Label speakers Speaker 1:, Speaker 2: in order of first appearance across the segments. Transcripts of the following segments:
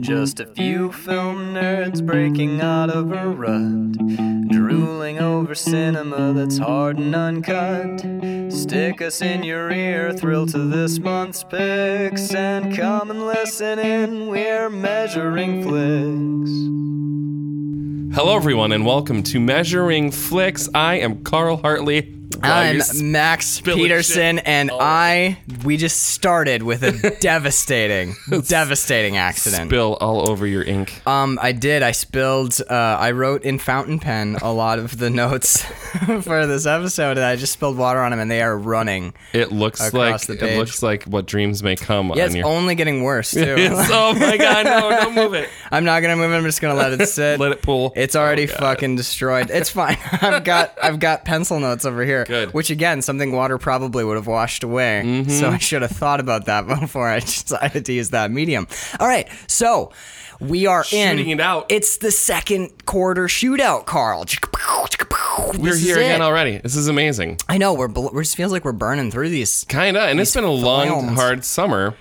Speaker 1: Just a few film nerds breaking out of a rut, drooling over cinema that's hard and uncut. Stick us in your ear, thrill to this month's picks, and come and listen in. We're measuring flicks.
Speaker 2: Hello, everyone, and welcome to Measuring Flicks. I am Carl Hartley. Wow,
Speaker 3: I'm
Speaker 2: you're s-
Speaker 3: Max
Speaker 2: spilling
Speaker 3: Peterson,
Speaker 2: shit
Speaker 3: and
Speaker 2: all over.
Speaker 3: I we just started with a devastating, devastating accident.
Speaker 2: spill all over your ink.
Speaker 3: um, I did. I spilled. Uh, I wrote in fountain pen a lot of the notes for this episode, and I just spilled water on them, and they are running.
Speaker 2: It looks like
Speaker 3: across the
Speaker 2: it
Speaker 3: page. oh
Speaker 2: looks like what dreams may come
Speaker 3: Yeah,
Speaker 2: on
Speaker 3: it's
Speaker 2: your.
Speaker 3: only getting worse too.
Speaker 2: It's- oh my god! No, don't move it.
Speaker 3: I'm not gonna move it. I'm just gonna let it sit.
Speaker 2: Let it pool.
Speaker 3: Uh, It's already
Speaker 2: Oh, God.
Speaker 3: fucking destroyed. It's fine. I've got I've got pencil notes over here,
Speaker 2: Good. Mm-hmm.
Speaker 3: which again something water probably would have washed away. So I should have thought about that before I decided to use that medium. All right, so we are
Speaker 2: Shooting
Speaker 3: in.
Speaker 2: it out.
Speaker 3: It's the second quarter shootout, Carl.
Speaker 2: We're here again already. This is amazing.
Speaker 3: I know we're bl- we're just feels like we're burning through these,
Speaker 2: Kinda, and it's been a long,
Speaker 3: films.
Speaker 2: hard summer.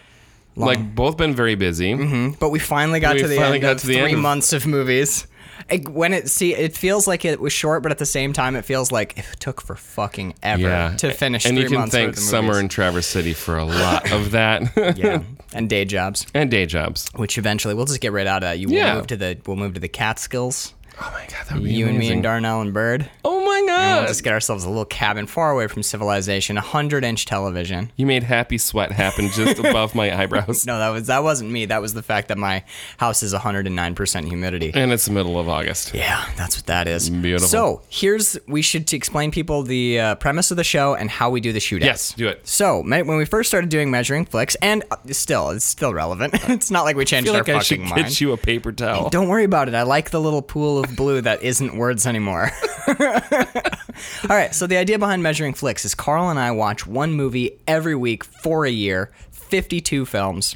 Speaker 2: Like both been very busy.
Speaker 3: but we finally got
Speaker 2: We
Speaker 3: to the
Speaker 2: finally
Speaker 3: end
Speaker 2: got
Speaker 3: of
Speaker 2: to the
Speaker 3: three
Speaker 2: end of-
Speaker 3: months of movies. It- when it see, it feels like it was short, but at the same time, it feels like it took for fucking ever
Speaker 2: Yeah,
Speaker 3: to finish.
Speaker 2: And
Speaker 3: three
Speaker 2: you can
Speaker 3: months
Speaker 2: thank
Speaker 3: worth of
Speaker 2: summer
Speaker 3: movies.
Speaker 2: in Traverse City for a lot of that.
Speaker 3: yeah, and day jobs,
Speaker 2: and day jobs.
Speaker 3: which eventually we'll just get right out of. You will
Speaker 2: Yeah.
Speaker 3: move to the we'll move to the Catskills.
Speaker 2: Oh my god, that would be
Speaker 3: You and me
Speaker 2: amazing.
Speaker 3: and Darnell and Bird.
Speaker 2: Oh my
Speaker 3: We'll
Speaker 2: god.
Speaker 3: just get ourselves a little cabin far away from civilization, a hundred inch television.
Speaker 2: You made happy sweat happen just above my eyebrows.
Speaker 3: No, that was that wasn't me. That was the fact that my house is 109 percent humidity.
Speaker 2: And it's the middle of August.
Speaker 3: Yeah, that's what that is.
Speaker 2: Beautiful.
Speaker 3: So here's we should to explain people the uh, premise of the show and how we do the shootout.
Speaker 2: Yes, do it.
Speaker 3: So me- when we first started doing measuring flicks, and uh, still it's still relevant. it's not like we
Speaker 2: I
Speaker 3: changed
Speaker 2: feel
Speaker 3: our
Speaker 2: like I should
Speaker 3: fucking mind.
Speaker 2: get you a paper towel.
Speaker 3: Don't worry about it. I like the little pool of blue that isn't words anymore. All right, so the idea behind measuring flicks is Carl and I watch one movie every week for a year, 52 films.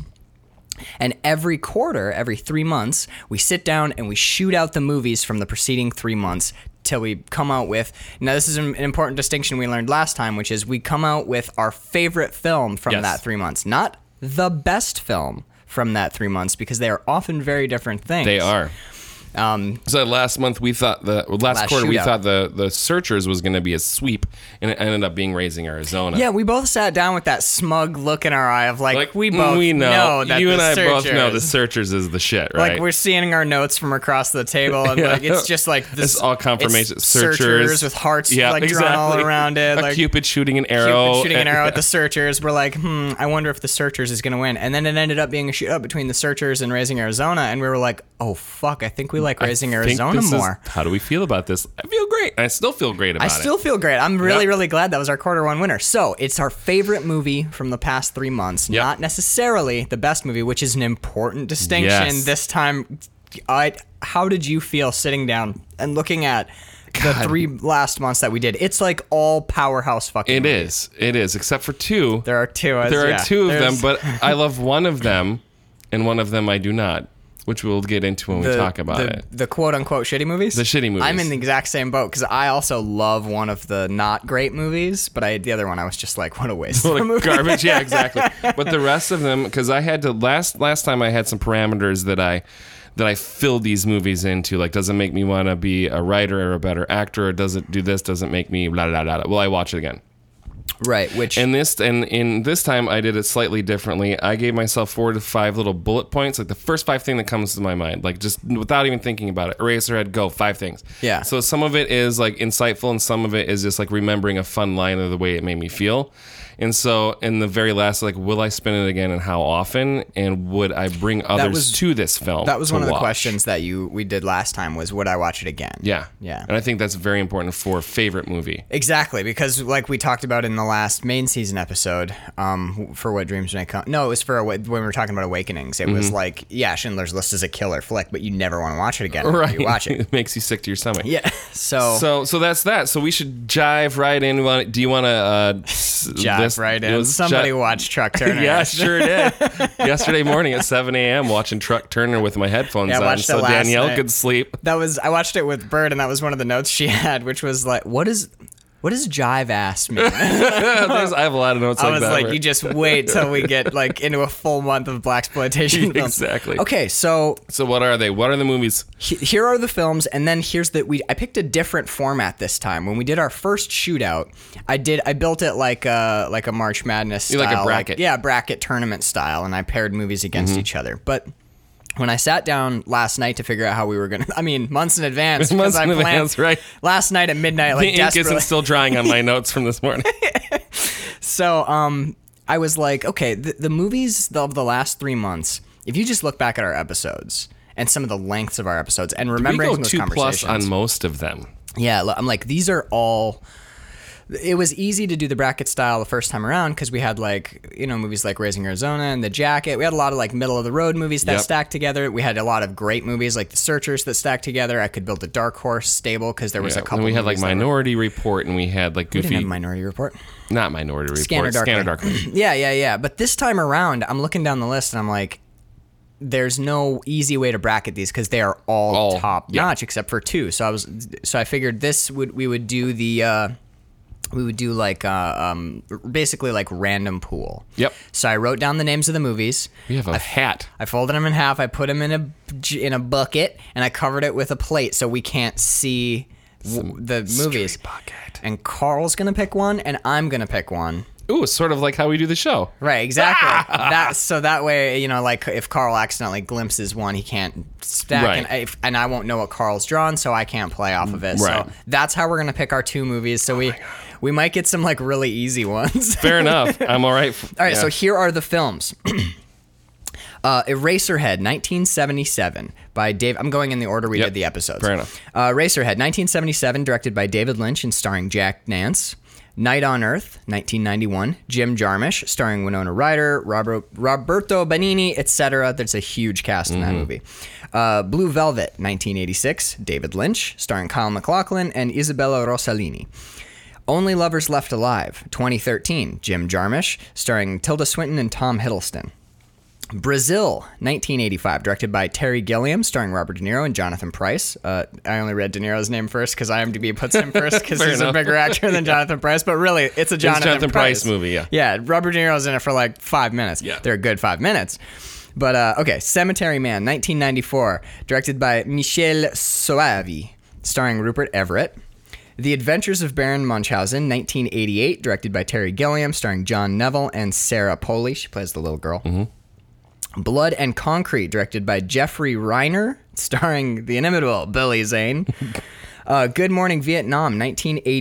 Speaker 3: And every quarter, every three months, we sit down and we shoot out the movies from the preceding three months till we come out with. Now, this is an an important distinction we learned last time, which is we come out with our favorite film from
Speaker 2: Yes.
Speaker 3: that three months, not the best film from that three months, because they are often very different things.
Speaker 2: They are.
Speaker 3: Um,
Speaker 2: So last month we thought the well, last,
Speaker 3: Last
Speaker 2: quarter we
Speaker 3: shootout.
Speaker 2: thought the the searchers was going to be a sweep, and it ended up being raising Arizona.
Speaker 3: yeah, we both sat down with that smug look in our eye of like,
Speaker 2: like mm,
Speaker 3: we both
Speaker 2: we know,
Speaker 3: that
Speaker 2: you
Speaker 3: the
Speaker 2: and I both know the
Speaker 3: searchers-
Speaker 2: searchers is the shit, right?
Speaker 3: Like we're seeing our notes from across the table, and like it's just like this
Speaker 2: it's all confirmation
Speaker 3: it's
Speaker 2: searchers.
Speaker 3: with hearts
Speaker 2: yeah,
Speaker 3: like
Speaker 2: exactly.
Speaker 3: drawn all around it,
Speaker 2: A
Speaker 3: like
Speaker 2: cupid shooting an
Speaker 3: Cupid
Speaker 2: arrow,
Speaker 3: shooting an arrow at the searchers. We're like, hmm, I wonder if the searchers is gonna win. And then it ended up being a shootout between the searchers and Raising Arizona, and we were like, oh fuck, I think we like Raising
Speaker 2: I think
Speaker 3: Arizona
Speaker 2: this is-
Speaker 3: more.
Speaker 2: how do we feel about this? I feel great. I still feel great about
Speaker 3: I
Speaker 2: it.
Speaker 3: still feel great. I'm really,
Speaker 2: Yep.
Speaker 3: really glad that was our quarter one winner. So it's our favorite movie from the past three months,
Speaker 2: Yep.
Speaker 3: not necessarily the best movie, which is an important distinction.
Speaker 2: Yes.
Speaker 3: This time, I, how did you feel sitting down and looking at the three last months that we did? It's like all powerhouse fucking.
Speaker 2: It
Speaker 3: movies.
Speaker 2: is. It is. Except for two.
Speaker 3: There are two. as-
Speaker 2: There are
Speaker 3: yeah,
Speaker 2: two of them,
Speaker 3: there's-
Speaker 2: but I love one of them, and one of them I do not, which we'll get into when we
Speaker 3: the-
Speaker 2: talk about
Speaker 3: the,
Speaker 2: it.
Speaker 3: The quote unquote shitty movies?
Speaker 2: The shitty movies.
Speaker 3: I'm in the exact same boat because I also love one of the not great movies, but I the other one I was just like, what a waste. of
Speaker 2: What
Speaker 3: a
Speaker 2: a
Speaker 3: movie.
Speaker 2: garbage. Yeah, exactly. But the rest of them, because I had to last last time I had some parameters that I that I filled these movies into. Like, does it make me want to be a writer or a better actor? Or does it do this? Does it make me blah blah blah? blah. Well, I watch it again.
Speaker 3: Right, which
Speaker 2: And this and in this time I did it slightly differently. I gave myself four to five little bullet points, like the first five thing that comes to my mind, like just without even thinking about it. Eraserhead, go five things.
Speaker 3: Yeah.
Speaker 2: So some of it is like insightful, and some of it is just like remembering a fun line or the way it made me feel. And so in the very last, like, will I spin it again, and how often, and would I bring others
Speaker 3: was-
Speaker 2: to this film?
Speaker 3: That was
Speaker 2: to
Speaker 3: one of the
Speaker 2: watch?
Speaker 3: questions that you we did last time was would I watch it again?
Speaker 2: Yeah.
Speaker 3: Yeah.
Speaker 2: And I think that's very important for favorite movie.
Speaker 3: Exactly, because like we talked about in the last main season episode, um, for what dreams may come. No, it was for awa- when we were talking about awakenings. It
Speaker 2: Mm-hmm.
Speaker 3: was like, yeah, Schindler's List is a killer flick, but you never want to watch it again. after
Speaker 2: Right.
Speaker 3: You watch it.
Speaker 2: it makes you sick to your stomach.
Speaker 3: Yeah. So,
Speaker 2: So, so that's that. So we should jive right in. Wanna- Do you want to uh,
Speaker 3: jive
Speaker 2: jive
Speaker 3: right in. Somebody watched Truck Turner.
Speaker 2: yeah, sure did. Yesterday morning at 7 a.m., watching Truck Turner with my headphones
Speaker 3: Yeah, I
Speaker 2: on,
Speaker 3: watched
Speaker 2: so
Speaker 3: it last
Speaker 2: Danielle
Speaker 3: night.
Speaker 2: could sleep.
Speaker 3: That was I watched it with Bird, and that was one of the notes she had, which was like, "What is What does jive ass mean?
Speaker 2: There's- I have a lot of notes
Speaker 3: I
Speaker 2: like
Speaker 3: was
Speaker 2: that.
Speaker 3: like,
Speaker 2: where-
Speaker 3: you just wait till we get like into a full month of black exploitation films.
Speaker 2: Exactly.
Speaker 3: Okay, so
Speaker 2: so what are they? What are the movies?
Speaker 3: he- here are the films, and then here's the we. I picked a different format this time. When we did our first shootout, I did I built it like a like a March Madness
Speaker 2: You
Speaker 3: style,
Speaker 2: like a bracket. Mm-hmm.
Speaker 3: yeah, bracket tournament style, and I paired movies against each other, but. When I sat down last night to figure out how we were gonna, I mean, months in advance, because
Speaker 2: Months
Speaker 3: I
Speaker 2: in
Speaker 3: planned
Speaker 2: advance, right.
Speaker 3: Last night at midnight, like
Speaker 2: the ink
Speaker 3: desperately.
Speaker 2: isn't still drying on my notes from this morning.
Speaker 3: So, um, I was like, okay, the, the movies of the last three months. If you just look back at our episodes and some of the lengths of our episodes, and
Speaker 2: we
Speaker 3: remembering
Speaker 2: go
Speaker 3: those
Speaker 2: two plus
Speaker 3: conversations,
Speaker 2: on most of them.
Speaker 3: yeah, l- I'm like, these are all. It was easy to do the bracket style the first time around because we had like you know movies like Raising Arizona and The Jacket. We had a lot of like middle of the road movies that
Speaker 2: Yep.
Speaker 3: stacked together. We had a lot of great movies like The Searchers that stacked together. I could build a Dark Horse stable because there was
Speaker 2: Yeah.
Speaker 3: a
Speaker 2: And
Speaker 3: couple.
Speaker 2: we had like
Speaker 3: movies that were-
Speaker 2: Minority Report, and we had like
Speaker 3: We didn't
Speaker 2: Goofy,
Speaker 3: have Minority Report.
Speaker 2: not Minority Report,
Speaker 3: Scanner Darkly.
Speaker 2: Scanner Darkly.
Speaker 3: yeah, yeah, yeah. But this time around, I'm looking down the list and I'm like, there's no easy way to bracket these because they are all,
Speaker 2: All,
Speaker 3: top
Speaker 2: yeah.
Speaker 3: notch except for two. So I was, so I figured this would we would do the, uh, we would do like uh, um, basically like random pool.
Speaker 2: Yep.
Speaker 3: So I wrote down the names of the movies.
Speaker 2: We have a hat.
Speaker 3: I folded them in half. I put them in a in a bucket, and I covered it with a plate so we can't see w- the movies.
Speaker 2: bucket.
Speaker 3: And Carl's gonna pick one, and I'm gonna pick one.
Speaker 2: Ooh, it's sort of like how we do the show.
Speaker 3: Right, exactly.
Speaker 2: Ah!
Speaker 3: That so that way, you know, like if Carl accidentally glimpses one, he can't stack,
Speaker 2: Right.
Speaker 3: and, I, if- and I won't know what Carl's drawn, so I can't play off of it.
Speaker 2: Right. Oh
Speaker 3: So that's how we're gonna pick our two movies. So we we might get some like really easy ones.
Speaker 2: Fair enough. I'm all right. f-
Speaker 3: All right,
Speaker 2: yeah.
Speaker 3: so here are the films. Uh, Eraserhead, 1977, by Dave. I'm going in the order we
Speaker 2: Yep,
Speaker 3: did the episodes.
Speaker 2: fair enough.
Speaker 3: Uh, Eraserhead, 1977, directed by David Lynch and starring Jack Nance. Night on Earth, 1991, Jim Jarmusch, starring Winona Ryder, Robert, Roberto Benini, etc. There's a huge cast in that
Speaker 2: Mm-hmm.
Speaker 3: movie. Uh, Blue Velvet, 1986, David Lynch, starring Kyle MacLachlan and Isabella Rossellini. Only Lovers Left Alive, 2013, Jim Jarmusch, starring Tilda Swinton and Tom Hiddleston. Brazil, 1985, directed by Terry Gilliam, starring Robert De Niro and Jonathan Price. Uh, I only read De Niro's name first because IMDb puts him first because
Speaker 2: Fair
Speaker 3: he's
Speaker 2: enough.
Speaker 3: a bigger actor than Jonathan Price, but really, it's a Jonathan,
Speaker 2: Jonathan Pryce movie, yeah.
Speaker 3: Yeah, Robert De Niro's in it for like five minutes.
Speaker 2: Yeah.
Speaker 3: They're a good five minutes. But uh, okay, Cemetery Man, 1994, directed by Michel Soavi, starring Rupert Everett. The Adventures of Baron Munchausen, 1988, directed by Terry Gilliam, starring John Neville and Sarah Polley. She plays the little
Speaker 2: Mm-hmm.
Speaker 3: girl. Blood and Concrete, directed by Jeffrey Reiner, starring the inimitable Billy Zane. uh, Good Morning Vietnam,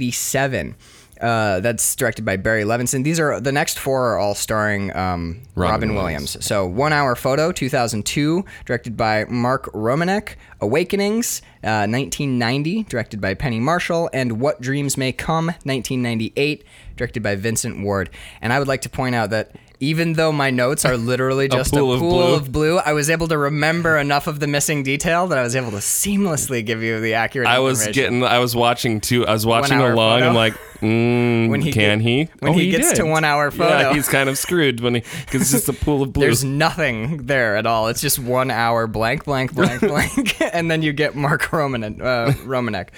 Speaker 3: 1987. Uh, that's directed by Barry Levinson. These are the next four are all starring um, Robin,
Speaker 2: Robin
Speaker 3: Williams. So One Hour Photo, 2002, directed by Mark Romanek. Awakenings, uh, 1990, directed by Penny Marshall, and What Dreams May Come, 1998, directed by Vincent Ward. And I would like to point out that. Even though my notes are literally just a
Speaker 2: pool
Speaker 3: pool,
Speaker 2: of blue.
Speaker 3: of blue, I was able to remember enough of the missing detail that I was able to seamlessly give you the accurate.
Speaker 2: I was
Speaker 3: information.
Speaker 2: getting, I was watching too. I was watching
Speaker 3: hour
Speaker 2: along.
Speaker 3: photo.
Speaker 2: I'm like, mm,
Speaker 3: When he
Speaker 2: can Oh,
Speaker 3: get-
Speaker 2: he?
Speaker 3: when he gets to one hour photo.
Speaker 2: yeah, he's kind of screwed when he because it's just a pool of blue.
Speaker 3: There's nothing there at all. It's just one hour blank, blank, blank, blank, and then you get Mark Romanek. Uh, Romanek.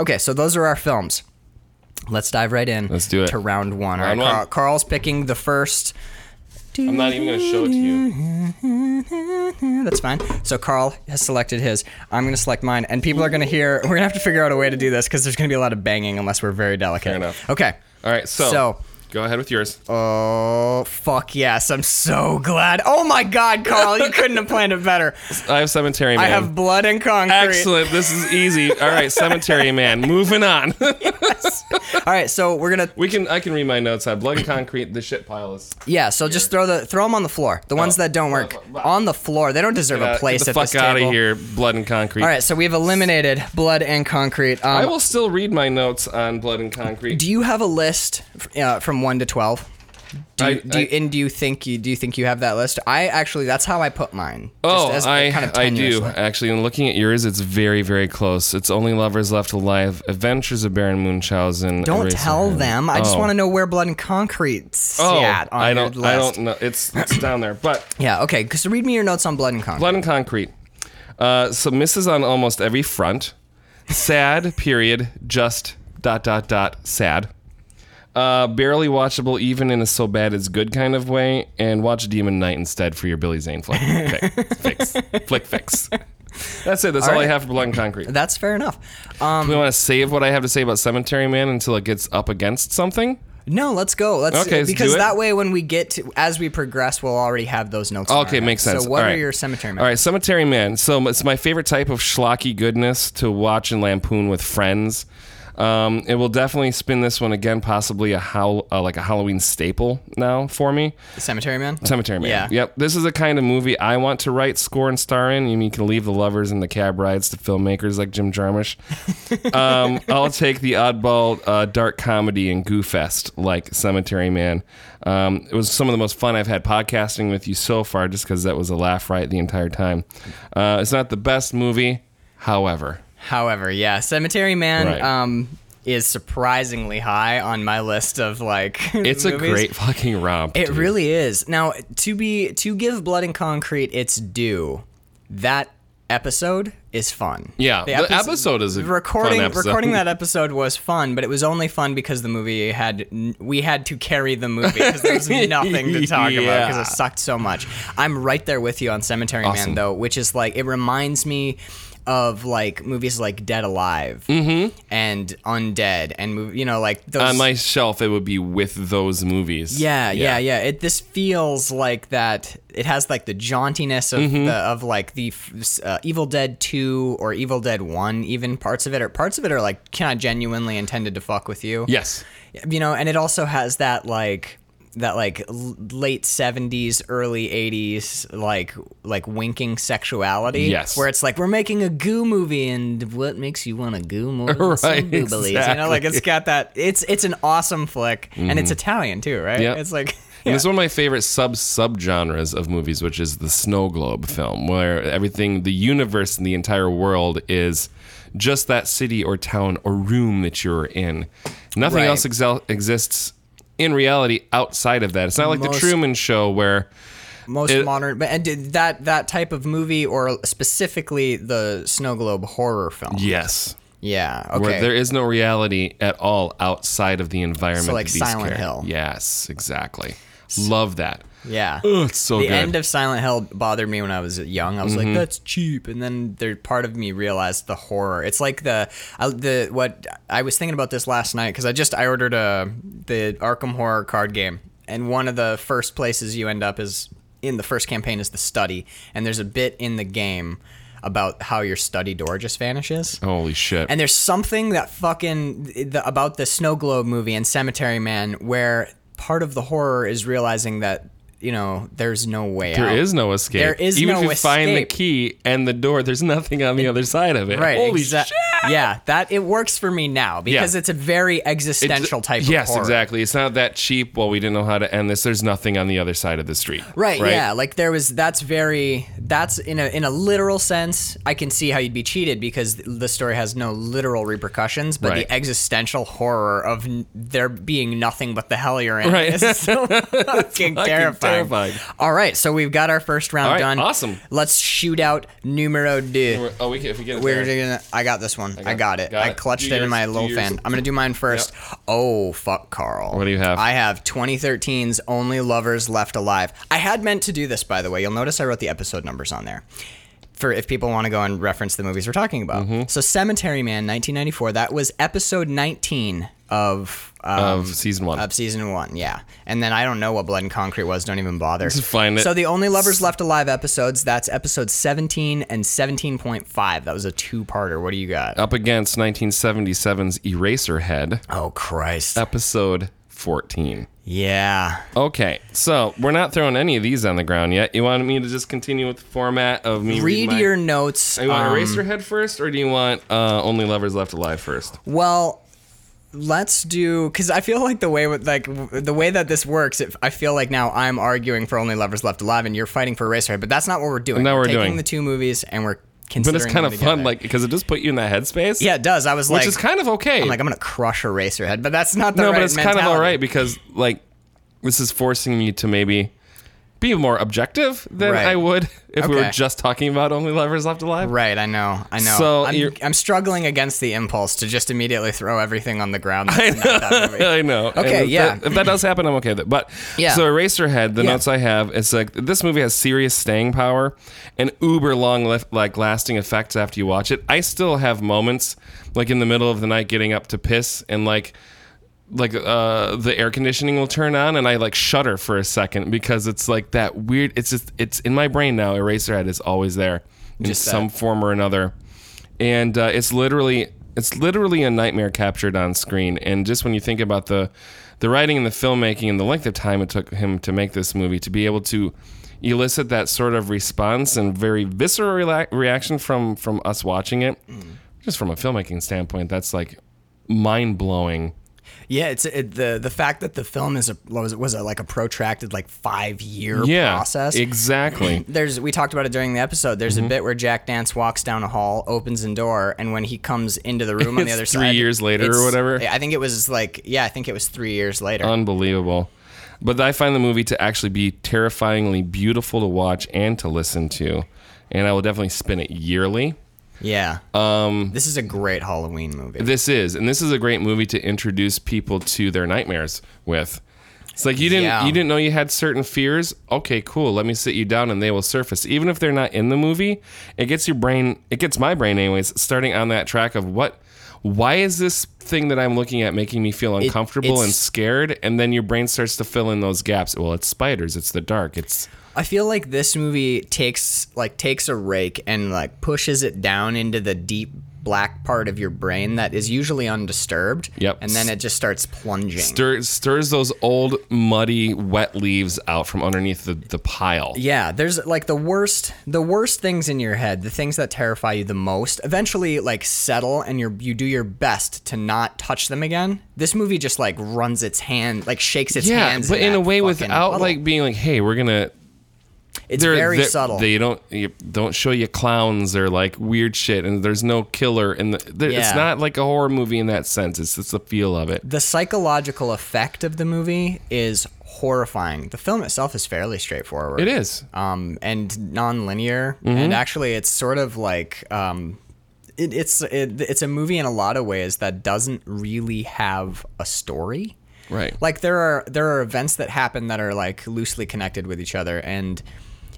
Speaker 3: Okay, so those are our films. Let's dive right in.
Speaker 2: Let's do it.
Speaker 3: to round one.
Speaker 2: Round
Speaker 3: all right,
Speaker 2: one.
Speaker 3: Carl, Carl's picking the first.
Speaker 2: I'm not even gonna show it to you.
Speaker 3: Eh, That's fine. So Carl has selected his. I'm going to select mine, and people are going to hear. We're going to have to figure out a way to do this because there's going to be a lot of banging unless we're very delicate.
Speaker 2: Fair enough.
Speaker 3: Okay.
Speaker 2: All right, so,
Speaker 3: So-
Speaker 2: go ahead with yours.
Speaker 3: Oh fuck yes! I'm so glad. Oh my god, Carl, you couldn't have planned it better.
Speaker 2: I have Cemetery Man.
Speaker 3: I have blood and concrete.
Speaker 2: Excellent. This is easy. All right, Cemetery Man. Moving on.
Speaker 3: All right, so we're gonna
Speaker 2: we can. I can read my notes. I have blood and concrete. The shit pile is.
Speaker 3: yeah. So just throw the throw them on the floor. The ones that don't work on the floor. They don't deserve
Speaker 2: Uh,
Speaker 3: a place
Speaker 2: Oh. get the
Speaker 3: at
Speaker 2: fuck
Speaker 3: this
Speaker 2: out
Speaker 3: table.
Speaker 2: of here. Blood and concrete.
Speaker 3: All right, so we've eliminated blood and concrete. Um,
Speaker 2: I will still read my notes on blood and concrete.
Speaker 3: Do you have a list uh, from one to twelve? Do
Speaker 2: I-
Speaker 3: you, do you,
Speaker 2: I-
Speaker 3: and do you think you do you think you have that list? I actually that's how I put mine.
Speaker 2: Oh,
Speaker 3: as
Speaker 2: I,
Speaker 3: kind of
Speaker 2: I do
Speaker 3: tenuously.
Speaker 2: actually. And looking at yours, it's very, very close. It's only lovers left alive. Adventures of Baron Munchausen.
Speaker 3: Don't
Speaker 2: Eraserhead.
Speaker 3: tell them. I just
Speaker 2: Oh.
Speaker 3: want to know where blood and concrete
Speaker 2: Oh,
Speaker 3: sat on
Speaker 2: I
Speaker 3: your
Speaker 2: don't.
Speaker 3: list.
Speaker 2: I don't know. It's it's down there, but
Speaker 3: Yeah, okay. Because read me your notes on blood and concrete.
Speaker 2: blood and concrete. Uh, so misses on almost every front. Sad. Period. Just dot dot dot sad. Uh, barely watchable, even in a so bad it's good kind of way, and watch Demon Knight instead for your Billy Zane flick. fix, fix, flick fix. That's it. That's all, I
Speaker 3: right.
Speaker 2: have for Blood and Concrete.
Speaker 3: That's fair enough. Um,
Speaker 2: Do we want to save what I have to say about Cemetery Man until it gets up against something?
Speaker 3: no, let's go. Let's
Speaker 2: Okay, let's
Speaker 3: because
Speaker 2: do it.
Speaker 3: that way when we get to as we progress, we'll already have those notes. in our
Speaker 2: Okay,
Speaker 3: head.
Speaker 2: makes sense.
Speaker 3: So what
Speaker 2: All
Speaker 3: are
Speaker 2: right.
Speaker 3: your cemetery?
Speaker 2: All right, Cemetery Man. So it's my favorite type of schlocky goodness to watch and lampoon with friends. Um, it will definitely spin this one again, possibly a how uh, like a Halloween staple now for me.
Speaker 3: Cemetery man.
Speaker 2: Cemetery Man.
Speaker 3: Yeah.
Speaker 2: Yep. This is the kind of movie I want to write, score, and star in. You mean you can leave the lovers and the cab rides to filmmakers like Jim Jarmusch. um, I'll take the oddball uh, dark comedy and goo fest like Cemetery Man. Um, it was some of the most fun I've had podcasting with you so far, just because that was a laugh right the entire time. Uh, it's not the best movie, however.
Speaker 3: However, yeah, Cemetery Man
Speaker 2: Right.
Speaker 3: um, is surprisingly high on my list of like.
Speaker 2: It's a
Speaker 3: movies.
Speaker 2: great fucking romp.
Speaker 3: It
Speaker 2: dude.
Speaker 3: really is. Now, to be to give Blood and Concrete its due, that episode is fun.
Speaker 2: Yeah, the episode is a
Speaker 3: recording.
Speaker 2: fun episode.
Speaker 3: Recording that episode was fun, but it was only fun because the movie had we had to carry the movie because there was nothing to talk about because
Speaker 2: Yeah.
Speaker 3: it sucked so much. I'm right there with you on Cemetery Man
Speaker 2: Awesome.
Speaker 3: though, which is like it reminds me of like movies like Dead Alive
Speaker 2: Mm-hmm.
Speaker 3: and Undead and mov- you know like those
Speaker 2: on my shelf. It would be with those movies.
Speaker 3: yeah, yeah, yeah. It this feels like that. It has like the jauntiness of the, of like the f- uh, Evil Dead Two or Evil Dead One. Even parts of it, or parts of it are like kind of genuinely intended to fuck with you.
Speaker 2: Yes.
Speaker 3: you know. And it also has that like that like l- late seventies, early eighties, like like winking sexuality.
Speaker 2: Yes.
Speaker 3: where it's like we're making a goo movie, and what makes you want a goo more than some
Speaker 2: Right,
Speaker 3: booblies? You know, like
Speaker 2: exactly.
Speaker 3: it's
Speaker 2: Mm-hmm.
Speaker 3: got that. It's it's an awesome flick, and it's Italian too, right?
Speaker 2: Yep.
Speaker 3: It's like
Speaker 2: And it's one of my favorite sub subgenres of movies, which is the snow globe film, where everything, the universe and the entire world is just that city or town or room that you're in. Nothing
Speaker 3: Right.
Speaker 2: else exel- exists in reality outside of that. It's not like the
Speaker 3: Most-
Speaker 2: Truman Show where
Speaker 3: most
Speaker 2: It-
Speaker 3: modern, but and did that that type of movie, or specifically the snow globe horror film.
Speaker 2: yes,
Speaker 3: Yeah.
Speaker 2: where
Speaker 3: Okay.
Speaker 2: there is no reality at all outside of the environment.
Speaker 3: So like
Speaker 2: of these
Speaker 3: Silent
Speaker 2: char-
Speaker 3: Hill.
Speaker 2: Yes, exactly. Love that.
Speaker 3: yeah.
Speaker 2: Oh, it's so
Speaker 3: the
Speaker 2: good. Mm-hmm.
Speaker 3: end of Silent Hill bothered me when I was young. I was like, "That's cheap," and then there part of me realized the horror. It's like the I, the what I was thinking about this last night because I just I ordered a the Arkham Horror card game, and one of the first places you end up is in the first campaign is the study, and there's a bit in the game about how your study door just vanishes.
Speaker 2: Holy shit.
Speaker 3: And there's something that fucking the, about the snow globe movie and Cemetery Man where part of the horror is realizing that you know there's no way out.
Speaker 2: There is no escape.
Speaker 3: There is
Speaker 2: Even
Speaker 3: no
Speaker 2: if you find the
Speaker 3: escape.
Speaker 2: key and the door, there's nothing on the other side of it.
Speaker 3: Right.
Speaker 2: Holy
Speaker 3: exa-
Speaker 2: shit.
Speaker 3: Yeah, that it works for me now because
Speaker 2: Yeah.
Speaker 3: it's a very existential type of
Speaker 2: yes,
Speaker 3: horror.
Speaker 2: exactly. It's not that cheap. Well, we didn't know how to end this. There's nothing on the other side of the street.
Speaker 3: Right, yeah, like there was that's very that's in a in a literal sense, I can see how you'd be cheated because the story has no literal repercussions, but
Speaker 2: Right.
Speaker 3: the existential horror of n- there being nothing but the hell you're in
Speaker 2: Right.
Speaker 3: is so fucking terrifying.
Speaker 2: terrifying.
Speaker 3: All right, so we've got our first round
Speaker 2: All right,
Speaker 3: done.
Speaker 2: awesome.
Speaker 3: Let's shoot out numero deux.
Speaker 2: We're- Oh, we can, if we get it
Speaker 3: We're
Speaker 2: there.
Speaker 3: gonna. I got this one. I got, it.
Speaker 2: got
Speaker 3: I
Speaker 2: it.
Speaker 3: clutched
Speaker 2: Do
Speaker 3: it in
Speaker 2: yours,
Speaker 3: my
Speaker 2: do
Speaker 3: little
Speaker 2: yours.
Speaker 3: fan. I'm gonna do mine first. Oh fuck, Carl.
Speaker 2: What do you have?
Speaker 3: I have 2013's Only Lovers Left Alive. I had meant to do this, by the way. You'll notice I wrote the episode numbers on there. For if people want to go and reference the movies we're talking about,
Speaker 2: Mm-hmm.
Speaker 3: so Cemetery Man, 1994. That was episode 19 of um,
Speaker 2: of season one.
Speaker 3: of season one, yeah. And then I don't know what Blood and Concrete was. Don't even bother.
Speaker 2: Just find it.
Speaker 3: So the only lovers left alive episodes. That's episode seventeen and seventeen point five. That was a two-parter. What do you got?
Speaker 2: Up against 1977's Eraserhead,
Speaker 3: oh Christ!
Speaker 2: episode 14.
Speaker 3: yeah.
Speaker 2: Okay, so we're not throwing any of these on the ground yet. You want me to just continue with the format of me reading
Speaker 3: Read
Speaker 2: my-
Speaker 3: your notes.
Speaker 2: You want
Speaker 3: um,
Speaker 2: Eraserhead first, or do you want uh, Only Lovers Left Alive first?
Speaker 3: Well, let's do because I feel like the way with like w- the way that this works. It, I feel like now I'm arguing for only lovers left alive, and you're fighting for Eraserhead. But that's not what we're doing.
Speaker 2: No, we're
Speaker 3: taking
Speaker 2: doing.
Speaker 3: the two movies, and we're
Speaker 2: But
Speaker 3: considering.
Speaker 2: it's kind
Speaker 3: them
Speaker 2: of fun,
Speaker 3: together.
Speaker 2: like because it does put you in that headspace.
Speaker 3: Yeah, it does. I was
Speaker 2: which
Speaker 3: like,
Speaker 2: is kind of okay.
Speaker 3: I'm like, I'm gonna crush Eraserhead, but that's not the
Speaker 2: no,
Speaker 3: right
Speaker 2: but it's kind of
Speaker 3: mentality.
Speaker 2: all right because like this is forcing me to maybe be more objective than
Speaker 3: Right.
Speaker 2: I would if we were
Speaker 3: Okay.
Speaker 2: just talking about Only Lovers Left Alive.
Speaker 3: Right, I know, I know.
Speaker 2: So
Speaker 3: I'm,
Speaker 2: you're-
Speaker 3: I'm struggling against the impulse to just immediately throw everything on the ground. That's not that movie.
Speaker 2: I know. And
Speaker 3: Okay,
Speaker 2: if
Speaker 3: yeah.
Speaker 2: That, if that does happen, I'm okay with it. But
Speaker 3: Yeah.
Speaker 2: so Eraserhead, the
Speaker 3: Yeah.
Speaker 2: notes I have, it's like this movie has serious staying power and uber long left, like lasting effects after you watch it. I still have moments like in the middle of the night getting up to piss and like like uh the air conditioning will turn on and I like shudder for a second because it's like that weird it's just it's in my brain now Eraserhead is always there in
Speaker 3: Just that.
Speaker 2: some form or another and uh, it's literally it's literally a nightmare captured on screen and just when you think about the the writing and the filmmaking and the length of time it took him to make this movie to be able to elicit that sort of response and very visceral rela- reaction from from us watching it just from a filmmaking standpoint that's like mind-blowing
Speaker 3: Yeah, it's it, the the fact that the film is a was it, was it like a protracted like five year
Speaker 2: yeah
Speaker 3: process.
Speaker 2: exactly
Speaker 3: there's we talked about it during the episode. There's
Speaker 2: Mm-hmm.
Speaker 3: a bit where Jack Dance walks down a hall, opens a door, and when he comes into the room on the
Speaker 2: It's
Speaker 3: other
Speaker 2: three
Speaker 3: side,
Speaker 2: years later or
Speaker 3: it's-
Speaker 2: whatever. Um,
Speaker 3: I think it was like yeah, I think it was three years later.
Speaker 2: unbelievable. But I find the movie to actually be terrifyingly beautiful to watch and to listen to, and I will definitely spin it yearly.
Speaker 3: yeah, um, this is a great Halloween movie.
Speaker 2: This is, and this is a great movie to introduce people to their nightmares with. It's like you didn't
Speaker 3: Yeah.
Speaker 2: you didn't know you had certain fears. Okay, cool. Let me sit you down, and they will surface, even if they're not in the movie. It gets your brain. It gets my brain, anyways, starting on that track of what. Why is this thing that I'm looking at making me feel uncomfortable
Speaker 3: it's-
Speaker 2: and scared? And then your brain starts to fill in those gaps. Well, it's spiders. It's the dark. It's
Speaker 3: I feel like this movie takes like takes a rake and like pushes it down into the deep black part of your brain that is usually undisturbed.
Speaker 2: Yep.
Speaker 3: And then it just starts plunging.
Speaker 2: stir, stirs those old muddy, wet leaves out from underneath the, the pile.
Speaker 3: Yeah, there's like the worst the worst things in your head, the things that terrify you the most, eventually like settle and you you do your best to not touch them again. This movie just like runs its hand, like shakes its
Speaker 2: yeah,
Speaker 3: hands.
Speaker 2: but in
Speaker 3: that
Speaker 2: a way
Speaker 3: fucking
Speaker 2: without
Speaker 3: puddle.
Speaker 2: like being like, hey, we're gonna
Speaker 3: it's
Speaker 2: they're,
Speaker 3: very
Speaker 2: they're-
Speaker 3: subtle.
Speaker 2: They don't you don't show you clowns or like weird shit, and there's no killer, and the, there,
Speaker 3: Yeah.
Speaker 2: it's not like a horror movie in that sense. It's just the feel of it.
Speaker 3: the psychological effect of the movie is horrifying. The film itself is fairly straightforward.
Speaker 2: It is. Mm-hmm.
Speaker 3: um, and non-linear and actually it's sort of like um, it, it's it, it's a movie in a lot of ways that doesn't really have a story
Speaker 2: Right.
Speaker 3: like there are there are events that happen that are like loosely connected with each other and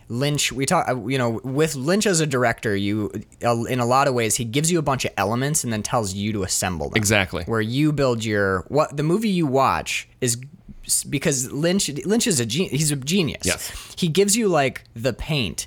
Speaker 3: Lynch we talk uh, you know with Lynch as a director you uh, in a lot of ways he gives you a bunch of elements and then tells you to assemble them
Speaker 2: Exactly.
Speaker 3: where you build your what the movie you watch is because Lynch Lynch is a gen, he's a genius
Speaker 2: Yes.
Speaker 3: he gives you like the paint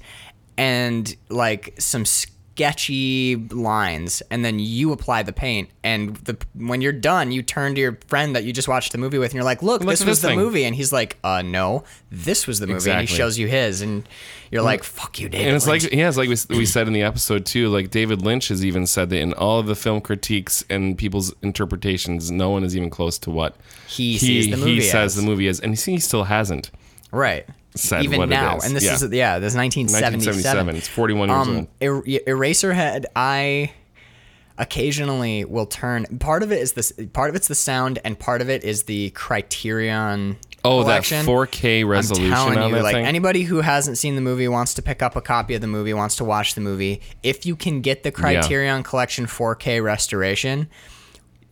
Speaker 3: and like some sketchy lines and then you apply the paint and the when you're done you turn to your friend that you just watched the movie with and you're like look,
Speaker 2: Look
Speaker 3: this
Speaker 2: at
Speaker 3: was
Speaker 2: this
Speaker 3: the
Speaker 2: thing."
Speaker 3: movie and he's like uh no this was the movie and he
Speaker 2: Exactly.
Speaker 3: shows you his and you're like fuck you David
Speaker 2: and it's
Speaker 3: Lynch."
Speaker 2: like yeah, it's like we, s- we said in the episode too. Like David Lynch has even said that in all of the film critiques and people's interpretations, no one is even close to what
Speaker 3: He sees the movie
Speaker 2: he says
Speaker 3: as.
Speaker 2: the movie is, and he still hasn't.
Speaker 3: right
Speaker 2: said
Speaker 3: even
Speaker 2: what it
Speaker 3: now
Speaker 2: is.
Speaker 3: and this
Speaker 2: Yeah.
Speaker 3: is yeah this is
Speaker 2: 1977.
Speaker 3: 1977
Speaker 2: It's 41 years old.
Speaker 3: um er- eraserhead i occasionally will turn part of it is this part of it's the sound and part of it is the criterion
Speaker 2: Oh, that
Speaker 3: collection.
Speaker 2: 4K resolution
Speaker 3: I'm telling
Speaker 2: on
Speaker 3: you,
Speaker 2: that
Speaker 3: like
Speaker 2: thing.
Speaker 3: anybody who hasn't seen the movie wants to pick up a copy of the movie, wants to watch the movie. If you can get the Criterion Collection 4K restoration,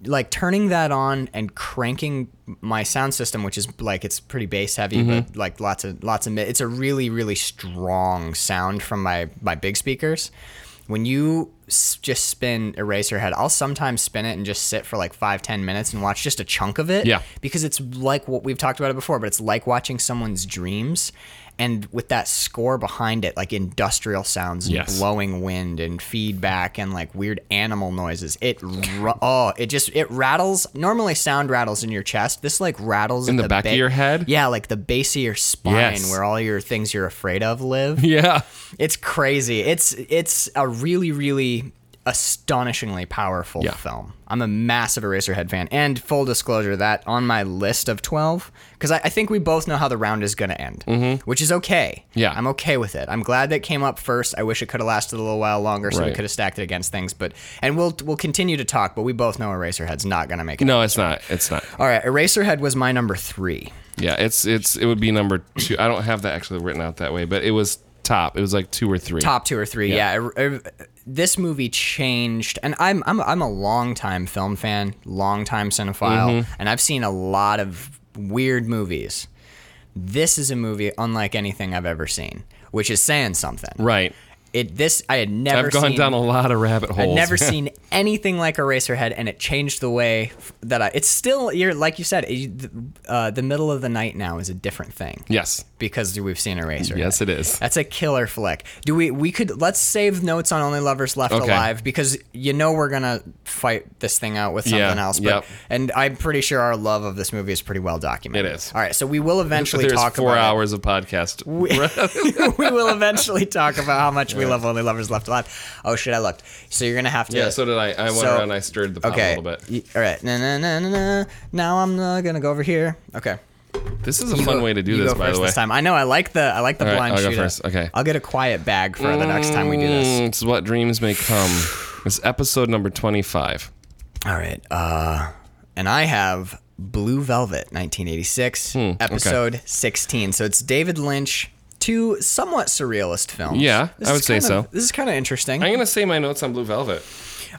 Speaker 3: like turning that on and cranking my sound system, which is like it's pretty bass heavy, but like lots of lots of mid. It's a really really strong sound from my my big speakers. When you s- just spin Eraserhead, I'll sometimes spin it and just sit for like five ten minutes and watch just a chunk of it
Speaker 2: Yeah.
Speaker 3: because it's like what we've talked about it before, but it's like watching someone's dreams. And with that score behind it, like industrial sounds and
Speaker 2: Yes.
Speaker 3: blowing wind and feedback and like weird animal noises, it ra- oh, it just it rattles. Normally, sound rattles in your chest. This like rattles in
Speaker 2: the back of your head?
Speaker 3: Yeah, like the base of your spine,
Speaker 2: Yes.
Speaker 3: where all your things you're afraid of live.
Speaker 2: yeah.
Speaker 3: It's crazy. It's it's a really really astonishingly powerful
Speaker 2: Yeah.
Speaker 3: film. I'm a massive Eraserhead fan. And full disclosure, that on my list of 12, because I, I think we both know how the round is going to end, which is okay.
Speaker 2: Mm-hmm. Yeah.
Speaker 3: I'm okay with it. I'm glad that came up first. I wish it could have lasted a little while longer so we
Speaker 2: Right.
Speaker 3: could have stacked it against things. But And we'll, we'll continue to talk, but we both know Eraserhead's not going to make it.
Speaker 2: No, it's not. It's not.
Speaker 3: All right, Eraserhead was my number three.
Speaker 2: Yeah, it's it's it would be number two. I don't have that actually written out that way, but it was top. It was like two or three.
Speaker 3: top two or three. Yeah, I- I- this movie changed, and I'm I'm I'm a longtime film fan, longtime cinephile,
Speaker 2: Mm-hmm.
Speaker 3: and I've seen a lot of weird movies. This is a movie unlike anything I've ever seen, which is saying something.
Speaker 2: Right.
Speaker 3: It this I had never.
Speaker 2: I've gone
Speaker 3: seen,
Speaker 2: down a lot of rabbit
Speaker 3: I'd
Speaker 2: holes.
Speaker 3: never seen anything like Eraserhead, and it changed the way f- that I. It's still you're like you said, it, th- uh, the middle of the night now is a different thing
Speaker 2: Yes.
Speaker 3: because we've seen Eraserhead.
Speaker 2: Yes, it is.
Speaker 3: That's a killer flick. Do we we could let's save notes on Only Lovers Left
Speaker 2: Okay.
Speaker 3: Alive because you know we're gonna fight this thing out with something
Speaker 2: Yeah,
Speaker 3: else. But,
Speaker 2: yep.
Speaker 3: And I'm pretty sure our love of this movie is pretty well documented.
Speaker 2: It is.
Speaker 3: All right, so we will eventually
Speaker 2: There's
Speaker 3: talk
Speaker 2: four
Speaker 3: about it.
Speaker 2: hours of podcast.
Speaker 3: we will eventually talk about how much we love Only Lovers Left Alive. Oh shit, I looked. So you're gonna have to.
Speaker 2: yeah. So did I. I went
Speaker 3: So-
Speaker 2: around. I stirred the pot
Speaker 3: okay.
Speaker 2: a little bit.
Speaker 3: Y- All right. Na na na na na. Now I'm uh, gonna go over here. Okay.
Speaker 2: This is a fun
Speaker 3: go-
Speaker 2: way to do
Speaker 3: you
Speaker 2: this,
Speaker 3: go
Speaker 2: by
Speaker 3: first
Speaker 2: the way.
Speaker 3: This time, I know I like the I like the
Speaker 2: All right,
Speaker 3: blind
Speaker 2: I'll go
Speaker 3: shooter.
Speaker 2: first. Okay.
Speaker 3: I'll get a quiet bag for the next time we do this.
Speaker 2: Mm, It's what dreams may come. It's episode number twenty-five.
Speaker 3: All right. Uh, and I have Blue Velvet, 1986,
Speaker 2: Hmm,
Speaker 3: episode 16. So it's David Lynch, two somewhat surrealist films.
Speaker 2: Yeah, I would
Speaker 3: is
Speaker 2: say
Speaker 3: kind of-
Speaker 2: so.
Speaker 3: This is kind of interesting.
Speaker 2: I'm gonna say my notes on Blue Velvet.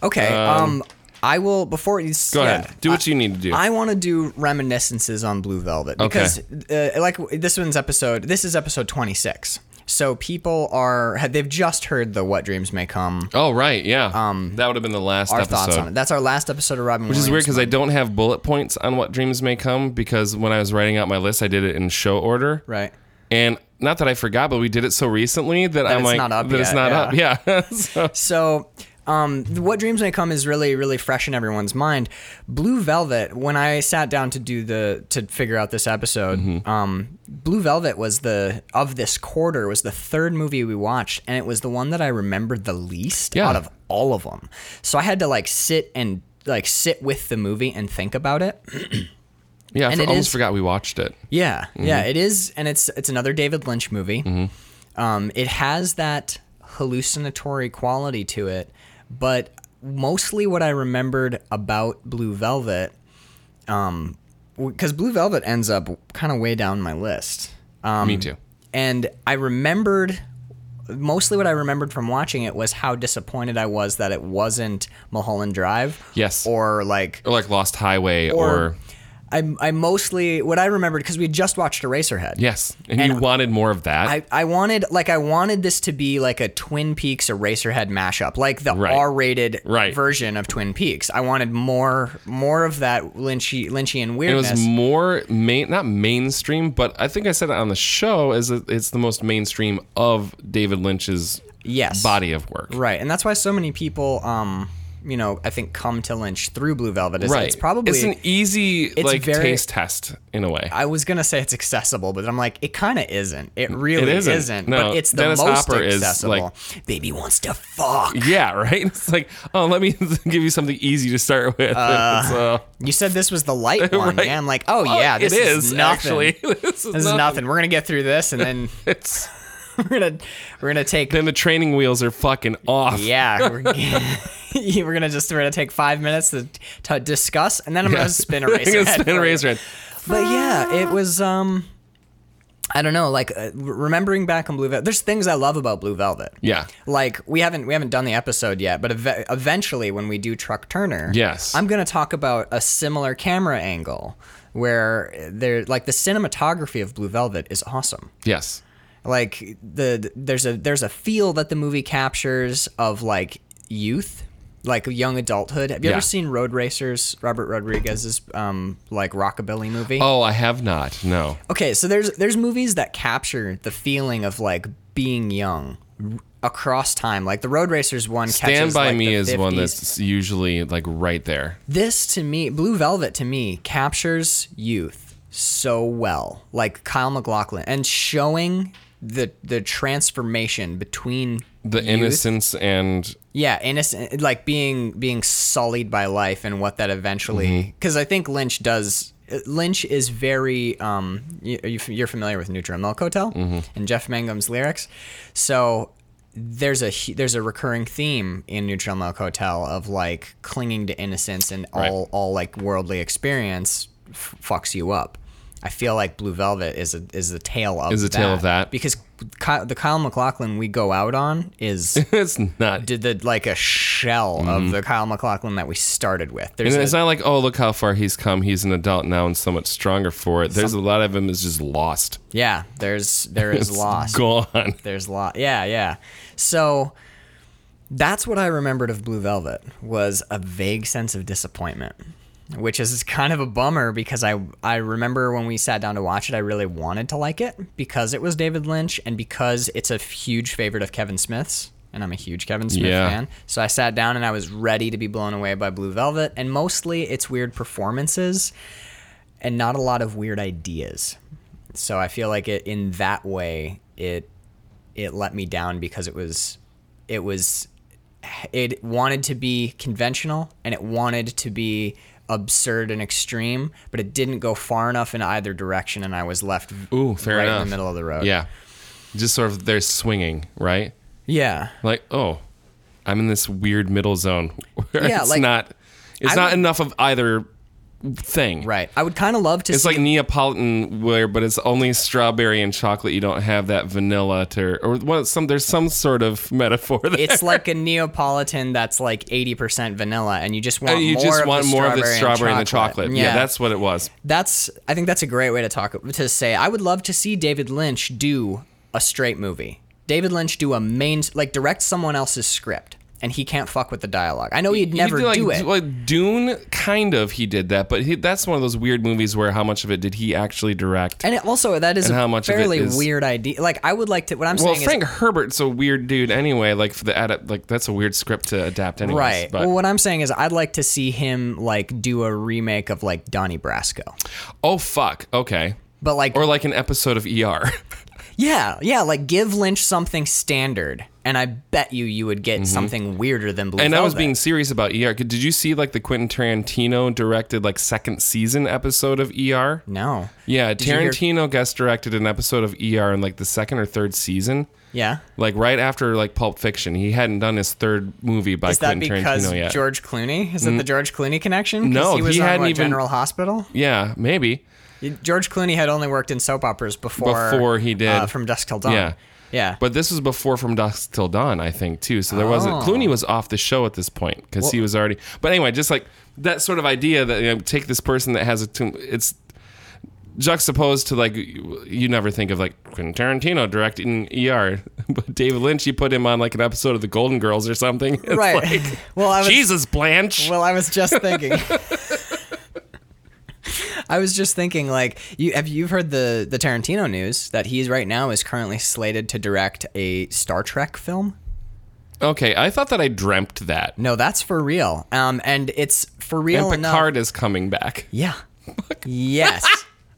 Speaker 3: okay. Um, I will before you
Speaker 2: Go ahead. Do what you need to do.
Speaker 3: I want to do reminiscences on Blue Velvet because, uh, like, this one's episode. This is episode 26. So people are had- they've just heard the What Dreams May Come.
Speaker 2: oh right, yeah. that would have been the last
Speaker 3: Um, Our
Speaker 2: episode.
Speaker 3: thoughts on it. That's our last episode of Robin.
Speaker 2: Which is weird because I don't have bullet points on what dreams may come because when I was writing out my list, I did it in show order.
Speaker 3: right.
Speaker 2: And not that I forgot, but we did it so recently that, I'm
Speaker 3: it's
Speaker 2: like,
Speaker 3: not up
Speaker 2: that it's
Speaker 3: yet,
Speaker 2: not up. Yeah. So-
Speaker 3: So, um, what dreams may come is really, really fresh in everyone's mind. Blue Velvet. When I sat down to do the to figure out this episode, um, Blue Velvet was the of this quarter was the third movie we watched, and it was the one that I remembered the least
Speaker 2: Yeah.
Speaker 3: out of all of them. So I had to like sit and like sit with the movie and think about it.
Speaker 2: yeah. I
Speaker 3: And
Speaker 2: for-
Speaker 3: it
Speaker 2: almost
Speaker 3: is-
Speaker 2: forgot we watched it.
Speaker 3: Yeah,
Speaker 2: Mm-hmm.
Speaker 3: yeah, it is, and it's it's another David Lynch movie. Um, it has that hallucinatory quality to it, but mostly what I remembered about Blue Velvet, because Blue Velvet ends up kind of way down my list
Speaker 2: Me too.
Speaker 3: and I remembered mostly what I remembered from watching it was how disappointed I was that it wasn't Mulholland Drive.
Speaker 2: Yes.
Speaker 3: Or like
Speaker 2: Or like Lost Highway or.
Speaker 3: I I mostly what I remembered because we had just watched Eraserhead.
Speaker 2: yes. And, you wanted more of that.
Speaker 3: I, I wanted like I wanted this to be like a Twin Peaks Eraserhead mashup, like the
Speaker 2: Right.
Speaker 3: R-rated
Speaker 2: Right.
Speaker 3: version of Twin Peaks. I wanted more more of that Lynchy Lynchian
Speaker 2: it
Speaker 3: weirdness.
Speaker 2: was more main, not mainstream, but I think I said it on the show. Is it- it's the most mainstream of David Lynch's
Speaker 3: yes,
Speaker 2: body of work.
Speaker 3: right, and that's why so many people, um, you know, I think come to Lynch through Blue Velvet. Is
Speaker 2: Right.
Speaker 3: It's probably
Speaker 2: it's an easy like
Speaker 3: very-
Speaker 2: taste test in a way.
Speaker 3: I was gonna say it's accessible, but I'm like, it kind of isn't. It really
Speaker 2: isn't. No,
Speaker 3: but it's the
Speaker 2: Dennis
Speaker 3: most
Speaker 2: Hopper is,
Speaker 3: accessible. Baby wants to fuck.
Speaker 2: Yeah, right. It's like, oh, let me give you something easy to start with. so,
Speaker 3: You said this was the light one,
Speaker 2: Right.
Speaker 3: yeah. I'm like, oh Uh, yeah, this
Speaker 2: it
Speaker 3: is,
Speaker 2: is
Speaker 3: nothing.
Speaker 2: actually. this is
Speaker 3: This is
Speaker 2: nothing.
Speaker 3: nothing. We're gonna get through this, and then
Speaker 2: It's,
Speaker 3: we're gonna we're gonna take
Speaker 2: then the training wheels are fucking off.
Speaker 3: yeah. We're, we're gonna just we're gonna take five minutes to, to discuss, and then I'm gonna spin a
Speaker 2: You're gonna
Speaker 3: razor. head
Speaker 2: spin
Speaker 3: for
Speaker 2: a
Speaker 3: you.
Speaker 2: razor head.
Speaker 3: But yeah, it was um, I don't know. Like uh, remembering back on Blue Velvet, there's things I love about Blue Velvet.
Speaker 2: Yeah.
Speaker 3: Like we haven't we haven't done the episode yet, but ev- eventually when we do Truck Turner,
Speaker 2: Yes.
Speaker 3: I'm going to talk about a similar camera angle where uh, there like the cinematography of Blue Velvet is awesome.
Speaker 2: Yes.
Speaker 3: Like the the- there's a there's a feel that the movie captures of like youth, like young adulthood. Have you
Speaker 2: Yeah.
Speaker 3: ever seen Road Racers? Robert Rodriguez's um like rockabilly movie.
Speaker 2: Oh, I have not. No.
Speaker 3: Okay, so there's there's movies that capture the feeling of like being young r- across time. Like the Road Racers one.
Speaker 2: Stand
Speaker 3: catches,
Speaker 2: by
Speaker 3: like,
Speaker 2: me
Speaker 3: the
Speaker 2: is one
Speaker 3: 50s.
Speaker 2: that's usually like right there.
Speaker 3: this to me. Blue Velvet to me captures youth so well. Like Kyle McLaughlin and showing the the transformation between
Speaker 2: The innocence and
Speaker 3: yeah innocent like being being sullied by life and what that eventually
Speaker 2: Mm-hmm.
Speaker 3: because i think lynch does lynch is very um you, you're familiar with neutral milk hotel
Speaker 2: Mm-hmm.
Speaker 3: and jeff mangum's lyrics so there's a hu- there's a recurring theme in neutral milk hotel of like clinging to innocence and all all like worldly experience f- fucks you up i feel like blue velvet is a is the tale of
Speaker 2: Is the
Speaker 3: that.
Speaker 2: tale of that.
Speaker 3: because Ky- the kyle mclaughlin we go out on is
Speaker 2: it's not.
Speaker 3: did the like a shell of the Kyle McLaughlin that we started with. There's
Speaker 2: And
Speaker 3: a,
Speaker 2: it's not like, oh, look how far he's come. He's an adult now and so much stronger for it. There's a lot of him is just lost.
Speaker 3: yeah, there's there is
Speaker 2: It's
Speaker 3: loss.
Speaker 2: Gone.
Speaker 3: There's loss. Yeah, yeah. So that's what I remembered of Blue Velvet was a vague sense of disappointment, which is kind of a bummer because I I remember when we sat down to watch it, I really wanted to like it because it was David Lynch and because it's a huge favorite of Kevin Smith's. And I'm a huge Kevin Smith
Speaker 2: Yeah.
Speaker 3: fan. So I sat down and I was ready to be blown away by Blue Velvet. And mostly it's weird performances and not a lot of weird ideas. So I feel like it in that way it it let me down because it was it was it wanted to be conventional and it wanted to be absurd and extreme, but it didn't go far enough in either direction and I was left
Speaker 2: Ooh, fair
Speaker 3: right
Speaker 2: enough.
Speaker 3: in the middle of the road.
Speaker 2: Yeah. Just sort of they're swinging, right?
Speaker 3: Yeah.
Speaker 2: Like, oh, I'm in this weird middle zone where
Speaker 3: Yeah,
Speaker 2: it's
Speaker 3: like,
Speaker 2: not it's
Speaker 3: I
Speaker 2: not
Speaker 3: would-
Speaker 2: enough of either thing.
Speaker 3: Right. I would kind of love to
Speaker 2: It's
Speaker 3: see
Speaker 2: like Neapolitan where but it's only strawberry and chocolate. You don't have that vanilla to or well, some there's some sort of metaphor there.
Speaker 3: it's like a Neapolitan that's like 80% vanilla and you just want
Speaker 2: you
Speaker 3: more
Speaker 2: just
Speaker 3: of
Speaker 2: want
Speaker 3: the
Speaker 2: more of the
Speaker 3: strawberry
Speaker 2: strawberry and the chocolate. Yeah. that's what it was.
Speaker 3: that's I think that's a great way to talk to say I would love to see David Lynch do a straight movie. David Lynch do a main like direct someone else's script and he can't fuck with the dialogue. I know he'd never
Speaker 2: He did, like,
Speaker 3: do it.
Speaker 2: d- Like Dune, kind of, he did that, but he, that's one of those weird movies where how much of it did he actually direct?
Speaker 3: and it, also that is
Speaker 2: And
Speaker 3: a
Speaker 2: how much of it
Speaker 3: fairly
Speaker 2: is-
Speaker 3: weird idea. Like I would like to what I'm
Speaker 2: well,
Speaker 3: saying
Speaker 2: Frank
Speaker 3: is
Speaker 2: Herbert's a weird dude anyway. Like for the adapt, like that's a weird script to adapt, anyways.
Speaker 3: right.
Speaker 2: But
Speaker 3: Well, what I'm saying is I'd like to see him like do a remake of like Donnie Brasco.
Speaker 2: oh fuck, okay.
Speaker 3: But like
Speaker 2: Or like an episode of ER.
Speaker 3: yeah, yeah, like give Lynch something standard and I bet you you would get something weirder than Blue
Speaker 2: Mm-hmm. and I was
Speaker 3: Velvet.
Speaker 2: being serious about ER. Did you see like the Quentin Tarantino directed like second season episode of ER?
Speaker 3: No.
Speaker 2: Yeah,
Speaker 3: you hear-
Speaker 2: Tarantino guest directed an episode of ER in like the second or third season.
Speaker 3: Yeah.
Speaker 2: like right after like Pulp Fiction. He hadn't done his third movie by
Speaker 3: Is that
Speaker 2: Quentin
Speaker 3: because
Speaker 2: Tarantino yet. Mm.
Speaker 3: George Clooney? Is it the George Clooney connection? 'Cause
Speaker 2: No,
Speaker 3: he was
Speaker 2: he
Speaker 3: on
Speaker 2: hadn't
Speaker 3: what,
Speaker 2: even-
Speaker 3: General Hospital.
Speaker 2: yeah, maybe.
Speaker 3: George Clooney had only worked in soap operas before
Speaker 2: Before he did.
Speaker 3: uh, from Dusk Till Dawn.
Speaker 2: Yeah.
Speaker 3: yeah.
Speaker 2: But this was before From Dusk Till Dawn, I think, too. So there wasn't
Speaker 3: Oh.
Speaker 2: Clooney was off the show at this point because he
Speaker 3: Well-
Speaker 2: was already. But anyway, just like that sort of idea that you know, take this person that has a tomb. It's juxtaposed to like you you never think of like Quentin Tarantino directing ER, but David Lynch you put him on like an episode of The Golden Girls or something. It's
Speaker 3: right.
Speaker 2: like,
Speaker 3: well, I was
Speaker 2: Jesus Blanche.
Speaker 3: well, I was just thinking. I was just thinking, like you have you've heard the the Tarantino news that he's right now is currently slated to direct a Star Trek film.
Speaker 2: okay, I thought that I dreamt that.
Speaker 3: No, that's for real. Um, and it's for
Speaker 2: And
Speaker 3: real enough.
Speaker 2: Picard is coming back.
Speaker 3: Yeah. Yes.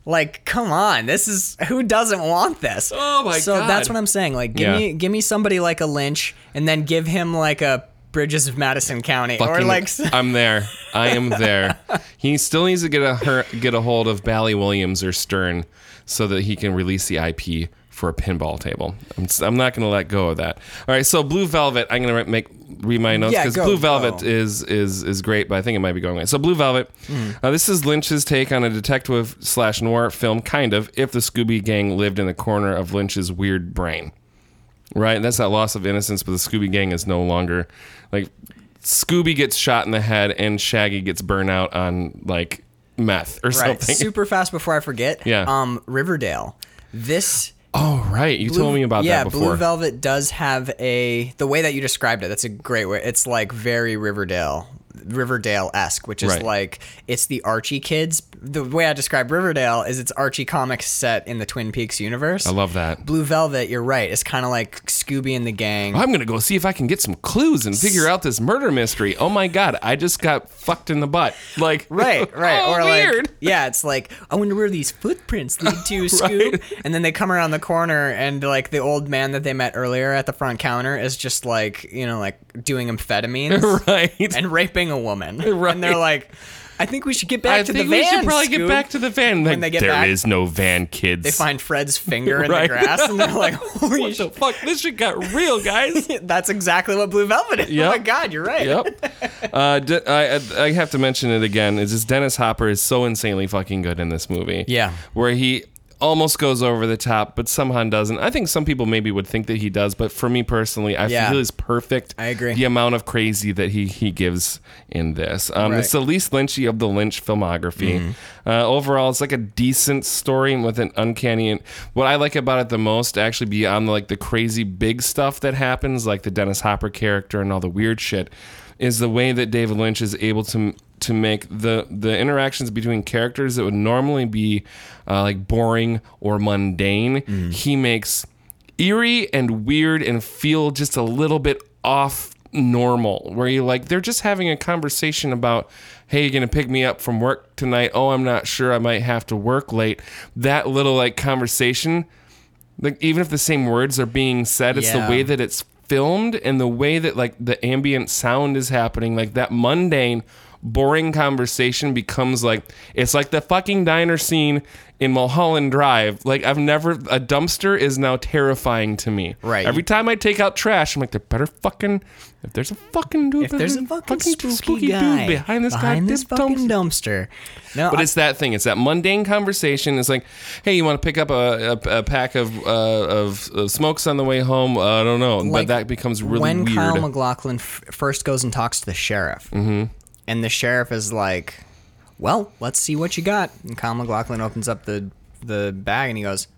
Speaker 3: like, come on. This is who doesn't want this?
Speaker 2: Oh my
Speaker 3: so
Speaker 2: God.
Speaker 3: that's what I'm saying. Like, give
Speaker 2: Yeah.
Speaker 3: me give me somebody like a Lynch, and then give him like a Bridges of Madison County, or
Speaker 2: fucking-
Speaker 3: like s-
Speaker 2: I'm there. I am there. he still needs to get a her, get a hold of Bally Williams or Stern so that he can release the IP for a pinball table. I'm, s am not going to let go of that. All right, so Blue Velvet. I'm going to make read my notes
Speaker 3: Yeah,
Speaker 2: because
Speaker 3: go,
Speaker 2: Blue Velvet
Speaker 3: go.
Speaker 2: is is is great, but I think it might be going away. So Blue Velvet.
Speaker 3: Hmm.
Speaker 2: Uh, this is Lynch's take on a detective slash noir film, kind of. If the Scooby Gang lived in the corner of Lynch's weird brain. Right, that's that loss of innocence, but the Scooby Gang is no longer like Scooby gets shot in the head and Shaggy gets burnt out on like meth or
Speaker 3: right,
Speaker 2: something.
Speaker 3: super fast before I forget.
Speaker 2: Yeah.
Speaker 3: Um, Riverdale. This
Speaker 2: oh right, you told me about
Speaker 3: yeah,
Speaker 2: that
Speaker 3: Blue
Speaker 2: before.
Speaker 3: Velvet does have a the way that you described it. That's a great way. It's like very Riverdale. Riverdale esque, which is
Speaker 2: Right.
Speaker 3: like it's the Archie kids. The way I describe Riverdale is it's Archie comics set in the Twin Peaks universe.
Speaker 2: I love that.
Speaker 3: Blue Velvet. You're right. It's kind of like Scooby and the Gang.
Speaker 2: I'm gonna go see if I can get some clues and figure out this murder mystery. Oh my god, I just got fucked in the butt. Like
Speaker 3: Right, right.
Speaker 2: oh,
Speaker 3: or like,
Speaker 2: weird.
Speaker 3: yeah, it's like I wonder where these footprints lead to, Scoop. And then they come around the corner, and like the old man that they met earlier at the front counter is just like you know, like doing amphetamines
Speaker 2: right.
Speaker 3: and raping a woman.
Speaker 2: Right.
Speaker 3: And they're like, I think we should get back
Speaker 2: I
Speaker 3: to
Speaker 2: think
Speaker 3: the
Speaker 2: we
Speaker 3: van.
Speaker 2: should probably get
Speaker 3: Scoop."
Speaker 2: back to the van. Like,
Speaker 3: they get
Speaker 2: there
Speaker 3: back-
Speaker 2: is no van, kids.
Speaker 3: They find Fred's finger in
Speaker 2: Right.
Speaker 3: the grass, and they're like, holy
Speaker 2: what the
Speaker 3: shit.
Speaker 2: fuck? This shit got real, guys.
Speaker 3: That's exactly what Blue Velvet is.
Speaker 2: Yep.
Speaker 3: Oh my God, you're right.
Speaker 2: yep. Uh, De- I, I I have to mention it again. Is just Dennis Hopper is so insanely fucking good in this movie.
Speaker 3: Yeah.
Speaker 2: where he almost goes over the top, but somehow doesn't. I think some people maybe would think that he does, but for me personally, I
Speaker 3: Yeah.
Speaker 2: feel he's perfect.
Speaker 3: I agree.
Speaker 2: The amount of crazy that he he gives in this. Um,
Speaker 3: Right.
Speaker 2: It's the least Lynchy of the Lynch filmography. Uh, overall, it's like a decent story with an uncanny. And what I like about it the most, actually, beyond like the crazy big stuff that happens, like the Dennis Hopper character and all the weird shit, is the way that David Lynch is able to to make the the interactions between characters that would normally be uh, like boring or mundane. He makes eerie and weird and feel just a little bit off normal where you like they're just having a conversation about hey you're gonna pick me up from work tonight oh i'm not sure i might have to work late that little like conversation like even if the same words are being said it's
Speaker 3: Yeah.
Speaker 2: the way that it's filmed and the way that like the ambient sound is happening like that mundane boring conversation becomes like it's like the fucking diner scene in mulholland drive like i've never a dumpster is now terrifying to me
Speaker 3: Right.
Speaker 2: every time i take out trash i'm like there better fucking if there's a fucking dude
Speaker 3: If there's a fucking, spooky, guy
Speaker 2: Mm-hmm. dude behind this
Speaker 3: behind
Speaker 2: goddamn
Speaker 3: this fucking
Speaker 2: dumpster
Speaker 3: dumpster. No,
Speaker 2: but
Speaker 3: I-
Speaker 2: it's that thing. It's that mundane conversation. It's like, hey, you want to pick up a, a, a pack of, uh, of of smokes on the way home? Uh, I don't know.
Speaker 3: Like,
Speaker 2: but that becomes really
Speaker 3: when
Speaker 2: weird.
Speaker 3: Kyle McLaughlin f- first goes and talks to the sheriff, mm-hmm. and the sheriff is like, "Well, let's see what you got." And Kyle McLaughlin opens up the the bag and he goes,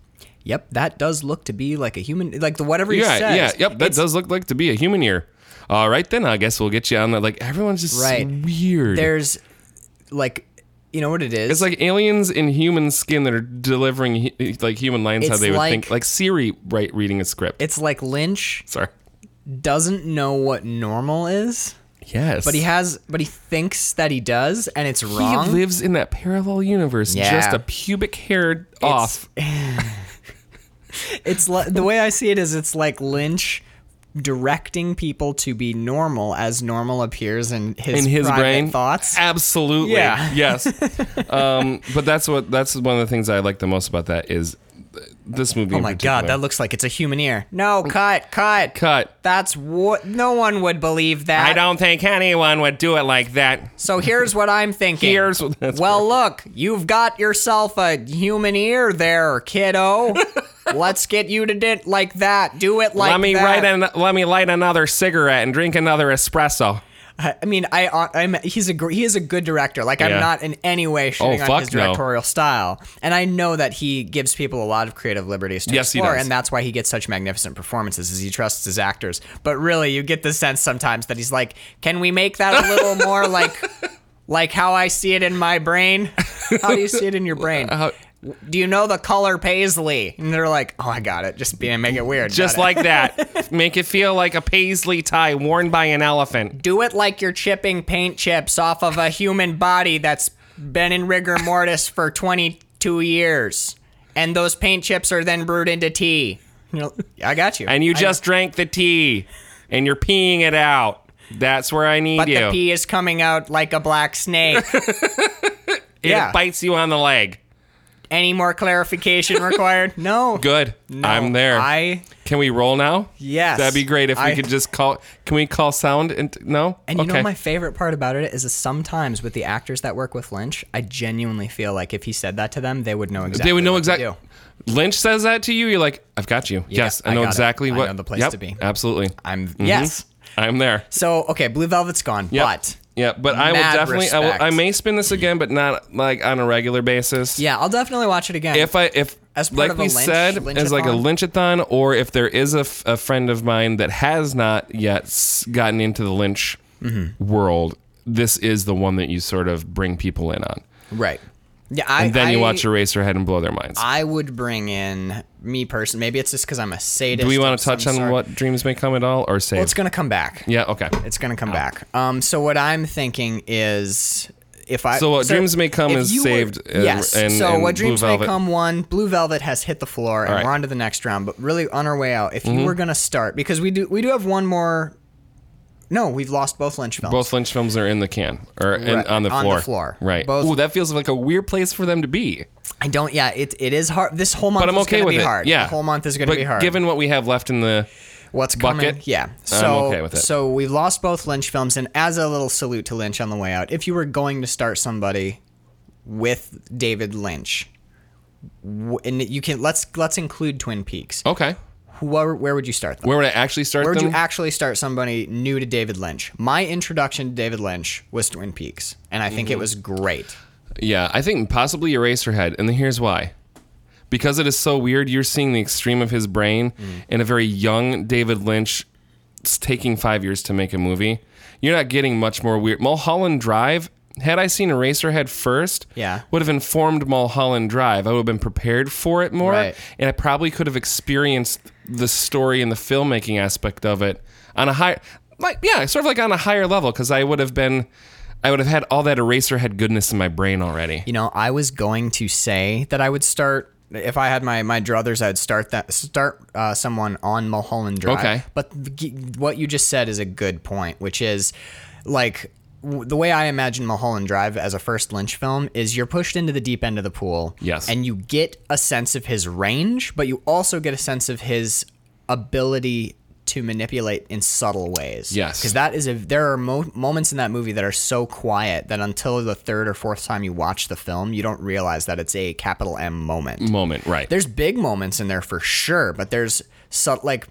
Speaker 3: "Yep, that does look to be like a human, like the whatever he
Speaker 2: yeah,
Speaker 3: says."
Speaker 2: yeah, yep. That
Speaker 3: it's-
Speaker 2: does look like to be a human ear. All right, then I guess we'll get you on that. Like everyone's just
Speaker 3: Right.
Speaker 2: weird.
Speaker 3: There's like, you know what it is?
Speaker 2: it's like aliens in human skin that are delivering hu- like human lines how
Speaker 3: It's
Speaker 2: they would
Speaker 3: like-
Speaker 2: think. Like Siri right reading a script.
Speaker 3: it's like Lynch
Speaker 2: Sorry.
Speaker 3: doesn't know what normal is,
Speaker 2: Yes.
Speaker 3: but he has, but he thinks that he does, and it's
Speaker 2: He
Speaker 3: wrong.
Speaker 2: lives in that parallel universe,
Speaker 3: Yeah.
Speaker 2: just a pubic hair off.
Speaker 3: it's li- the way I see it is it's like Lynch directing people to be normal as normal appears in his
Speaker 2: in his
Speaker 3: private
Speaker 2: brain
Speaker 3: thoughts.
Speaker 2: absolutely
Speaker 3: Yeah.
Speaker 2: yes um, but that's what that's one of the things i like the most about that is th- this movie
Speaker 3: Oh my god, that looks like it's a human ear. No, cut, cut,
Speaker 2: cut
Speaker 3: That's what no one would believe that.
Speaker 2: i don't think anyone would do it like that
Speaker 3: So here's what I'm thinking.
Speaker 2: Here's what- that's
Speaker 3: well, look, you've got yourself a human ear there, kiddo. Let's get you to do like that. Do it like
Speaker 2: let me
Speaker 3: that.
Speaker 2: write an, let me light another cigarette and drink another espresso
Speaker 3: I I mean, I, uh, I'm he's a gr- he is a good director. Like I'm
Speaker 2: Yeah. Oh,
Speaker 3: not in any way shitting on
Speaker 2: fuck
Speaker 3: his
Speaker 2: no.
Speaker 3: directorial style, and I know that he gives people a lot of creative liberties to
Speaker 2: Yes, he
Speaker 3: explore,
Speaker 2: does.
Speaker 3: and that's why he gets such magnificent performances, is he trusts his actors. But really, you get the sense sometimes that he's like, "Can we make that a little more like, like how I see it in my brain? How do you see it in your brain?
Speaker 2: Uh,
Speaker 3: do you know the color paisley?" And they're like, "Oh, I got it. Just being make it weird.
Speaker 2: just
Speaker 3: Got it."
Speaker 2: like that make it feel like a paisley tie worn by an elephant
Speaker 3: do it like you're chipping paint chips off of a human body that's been in rigor mortis for 22 years. And those paint chips are then brewed into tea. You know, I got you.
Speaker 2: and you just drank the tea and you're peeing it out that's where i need
Speaker 3: but
Speaker 2: you
Speaker 3: the pee is coming out like a black snake. yeah.
Speaker 2: it bites you on the leg
Speaker 3: Any more clarification required? No.
Speaker 2: Good.
Speaker 3: No,
Speaker 2: I'm there.
Speaker 3: I
Speaker 2: Can we roll now?
Speaker 3: Yes.
Speaker 2: That'd be great if we
Speaker 3: I-
Speaker 2: could just call. Can we call sound? And no.
Speaker 3: And you know my favorite part about it is that sometimes with the actors that work with Lynch, I genuinely feel like if he said that to them, they would know exactly.
Speaker 2: they would know
Speaker 3: what to
Speaker 2: exactly.
Speaker 3: do.
Speaker 2: Lynch says that to you. You're like, I've got you. yes, I
Speaker 3: I
Speaker 2: know
Speaker 3: got it.
Speaker 2: exactly
Speaker 3: I
Speaker 2: what.
Speaker 3: know the place
Speaker 2: Yep,
Speaker 3: to be.
Speaker 2: Absolutely. Mm-hmm.
Speaker 3: I'm yes.
Speaker 2: I'm there.
Speaker 3: So okay, Blue Velvet's gone,
Speaker 2: Yep.
Speaker 3: but
Speaker 2: Yeah, but I will
Speaker 3: Mad
Speaker 2: definitely. I, will, I
Speaker 3: respect.
Speaker 2: may spin this again, but not like on a regular basis.
Speaker 3: Yeah, I'll definitely watch it again.
Speaker 2: If I if
Speaker 3: As part
Speaker 2: like
Speaker 3: of a
Speaker 2: we
Speaker 3: lynch-
Speaker 2: said as like a lynchathon, or if there is a, f-
Speaker 3: Mm-hmm.
Speaker 2: a friend of mine that has not yet s- gotten into the lynch world, this is the one that you sort of bring people in on.
Speaker 3: Right. Yeah. I,
Speaker 2: And then you
Speaker 3: I-
Speaker 2: watch Eraserhead and blow their minds.
Speaker 3: I would bring in me person. Maybe it's just because I'm a sadist.
Speaker 2: Do we want
Speaker 3: of
Speaker 2: to touch
Speaker 3: some
Speaker 2: on
Speaker 3: sort.
Speaker 2: what dreams may come at all or save?
Speaker 3: Well, it's gonna come back.
Speaker 2: yeah, Oh. okay.
Speaker 3: It's gonna come back. Um. So what I'm thinking is. If I,
Speaker 2: So what Dreams May Come
Speaker 3: if
Speaker 2: is
Speaker 3: you were-
Speaker 2: saved, uh,
Speaker 3: yes.
Speaker 2: and-
Speaker 3: so
Speaker 2: and
Speaker 3: what
Speaker 2: Blue
Speaker 3: dreams may
Speaker 2: Velvet-
Speaker 3: come one, Blue Velvet has hit the floor, and
Speaker 2: All right.
Speaker 3: we're on to the next round. But really, on our way out, if
Speaker 2: Mm-hmm.
Speaker 3: you were gonna start, because we do we do have one more. No, we've lost both Lynch films.
Speaker 2: Both Lynch films are in the can or in,
Speaker 3: Right,
Speaker 2: on the
Speaker 3: on
Speaker 2: floor.
Speaker 3: the floor.
Speaker 2: Right.
Speaker 3: Both-
Speaker 2: Ooh, that feels like a weird place for them to be.
Speaker 3: I don't. Yeah, it, it is hard. This whole month
Speaker 2: But I'm
Speaker 3: is
Speaker 2: okay
Speaker 3: gonna
Speaker 2: with
Speaker 3: be
Speaker 2: it.
Speaker 3: hard.
Speaker 2: Yeah.
Speaker 3: the whole month is gonna
Speaker 2: But
Speaker 3: be hard.
Speaker 2: given what we have left in the
Speaker 3: what's
Speaker 2: Bucket?
Speaker 3: coming. Yeah. So,
Speaker 2: okay with it.
Speaker 3: so we've lost both Lynch films, and as a little salute to Lynch on the way out, if you were going to start somebody with David Lynch, w- and you can let's let's include Twin Peaks.
Speaker 2: Okay.
Speaker 3: Who, where, where would you start them?
Speaker 2: Where would I actually start
Speaker 3: Where would
Speaker 2: them?
Speaker 3: you actually start somebody new to David Lynch? My introduction to David Lynch was Twin Peaks, and I
Speaker 2: Mm-hmm.
Speaker 3: think it was great.
Speaker 2: Yeah, I think possibly Eraserhead, and here's why. Because it is so weird, you're seeing the extreme of his brain
Speaker 3: Mm.
Speaker 2: in a very young David Lynch. It's taking five years to make a movie. You're not getting much more weird. Mulholland Drive. Had I seen Eraserhead first,
Speaker 3: Yeah.
Speaker 2: would have informed Mulholland Drive. I would have been prepared for it more,
Speaker 3: Right.
Speaker 2: and I probably could have experienced the story and the filmmaking aspect of it on a high, like yeah, sort of like on a higher level because I would have been, I would have had all that Eraserhead goodness in my brain already.
Speaker 3: You know, I was going to say that I would start if I had my my druthers, I'd start that start uh, someone on Mulholland Drive.
Speaker 2: Okay.
Speaker 3: But the, g- what you just said is a good point, which is like w- the way I imagine Mulholland Drive as a first Lynch film is you're pushed into the deep end of the pool.
Speaker 2: Yes.
Speaker 3: And you get a sense of his range, but you also get a sense of his ability to manipulate in subtle ways.
Speaker 2: Yes.
Speaker 3: Because that is a there are mo- moments in that movie that are so quiet that until the third or fourth time you watch the film, you don't realize that it's a capital M moment.
Speaker 2: moment, right?
Speaker 3: There's big moments in there for sure, but there's so, like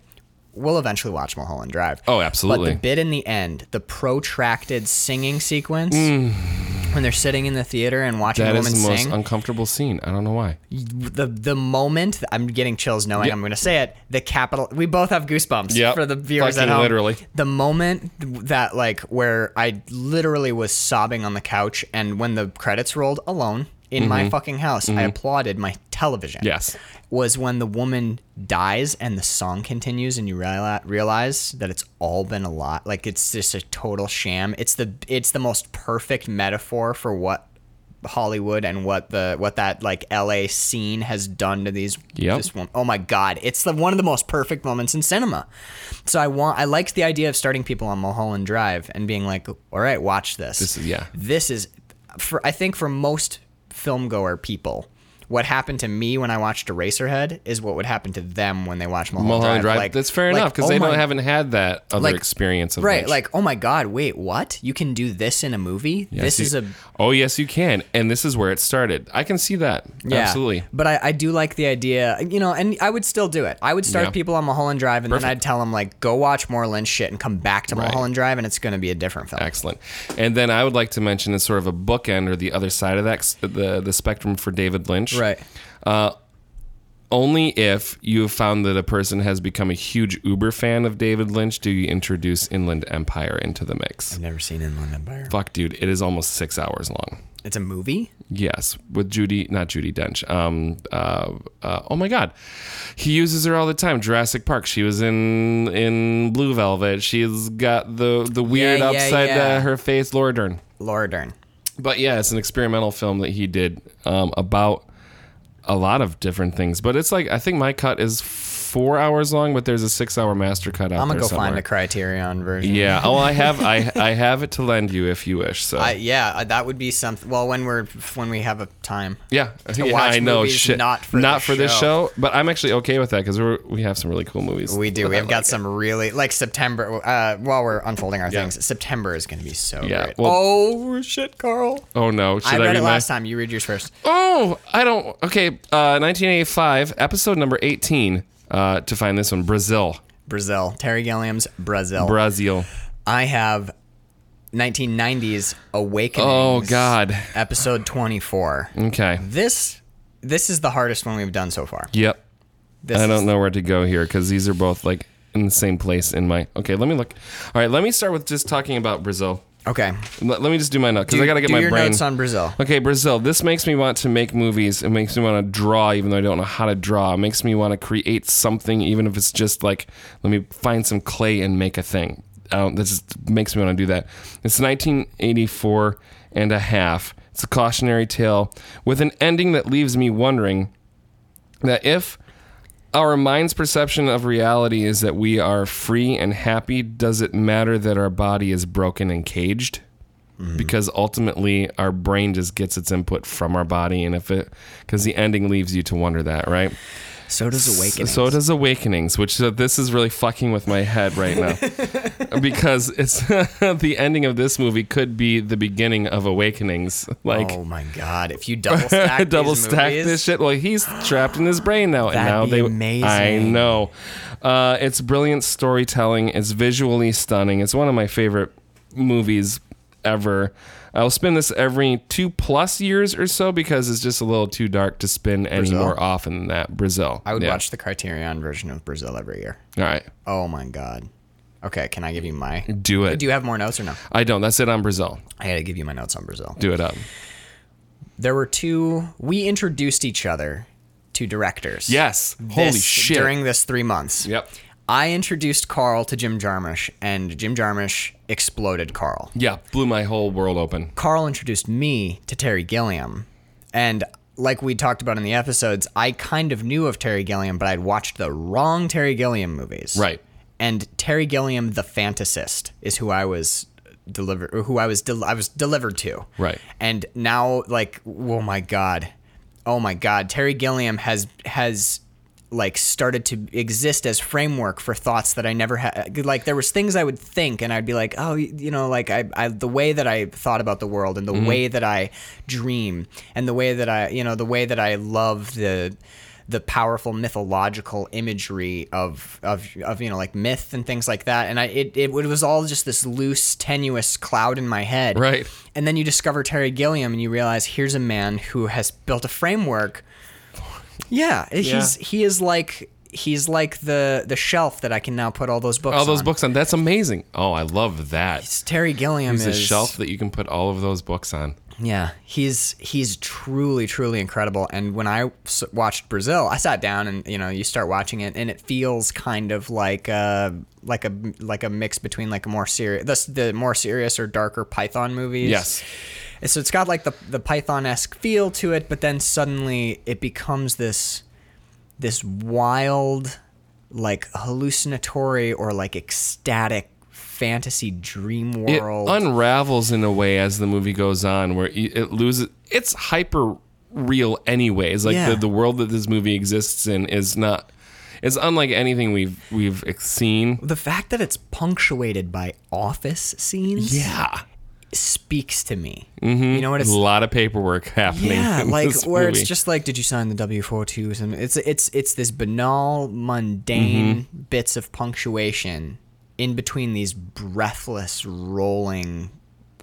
Speaker 3: we'll eventually watch Mulholland Drive.
Speaker 2: Oh, absolutely.
Speaker 3: But the bit in the end, the protracted singing sequence when they're sitting in the theater and watching
Speaker 2: Mm. that
Speaker 3: the
Speaker 2: is
Speaker 3: woman
Speaker 2: the most
Speaker 3: sing.
Speaker 2: uncomfortable scene. I don't know why.
Speaker 3: the the moment I'm getting chills knowing I'm going to say it. The capital. We both have goosebumps
Speaker 2: Yep.
Speaker 3: for the viewers
Speaker 2: Fucking
Speaker 3: at home.
Speaker 2: literally.
Speaker 3: the moment that like where I literally was sobbing on the couch, and when the credits rolled, alone in my fucking house, I applauded my television.
Speaker 2: Mm-hmm. Yes.
Speaker 3: was when the woman dies and the song continues, and you realize realize that it's all been a lot. Like it's just a total sham. It's the it's the most perfect metaphor for what Hollywood and what the what that like LA scene has done to these
Speaker 2: Yep.
Speaker 3: this one. Oh my god, it's the one of the most perfect moments in cinema. So I want I liked the idea of starting people on Mulholland Drive and being like, "All right, watch this."
Speaker 2: This is- yeah.
Speaker 3: This is for I think for most filmgoer people, what happened to me when I watched Eraserhead is what would happen to them when they watch Mulholland,
Speaker 2: Mulholland Drive.
Speaker 3: Like-
Speaker 2: that's fair
Speaker 3: like,
Speaker 2: enough because
Speaker 3: oh
Speaker 2: they
Speaker 3: my
Speaker 2: don't haven't had that other
Speaker 3: Like-
Speaker 2: experience of
Speaker 3: Right,
Speaker 2: Lynch.
Speaker 3: like, oh my God, wait, what? You can do this in a movie? this
Speaker 2: Yes,
Speaker 3: is
Speaker 2: you-
Speaker 3: a
Speaker 2: Oh yes, you can, and this is where it started. I can see that. Absolutely.
Speaker 3: But I, I do like the idea, you know, and I would still do it. I would start
Speaker 2: Yeah.
Speaker 3: people on Mulholland Drive, and then
Speaker 2: Perfect.
Speaker 3: I'd tell them like, go watch more Lynch shit and come back to Mulholland Drive, and it's going to be a different film.
Speaker 2: Excellent. And then I would like to mention as sort of a bookend or the other side of that the the spectrum for David Lynch.
Speaker 3: Right.
Speaker 2: Only if you have found that a person has become a huge Uber fan of David Lynch do you introduce Inland Empire into the mix.
Speaker 3: Never seen Inland Empire.
Speaker 2: Fuck, dude, it is almost six hours long.
Speaker 3: It's a movie.
Speaker 2: Yes, with Judy, not Judy Dench. Um, uh, uh, oh my God, he uses her all the time. Jurassic Park. She was in in Blue Velvet. She's got the the weird
Speaker 3: Yeah, yeah,
Speaker 2: upside
Speaker 3: yeah.
Speaker 2: Uh, her face, Laura Dern.
Speaker 3: Laura Dern.
Speaker 2: But yeah, it's an experimental film that he did um, about a lot of different things. But it's like I think my cut is four hours long, but there's a six hour master cut out
Speaker 3: I'm gonna
Speaker 2: there
Speaker 3: go
Speaker 2: somewhere.
Speaker 3: find a Criterion version.
Speaker 2: yeah. Oh, I have I I have it to lend you if you wish. So
Speaker 3: I, yeah, I- that would be something. Well, when we're when we have a time.
Speaker 2: Yeah, yeah,
Speaker 3: watch
Speaker 2: I know.
Speaker 3: movies
Speaker 2: Shit,
Speaker 3: not for the
Speaker 2: this
Speaker 3: show.
Speaker 2: show, but I'm actually okay with that because we have some really cool movies.
Speaker 3: We do.
Speaker 2: that
Speaker 3: We
Speaker 2: I
Speaker 3: have got
Speaker 2: like.
Speaker 3: some really like September. Uh, while we're unfolding our things, September is going to be so
Speaker 2: Yeah,
Speaker 3: great.
Speaker 2: well-
Speaker 3: oh shit, Carl!
Speaker 2: Oh no, should
Speaker 3: I
Speaker 2: I,
Speaker 3: read
Speaker 2: read
Speaker 3: it
Speaker 2: my-
Speaker 3: last time. You read yours first.
Speaker 2: Oh, I don't. Okay, uh, 1985, episode number 18. Uh, to find this one, Brazil,
Speaker 3: Brazil. Terry Gilliam's Brazil.
Speaker 2: Brazil.
Speaker 3: I have 1990s Awakening.
Speaker 2: Oh God.
Speaker 3: Episode 24.
Speaker 2: Okay.
Speaker 3: This this is the hardest one we've done so far.
Speaker 2: Yep.
Speaker 3: This
Speaker 2: I don't
Speaker 3: is-
Speaker 2: know where to go here because these are both like in the same place in my. Okay, let me look. All right, let me start with just talking about Brazil.
Speaker 3: Okay.
Speaker 2: Let, let me just do my note because I got to get
Speaker 3: do
Speaker 2: my
Speaker 3: your
Speaker 2: brain.
Speaker 3: notes on Brazil.
Speaker 2: Okay, Brazil. This makes me want to make movies. It makes me want to draw, even though I don't know how to draw. It makes me want to create something, even if it's just like, let me find some clay and make a thing. I don't, this just makes me want to do that. It's 1984 and a half. It's a cautionary tale with an ending that leaves me wondering that if our mind's perception of reality is that we are free and happy, does it matter that our body is broken and caged? Mm-hmm. Because ultimately, our brain just gets its input from our body, and if it, because the ending leaves you to wonder that, right?
Speaker 3: So does Awakening.
Speaker 2: So does Awakenings, which uh, this is really fucking with my head right now, because it's the ending of this movie could be the beginning of Awakenings, like.
Speaker 3: oh my god! If you double stack
Speaker 2: double
Speaker 3: these
Speaker 2: stack
Speaker 3: movies,
Speaker 2: this shit. Well, he's trapped in his brain now, and
Speaker 3: That'd
Speaker 2: now
Speaker 3: be
Speaker 2: they.
Speaker 3: amazing.
Speaker 2: I know. Uh, it's brilliant storytelling. It's visually stunning. It's one of my favorite movies ever. I'll spin this every two plus years or so because it's just a little too dark to spin any
Speaker 3: Brazil?
Speaker 2: more often than that. Brazil.
Speaker 3: I would
Speaker 2: Yeah.
Speaker 3: watch the Criterion version of Brazil every year.
Speaker 2: All right,
Speaker 3: Oh my god. Okay, can I give you my?
Speaker 2: do it.
Speaker 3: Do you have more notes or no?
Speaker 2: I don't. That's it on Brazil.
Speaker 3: I gotta give you my notes on Brazil.
Speaker 2: Do it up.
Speaker 3: There were two. We introduced each other to directors.
Speaker 2: Yes. Holy
Speaker 3: this-
Speaker 2: shit.
Speaker 3: During this three months.
Speaker 2: yep.
Speaker 3: I introduced Carl to Jim Jarmusch, and Jim Jarmusch exploded Carl.
Speaker 2: Yeah. Blew my whole world open.
Speaker 3: Carl introduced me to Terry Gilliam, and like we talked about in the episodes, I kind of knew of Terry Gilliam, but I'd watched the wrong Terry Gilliam movies.
Speaker 2: Right.
Speaker 3: And Terry Gilliam, the fantasist, is who I was delivered, or who I was del- I was delivered to.
Speaker 2: Right.
Speaker 3: And now, like, oh my god, oh my god, Terry Gilliam has has like started to exist as framework for thoughts that I never had. Like there was things I would think, and I'd be like, oh, y- you know, like I, I the way that I thought about the world, and the way that I dream, and the way that I, you know, the way that I love the the powerful mythological imagery of of of you know like myth and things like that and i it, it was all just this loose tenuous cloud in my head
Speaker 2: Right.
Speaker 3: and then you discover Terry Gilliam and you realize here's a man who has built a framework. Yeah, he's he is like he's like the the shelf that I can now put all those books
Speaker 2: All those
Speaker 3: on.
Speaker 2: books on. That's amazing. Oh, I love that.
Speaker 3: It's Terry Gilliam
Speaker 2: It's
Speaker 3: is
Speaker 2: a shelf that you can put all of those books on.
Speaker 3: Yeah, he's he's truly truly incredible. And when I s- watched Brazil, I sat down and you know you start watching it, and it feels kind of like a like a like a mix between like a more serious the, the more serious or darker Python movies.
Speaker 2: Yes.
Speaker 3: And so it's got like the the Python esque feel to it, but then suddenly it becomes this this wild, like hallucinatory or like ecstatic fantasy dream
Speaker 2: It
Speaker 3: world.
Speaker 2: unravels in a way as the movie goes on, where it it loses. It's hyper real, anyways. Like
Speaker 3: Yeah.
Speaker 2: the, the world that this movie exists in is not. It's unlike anything we've we've seen.
Speaker 3: the fact that it's punctuated by office scenes
Speaker 2: Yeah,
Speaker 3: speaks to me. You know what
Speaker 2: a
Speaker 3: it's
Speaker 2: lot of paperwork happening.
Speaker 3: yeah,
Speaker 2: in
Speaker 3: like
Speaker 2: this
Speaker 3: where
Speaker 2: movie.
Speaker 3: it's just like, did you sign the W four twos? And it's it's it's this banal, mundane
Speaker 2: Mm-hmm.
Speaker 3: bits of punctuation in between these breathless, rolling,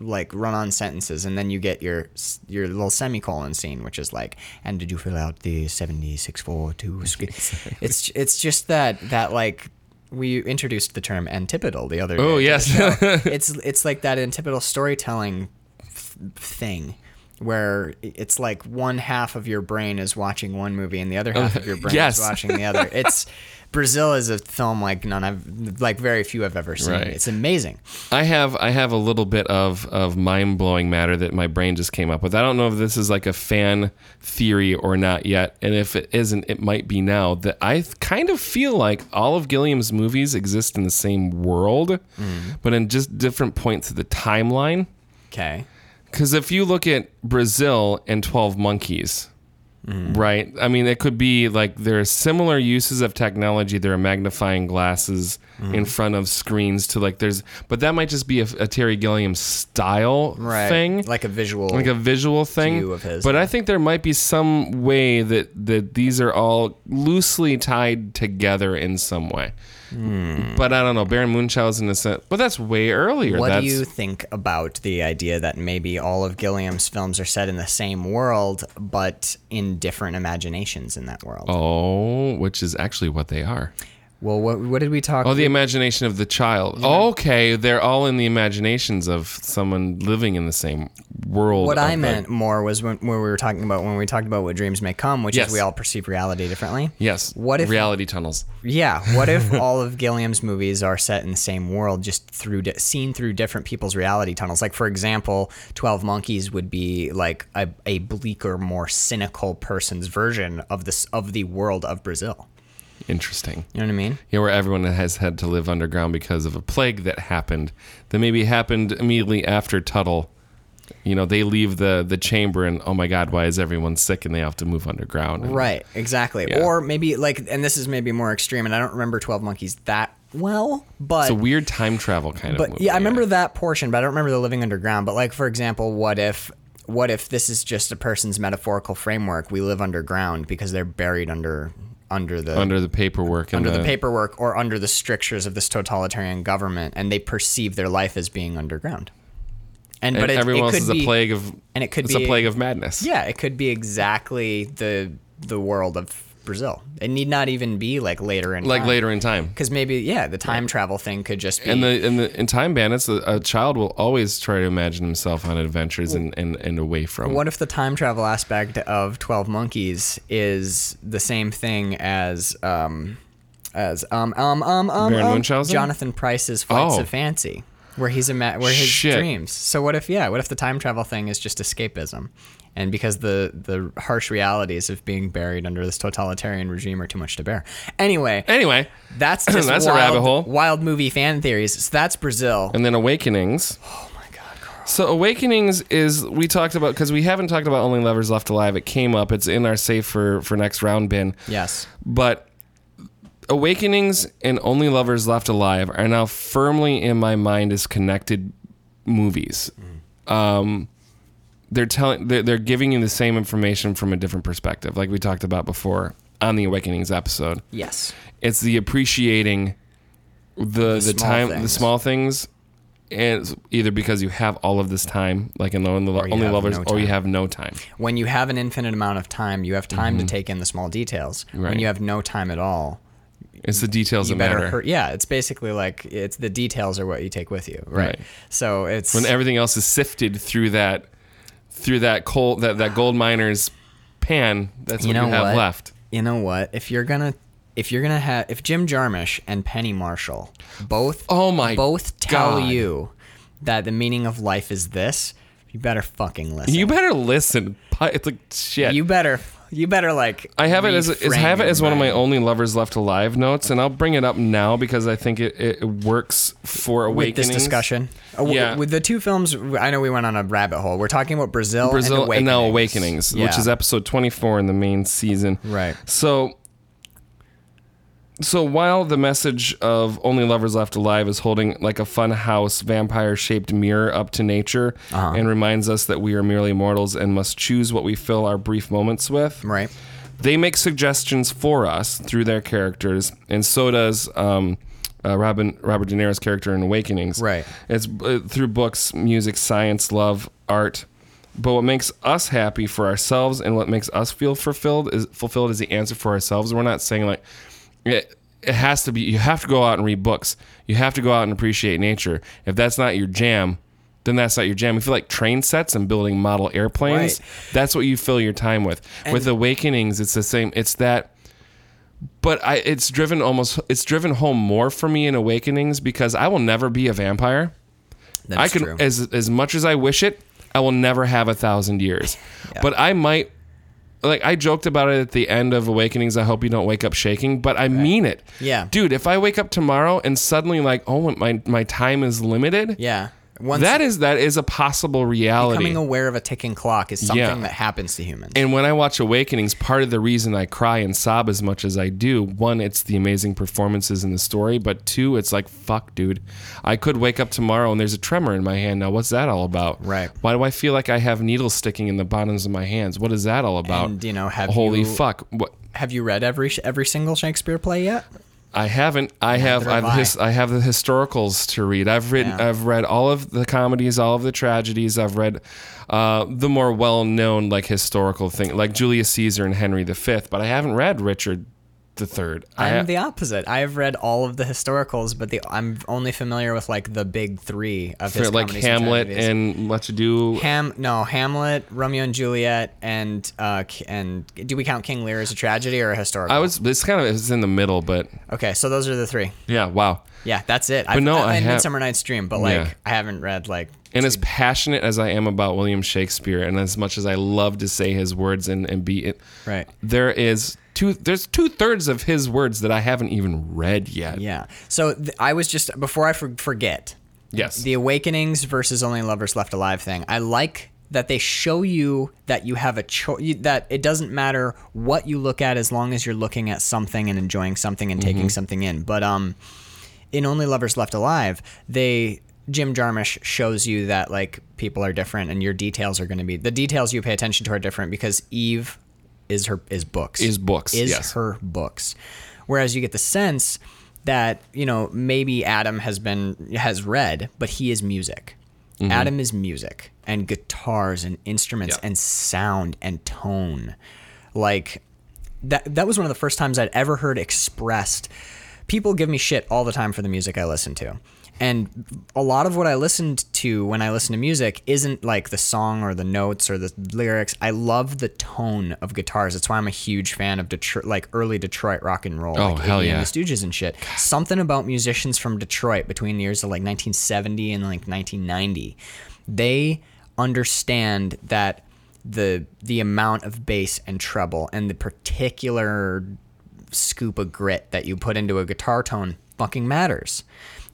Speaker 3: like run-on sentences, and then you get your s- your little semicolon scene, which is like, and did you fill out the seventy six four two? It's it's just that that like. We introduced the term antipodal the other day.
Speaker 2: Oh
Speaker 3: to the
Speaker 2: yes,
Speaker 3: show it's it's like that antipodal storytelling th- thing where it's like one half of your brain is watching one movie and the other half of your brain
Speaker 2: yes.
Speaker 3: is watching the other. It's Brazil is a film like none I've like very few I've ever seen.
Speaker 2: Right.
Speaker 3: It's amazing.
Speaker 2: I have I have a little bit of of mind blowing matter that my brain just came up with. I don't know if this is like a fan theory or not yet, and if it isn't, it might be now. That I th- kind of feel like all of Gilliam's movies exist in the same world, but in just different points of the timeline.
Speaker 3: Okay.
Speaker 2: Because if you look at Brazil and 12 Monkeys, right? I mean, it could be like there are similar uses of technology. There are magnifying glasses
Speaker 3: Mm-hmm.
Speaker 2: in front of screens to like there's, but that might just be a, a Terry Gilliam style thing.
Speaker 3: Like a visual
Speaker 2: Like a visual thing,
Speaker 3: view of his,
Speaker 2: but I think there might be some way that that these are all loosely tied together in some way.
Speaker 3: Hmm.
Speaker 2: But I don't know. Baron Munchausen is, a- but that's way earlier.
Speaker 3: what
Speaker 2: that's,
Speaker 3: do you think about the idea that maybe all of Gilliam's films are set in the same world but in different imaginations in that world?
Speaker 2: Oh, which is actually what they are.
Speaker 3: Well, what, what did we talk?
Speaker 2: Oh, the imagination of the child. Okay, they're all in the imaginations of someone living in the same world.
Speaker 3: what
Speaker 2: of
Speaker 3: I
Speaker 2: the-
Speaker 3: meant more was when, when we were talking about when we talked about what dreams may come, which
Speaker 2: Yes.
Speaker 3: is we all perceive reality differently.
Speaker 2: Yes.
Speaker 3: What if-
Speaker 2: reality tunnels?
Speaker 3: Yeah. What if all of Gilliam's movies are set in the same world, just through di- seen through different people's reality tunnels? Like, for example, Twelve Monkeys would be like a, a bleaker, more cynical person's version of this of the world of Brazil.
Speaker 2: Interesting.
Speaker 3: You know what I mean?
Speaker 2: Yeah, where everyone has had to live underground because of a plague that happened, that maybe happened immediately after Tuttle. You know, they leave the the chamber and oh my god, why is everyone sick? And they have to move underground. And-
Speaker 3: Right, exactly.
Speaker 2: Yeah.
Speaker 3: Or maybe like, and this is maybe more extreme, and I don't remember Twelve Monkeys that well, but
Speaker 2: It's a weird time travel kind of
Speaker 3: but
Speaker 2: movie.
Speaker 3: yeah, I remember that portion, but I don't remember the living underground. But like, for example, what if? What if this is just a person's metaphorical framework? We live underground because they're buried under under the
Speaker 2: under the paperwork. And
Speaker 3: under the paperwork or under the strictures of this totalitarian government, and they perceive their life as being underground. And,
Speaker 2: And
Speaker 3: but it,
Speaker 2: everyone
Speaker 3: it
Speaker 2: else
Speaker 3: could
Speaker 2: is
Speaker 3: be,
Speaker 2: a plague of.
Speaker 3: and it could
Speaker 2: it's
Speaker 3: be-
Speaker 2: a plague of madness.
Speaker 3: Yeah, it could be exactly the the world of Brazil. It need not even be like later in
Speaker 2: like
Speaker 3: time.
Speaker 2: later in time.
Speaker 3: because maybe yeah, the time travel thing could just be
Speaker 2: And the in the in time bandits, a, a child will always try to imagine himself on adventures and and, and away from.
Speaker 3: What if the time travel aspect of Twelve Monkeys is the same thing as um as um um um um,
Speaker 2: Baron
Speaker 3: um,
Speaker 2: Munchausen?
Speaker 3: Jonathan Price's Flights
Speaker 2: Oh.
Speaker 3: of Fancy, where he's a ma- where his
Speaker 2: Shit.
Speaker 3: dreams. So what if yeah? What if the time travel thing is just escapism? And because the the harsh realities of being buried under this totalitarian regime are too much to bear. Anyway,
Speaker 2: Anyway,
Speaker 3: that's just
Speaker 2: That's a
Speaker 3: wild,
Speaker 2: rabbit hole.
Speaker 3: Wild movie fan theories. So that's Brazil.
Speaker 2: and then awakenings.
Speaker 3: Oh my god, Carl.
Speaker 2: So Awakenings is we talked about because we haven't talked about Only Lovers Left Alive. It came up. It's in our safe for for next round bin.
Speaker 3: Yes.
Speaker 2: But Awakenings and Only Lovers Left Alive are now firmly in my mind as connected movies.
Speaker 3: Mm.
Speaker 2: Um, they're telling they're, they're giving you the same information from a different perspective, like we talked about before on the Awakenings episode.
Speaker 3: Yes.
Speaker 2: It's the appreciating the the,
Speaker 3: small
Speaker 2: time the
Speaker 3: things.
Speaker 2: small things and it's either because you have all of this time like in only,
Speaker 3: you
Speaker 2: only
Speaker 3: have
Speaker 2: lovers
Speaker 3: no
Speaker 2: or you
Speaker 3: time.
Speaker 2: have no time
Speaker 3: when you have an infinite amount of time, you have time to take in the small details.
Speaker 2: Mm-hmm. Right.
Speaker 3: When you have no time at all,
Speaker 2: it's the details
Speaker 3: you
Speaker 2: that
Speaker 3: better
Speaker 2: matter
Speaker 3: hur- Yeah, it's basically like it's the details are what you take with you, right?
Speaker 2: Right.
Speaker 3: So it's
Speaker 2: when everything else is sifted through that through that coal that, that gold miner's pan that's
Speaker 3: you
Speaker 2: what
Speaker 3: know
Speaker 2: you have
Speaker 3: what?
Speaker 2: left
Speaker 3: You know what? If you're gonna if you're gonna have if Jim Jarmusch and Penny Marshall both
Speaker 2: Oh my
Speaker 3: both tell
Speaker 2: God.
Speaker 3: you that the meaning of life is this, you better fucking listen.
Speaker 2: you better listen Pi- it's like shit
Speaker 3: You better you better like
Speaker 2: I have it as is
Speaker 3: reframe
Speaker 2: have it
Speaker 3: your
Speaker 2: as one of my
Speaker 3: mind.
Speaker 2: only lovers left alive notes, and I'll bring it up now because I think it, it works for
Speaker 3: with
Speaker 2: awakening
Speaker 3: this discussion. Uh, w-
Speaker 2: Yeah.
Speaker 3: With the two films, I know we went on a rabbit hole. We're talking about Brazil,
Speaker 2: Brazil
Speaker 3: and
Speaker 2: and now
Speaker 3: Awakenings.
Speaker 2: Awakenings, which is episode 24 in the main season.
Speaker 3: Right.
Speaker 2: So so while the message of only lovers left alive is holding like a fun house vampire-shaped mirror up to nature and reminds us that we are merely mortals and must choose what we fill our brief moments with.
Speaker 3: right.
Speaker 2: They make suggestions for us through their characters, and so does um, uh, Robin Robert De Niro's character in Awakenings.
Speaker 3: Right.
Speaker 2: It's uh, through books, music, science, love, art. But what makes us happy for ourselves and what makes us feel fulfilled is fulfilled is the answer for ourselves. We're not saying like it, it has to be. You have to go out and read books. You have to go out and appreciate nature. If that's not your jam. Then that's not your jam. If you like train sets and building model airplanes,
Speaker 3: Right.
Speaker 2: that's what you fill your time with. with awakenings, it's the same. It's that but I it's driven almost it's driven home more for me in Awakenings because I will never be a vampire. I
Speaker 3: That's
Speaker 2: can
Speaker 3: true.
Speaker 2: as as much as I wish it, I will never have a thousand years. But I might like I joked about it at the end of Awakenings. I hope you don't wake up shaking, but I mean it.
Speaker 3: Yeah.
Speaker 2: dude. If I wake up tomorrow and suddenly like, oh my my time is limited.
Speaker 3: yeah. Once
Speaker 2: that is that is a possible reality.
Speaker 3: becoming aware of a ticking clock is something
Speaker 2: Yeah.
Speaker 3: that happens to humans.
Speaker 2: And when I watch Awakenings, part of the reason I cry and sob as much as I do, one, it's the amazing performances in the story, but two, it's like, fuck, dude. I could wake up tomorrow and there's a tremor in my hand. Now, what's that all about?
Speaker 3: Right.
Speaker 2: Why do I feel like I have needles sticking in the bottoms of my hands? What is that all about?
Speaker 3: And, you know, have
Speaker 2: uh, Holy
Speaker 3: you-
Speaker 2: fuck. What?
Speaker 3: Have you read every every single Shakespeare play yet?
Speaker 2: I haven't. I have.
Speaker 3: have
Speaker 2: I've
Speaker 3: I.
Speaker 2: his, I have the historicals to read. I've written.
Speaker 3: Yeah.
Speaker 2: I've read all of the comedies, all of the tragedies. I've read uh, the more well-known like historical thing, like Julius Caesar and Henry V. But I haven't read Richard the third.
Speaker 3: I'm
Speaker 2: I,
Speaker 3: the opposite. I've read all of the historicals, but the I'm only familiar with like the big three of
Speaker 2: for
Speaker 3: his
Speaker 2: like
Speaker 3: comedies
Speaker 2: Hamlet
Speaker 3: tragedies.
Speaker 2: and Much Ado.
Speaker 3: Ham. No, Hamlet, Romeo and Juliet, and uh, K- and do we count King Lear as a tragedy or a historical?
Speaker 2: I was it's kind of it's in the middle, but
Speaker 3: okay, so those are the three.
Speaker 2: yeah, wow.
Speaker 3: Yeah, that's it. But I've,
Speaker 2: no, I
Speaker 3: read
Speaker 2: have-
Speaker 3: Midsummer Night's Dream, but like
Speaker 2: Yeah.
Speaker 3: I haven't read like.
Speaker 2: And as passionate as I am about William Shakespeare, and as much as I love to say his words and, and be it,
Speaker 3: Right.
Speaker 2: there is two. There's two thirds of his words that I haven't even read yet.
Speaker 3: Yeah. So th- I was just before I for- forget
Speaker 2: Yes.
Speaker 3: the Awakenings versus Only Lovers Left Alive thing. I like that they show you that you have a choice that it doesn't matter what you look at as long as you're looking at something and enjoying something and
Speaker 2: Mm-hmm.
Speaker 3: taking something in. But um in Only Lovers Left Alive, they Jim Jarmusch shows you that like people are different and your details are going to be the details you pay attention to are different because Eve is her is books
Speaker 2: Is books,
Speaker 3: is
Speaker 2: yes.
Speaker 3: her books, whereas you get the sense that you know maybe Adam has been has read, but he is music. Adam is music and guitars and instruments
Speaker 2: Mm-hmm. Yeah.
Speaker 3: and sound and tone, like that that was one of the first times I'd ever heard expressed. People give me shit all the time for the music I listen to. And a lot of what I listened to when I listen to music isn't like the song or the notes or the lyrics. I love the tone of guitars. That's why I'm a huge fan of Detroit, like early Detroit rock and roll.
Speaker 2: Oh,
Speaker 3: like
Speaker 2: hell
Speaker 3: ABBA
Speaker 2: yeah.
Speaker 3: and The Stooges and shit. Something about musicians from Detroit between the years of like 1970 and like 1990. They understand that the the amount of bass and treble and the particular scoop of grit that you put into a guitar tone fucking matters.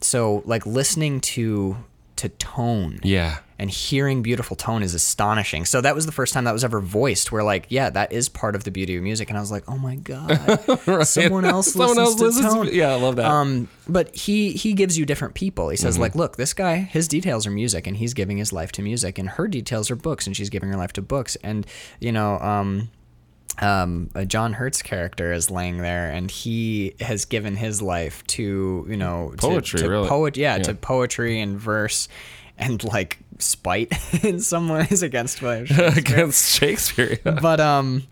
Speaker 3: So like listening to to tone
Speaker 2: yeah.
Speaker 3: and hearing beautiful tone is astonishing. So that was the first time that was ever voiced where like, yeah, that is part of the beauty of music. And I was like, oh my God. Someone else
Speaker 2: Someone
Speaker 3: listens
Speaker 2: else
Speaker 3: to
Speaker 2: listens
Speaker 3: tone.
Speaker 2: to- yeah, I love that. Mm-hmm.
Speaker 3: Um but he he gives you different people. He says, like, look, this guy, his details are music and he's giving his life to music, and her details are books, and she's giving her life to books. And, you know, um, um, a John Hurt's character is laying there, and he has given his life to you know to-
Speaker 2: Poetry,
Speaker 3: to,
Speaker 2: really.
Speaker 3: poet, yeah, to poetry and verse, and like spite in some ways against William. Shakespeare.
Speaker 2: Against Shakespeare. yeah.
Speaker 3: but um,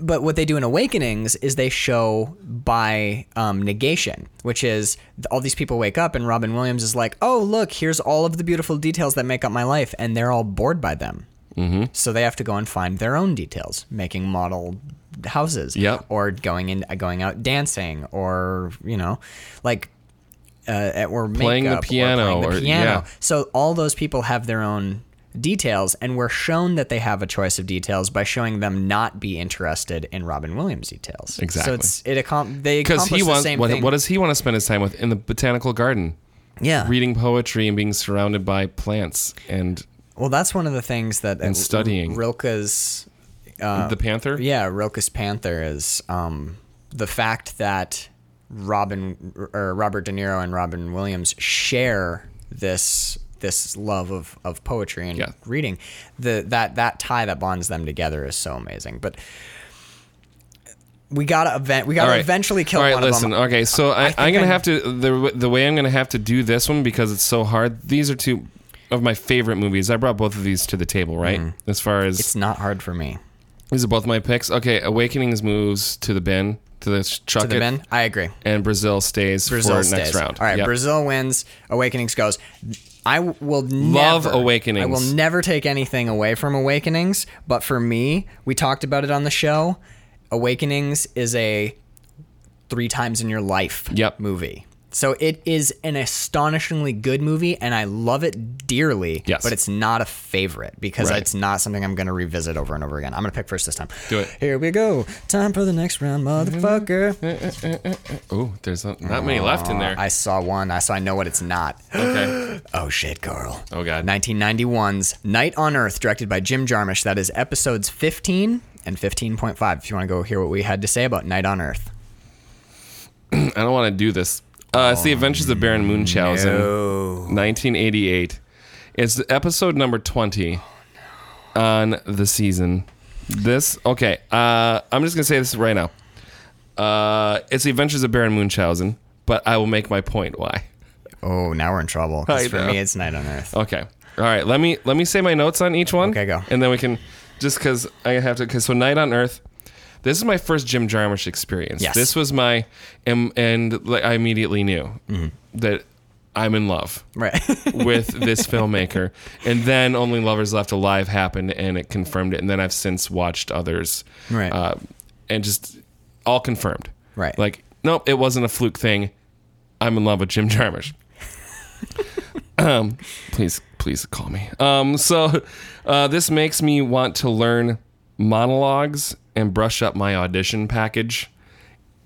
Speaker 3: but what they do in Awakenings is they show by um, negation, which is th- all these people wake up, and Robin Williams is like, "Oh, look, here's all of the beautiful details that make up my life," and they're all bored by them.
Speaker 2: Mm-hmm.
Speaker 3: So they have to go and find their own details, making model houses,
Speaker 2: Yep.
Speaker 3: or going in, uh, going out dancing, or you know, like uh, or
Speaker 2: Playing the
Speaker 3: makeup,
Speaker 2: piano,
Speaker 3: or playing
Speaker 2: or-
Speaker 3: the piano.
Speaker 2: yeah.
Speaker 3: So all those people have their own details, and we're shown that they have a choice of details by showing them not be interested in Robin Williams details.
Speaker 2: Exactly.
Speaker 3: So it's it accom- they
Speaker 2: Because
Speaker 3: accomplish
Speaker 2: he
Speaker 3: the
Speaker 2: wants
Speaker 3: same
Speaker 2: what,
Speaker 3: thing.
Speaker 2: what does he want to spend his time with in the botanical garden?
Speaker 3: yeah.
Speaker 2: Reading poetry and being surrounded by plants and
Speaker 3: well, that's one of the things that and
Speaker 2: studying.
Speaker 3: Rilke's
Speaker 2: the panther.
Speaker 3: Oh. Yeah, Rilke's Panther is um, the fact that Robin or Robert De Niro and Robin Williams share this this love of, of poetry and
Speaker 2: Yeah.
Speaker 3: reading. The that that tie that bonds them together is so amazing. But we gotta event we gotta eventually kill
Speaker 2: All right,
Speaker 3: one
Speaker 2: listen. uh,
Speaker 3: of them.
Speaker 2: Okay, so I, I am
Speaker 3: think
Speaker 2: gonna
Speaker 3: I-
Speaker 2: have to the the way I'm gonna have to do this one because it's so hard. These are two of my favorite movies. I brought both of these to the table, right? As far as
Speaker 3: Mm. It's not hard for me.
Speaker 2: these are both my picks. Okay, Awakenings moves to the bin to the sh- chuck
Speaker 3: To the
Speaker 2: it,
Speaker 3: bin, I agree.
Speaker 2: and Brazil stays
Speaker 3: Brazil
Speaker 2: for
Speaker 3: stays.
Speaker 2: next round.
Speaker 3: All right,
Speaker 2: Yep.
Speaker 3: Brazil wins. Awakenings goes. I w- will
Speaker 2: Love
Speaker 3: never,
Speaker 2: Awakenings.
Speaker 3: I will never take anything away from Awakenings, but for me, we talked about it on the show. Awakenings is a three times in your life
Speaker 2: Yep.
Speaker 3: movie. So it is an astonishingly good movie, and I love it dearly.
Speaker 2: Yes.
Speaker 3: But it's not a favorite because
Speaker 2: Right.
Speaker 3: it's not something I'm going to revisit over and over again. I'm going to pick first this time.
Speaker 2: Do it.
Speaker 3: Here we go. Time for the next round,
Speaker 2: Mm-hmm.
Speaker 3: motherfucker.
Speaker 2: Oh, there's not, not many left in there.
Speaker 3: I saw one. I saw. I know what it's not.
Speaker 2: okay.
Speaker 3: Oh shit, Carl.
Speaker 2: Oh god.
Speaker 3: 1991's Night on Earth, directed by Jim Jarmusch. That is episodes 15 and 15.5. If you want to go hear what we had to say about Night on Earth.
Speaker 2: I don't want to do this. Uh, it's the Adventures of Baron Munchausen, 1988. It's episode number 20 on the season. This okay. Uh, I'm just gonna say this right now. Uh, it's the Adventures of Baron Munchausen, but I will make my point why.
Speaker 3: Oh, now we're in trouble. 'cause
Speaker 2: I
Speaker 3: for
Speaker 2: know. Oh.
Speaker 3: me, it's Night on Earth.
Speaker 2: Okay. All right. Let me let me say my notes on each one.
Speaker 3: Okay, go.
Speaker 2: And then we can just because I have to. Cause so night on Earth. This is my first Jim Jarmusch experience.
Speaker 3: Yes.
Speaker 2: This was my, and, and like, I immediately knew
Speaker 3: Mm-hmm.
Speaker 2: that I'm in love
Speaker 3: Right.
Speaker 2: with this filmmaker. And then Only Lovers Left Alive happened and it confirmed it. And then I've since watched others.
Speaker 3: Right.
Speaker 2: Uh, and just all confirmed.
Speaker 3: Right.
Speaker 2: Like, nope, it wasn't a fluke thing. I'm in love with Jim Jarmusch. um, please, please call me. Um, so uh, this makes me want to learn monologues and brush up my audition package.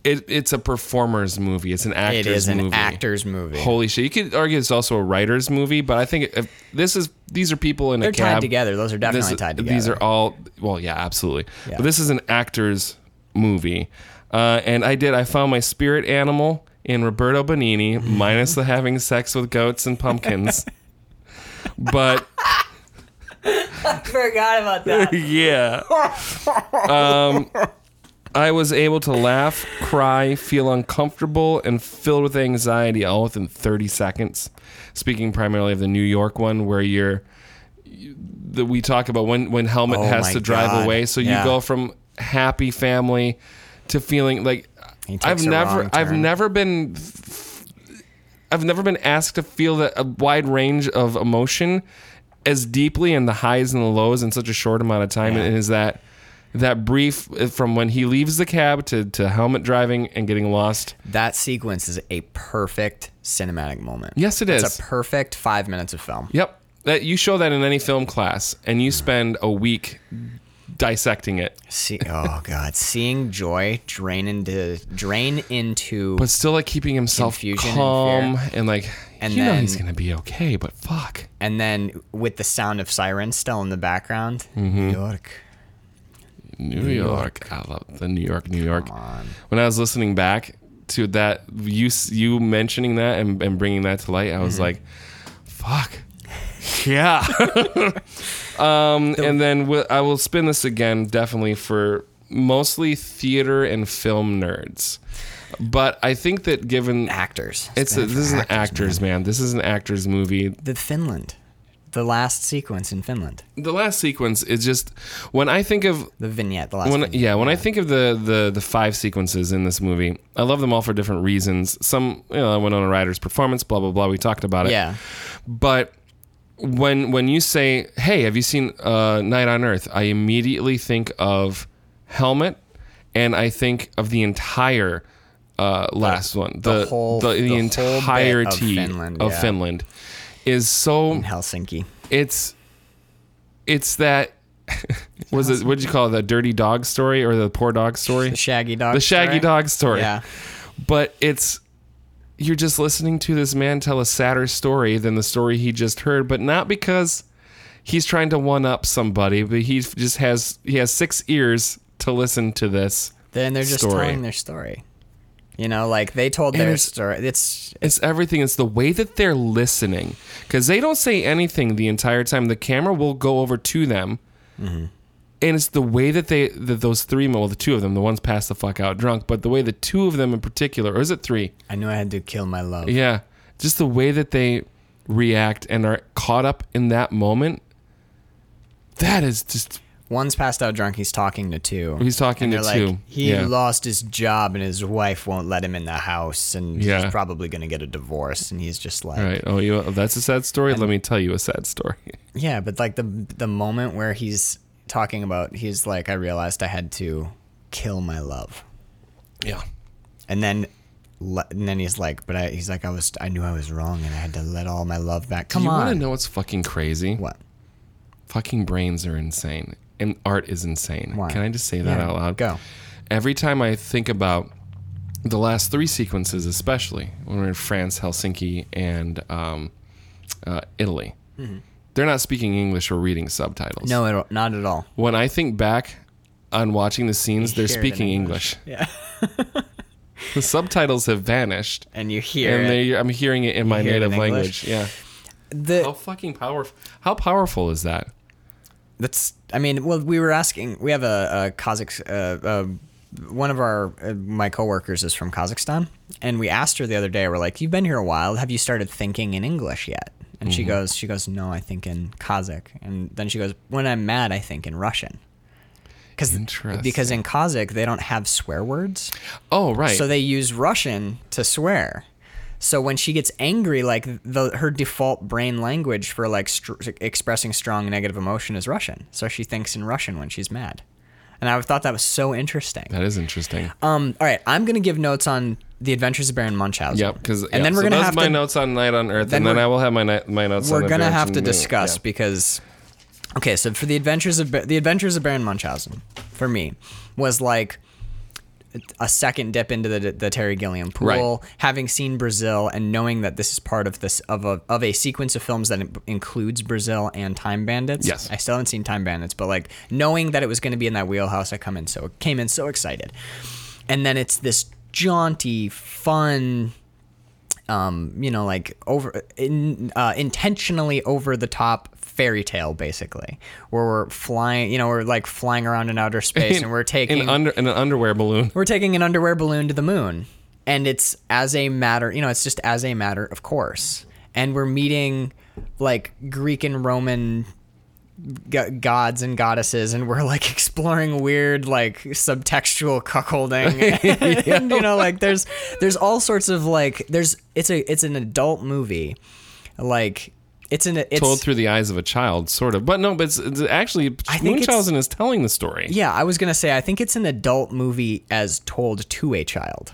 Speaker 2: It, it's a performer's movie. It's an actor's
Speaker 3: it is an
Speaker 2: movie.
Speaker 3: actor's movie.
Speaker 2: Holy shit! You could argue it's also a writer's movie, but I think if this is these are people in
Speaker 3: They're
Speaker 2: a cab
Speaker 3: tied together. Those are
Speaker 2: This-
Speaker 3: definitely tied together.
Speaker 2: These are all well, yeah, absolutely.
Speaker 3: Yeah.
Speaker 2: But this is an actor's movie, uh, and I did. I found my spirit animal in Roberto Benini, minus the having sex with goats and pumpkins. but
Speaker 3: forgot about that.
Speaker 2: yeah. Um, I was able to laugh, cry, feel uncomfortable, and filled with anxiety all within 30 seconds. Speaking primarily of the New York one, where you're that we talk about when when helmet
Speaker 3: Oh
Speaker 2: has
Speaker 3: my
Speaker 2: to drive
Speaker 3: God.
Speaker 2: away. So
Speaker 3: Yeah.
Speaker 2: you go from happy family to feeling like
Speaker 3: He takes
Speaker 2: I've
Speaker 3: a
Speaker 2: never
Speaker 3: wrong
Speaker 2: I've
Speaker 3: turn.
Speaker 2: never been I've never been asked to feel that a wide range of emotion as deeply and the highs and the lows in such a short amount of time. And is that that brief uh, from when he leaves the cab to, to helmet driving and getting lost?
Speaker 3: That sequence is a perfect cinematic moment.
Speaker 2: Yes, it is.
Speaker 3: It's a perfect five minutes of film.
Speaker 2: Yep. That you show that in any film class and you spend a week dissecting it.
Speaker 3: See, oh god, seeing joy drain into drain into
Speaker 2: But still like keeping himself
Speaker 3: Confusion and
Speaker 2: calm and, like
Speaker 3: And
Speaker 2: you know
Speaker 3: then-
Speaker 2: he's gonna be okay, but fuck.
Speaker 3: and then with the sound of sirens still in the background.
Speaker 2: Mm-hmm.
Speaker 3: New York.
Speaker 2: New York. I love the New York, New York.
Speaker 3: on.
Speaker 2: When I was listening back to that, you s- you mentioning that and, and bringing that to light, I
Speaker 3: Mm-hmm.
Speaker 2: was like, fuck. Yeah. um, and then wi- I will spin this again, definitely for mostly theater and film nerds. But I think that given
Speaker 3: Actors.
Speaker 2: it's a,
Speaker 3: been
Speaker 2: this
Speaker 3: for
Speaker 2: is an
Speaker 3: actors.
Speaker 2: actors man. This is an actors movie.
Speaker 3: The Finland. The last sequence in Finland.
Speaker 2: The last sequence is just when I think of
Speaker 3: The vignette, the last
Speaker 2: when
Speaker 3: vignette.
Speaker 2: yeah when i think of the, the the five sequences in this movie i love them all for different reasons some you know i went on a writer's performance blah blah blah we talked about it
Speaker 3: Yeah.
Speaker 2: but when when you say hey have you seen uh, night on earth i immediately think of helmet and i think of the entire uh, last one the the,
Speaker 3: whole-
Speaker 2: the,
Speaker 3: the whole bit of
Speaker 2: entirety of
Speaker 3: Finland,
Speaker 2: finland,
Speaker 3: yeah.
Speaker 2: is so
Speaker 3: In Helsinki.
Speaker 2: it's it's that was it what did you call it the dirty dog story or the poor dog story
Speaker 3: The Shaggy Dog.
Speaker 2: the shaggy
Speaker 3: story.
Speaker 2: dog story
Speaker 3: Yeah.
Speaker 2: but it's you're just listening to this man tell a sadder story than the story he just heard but not because he's trying to one up somebody but he just has he has six ears to listen to this
Speaker 3: Then they're just
Speaker 2: story.
Speaker 3: telling their story. You know, like they told their
Speaker 2: it's-
Speaker 3: story. It's
Speaker 2: It's everything. It's the way that they're listening because they don't say anything the entire time. The camera will go over to them, and it's the way that they that those three well the two of them the ones passed the fuck out drunk, but the way the two of them in particular or is it three?
Speaker 3: I knew I had to kill my love.
Speaker 2: Yeah, just the way that they react and are caught up in that moment. That is just
Speaker 3: One's passed out drunk. He's talking to two.
Speaker 2: He's talking
Speaker 3: and
Speaker 2: to
Speaker 3: they're
Speaker 2: two.
Speaker 3: Like, he
Speaker 2: Yeah.
Speaker 3: lost his job, and his wife won't let him in the house, and
Speaker 2: Yeah.
Speaker 3: he's probably gonna get a divorce. And he's just like,
Speaker 2: all right. Oh, you that's a sad story. Let me tell you a sad story.
Speaker 3: yeah, but like the the moment where he's talking about, he's like, I realized I had to kill my love,
Speaker 2: Yeah.
Speaker 3: and then. le- And then he's like, but I, he's like, I was, I knew I was wrong, and I had to let all my love back. Come
Speaker 2: you
Speaker 3: on,
Speaker 2: want to know what's fucking crazy?
Speaker 3: what?
Speaker 2: fucking brains are insane and art is insane.
Speaker 3: Why?
Speaker 2: Can I just say that
Speaker 3: Yeah,
Speaker 2: out loud?
Speaker 3: go.
Speaker 2: Every time I think about the last three sequences, especially when we're in France, Helsinki, and um, uh, Italy, they're not speaking English or reading subtitles.
Speaker 3: Mm-hmm. No, at all- not at all.
Speaker 2: When I think back on watching the scenes, they're
Speaker 3: hear it in
Speaker 2: speaking English.
Speaker 3: Yeah,
Speaker 2: The subtitles have vanished.
Speaker 3: and you hear
Speaker 2: And
Speaker 3: it.
Speaker 2: they, I'm hearing it in my
Speaker 3: hear it in
Speaker 2: native language.
Speaker 3: English.
Speaker 2: Yeah.
Speaker 3: the
Speaker 2: How fucking powerful! How powerful is that?
Speaker 3: That's. I mean, well, we were asking. We have a, a Kazakh. Uh, uh, one of our uh, my coworkers is from Kazakhstan, and we asked her the other day. We're like, "You've been here a while. Have you started thinking in English yet?" And she goes, "She goes, no, I think in Kazakh." And then she goes, "When I'm mad, I think in Russian." Because
Speaker 2: Interesting.
Speaker 3: because in Kazakh they don't have swear words,
Speaker 2: Oh, right.
Speaker 3: so they use Russian to swear. So when she gets angry, like the her default brain language for like str- expressing strong negative emotion is Russian. So she thinks in Russian when she's mad, and I thought that was so interesting.
Speaker 2: that is interesting.
Speaker 3: Um, all right, I'm gonna give notes on the Adventures of Baron Munchausen.
Speaker 2: Yep, because
Speaker 3: and then we're gonna
Speaker 2: those
Speaker 3: have
Speaker 2: my
Speaker 3: to
Speaker 2: notes on Night on Earth,
Speaker 3: then
Speaker 2: and then
Speaker 3: we're-
Speaker 2: I will have my ni- my notes.
Speaker 3: we're
Speaker 2: on
Speaker 3: gonna have
Speaker 2: Adventures
Speaker 3: to
Speaker 2: in-
Speaker 3: discuss because okay so for the adventures of Ba- the adventures of baron munchausen for me was like a second dip into the, the terry gilliam pool having seen brazil and knowing that this is part of this of a, of a sequence of films that in- includes brazil and time bandits
Speaker 2: Yes.
Speaker 3: i still haven't seen time bandits but like knowing that it was going to be in that wheelhouse i come in so came in so excited and then it's this jaunty fun um, you know, like over in, uh, intentionally over the top fairy tale, basically, where we're flying, you know, we're like flying around in outer space,
Speaker 2: In-
Speaker 3: and we're taking
Speaker 2: in, under, in an underwear balloon.
Speaker 3: we're taking an underwear balloon to the moon, and it's as a matter, you know, it's just as a matter of course, and we're meeting like Greek and Roman go- gods and goddesses and we're like exploring weird like subtextual cuckolding and you know like there's there's all sorts of like there's it's a it's an adult movie like it's an it's
Speaker 2: Told through the eyes of a child, sort of, but no, but it's, it's actually
Speaker 3: think it's-
Speaker 2: Munchausen is telling the story.
Speaker 3: yeah i was gonna say i think it's an adult movie as told to a child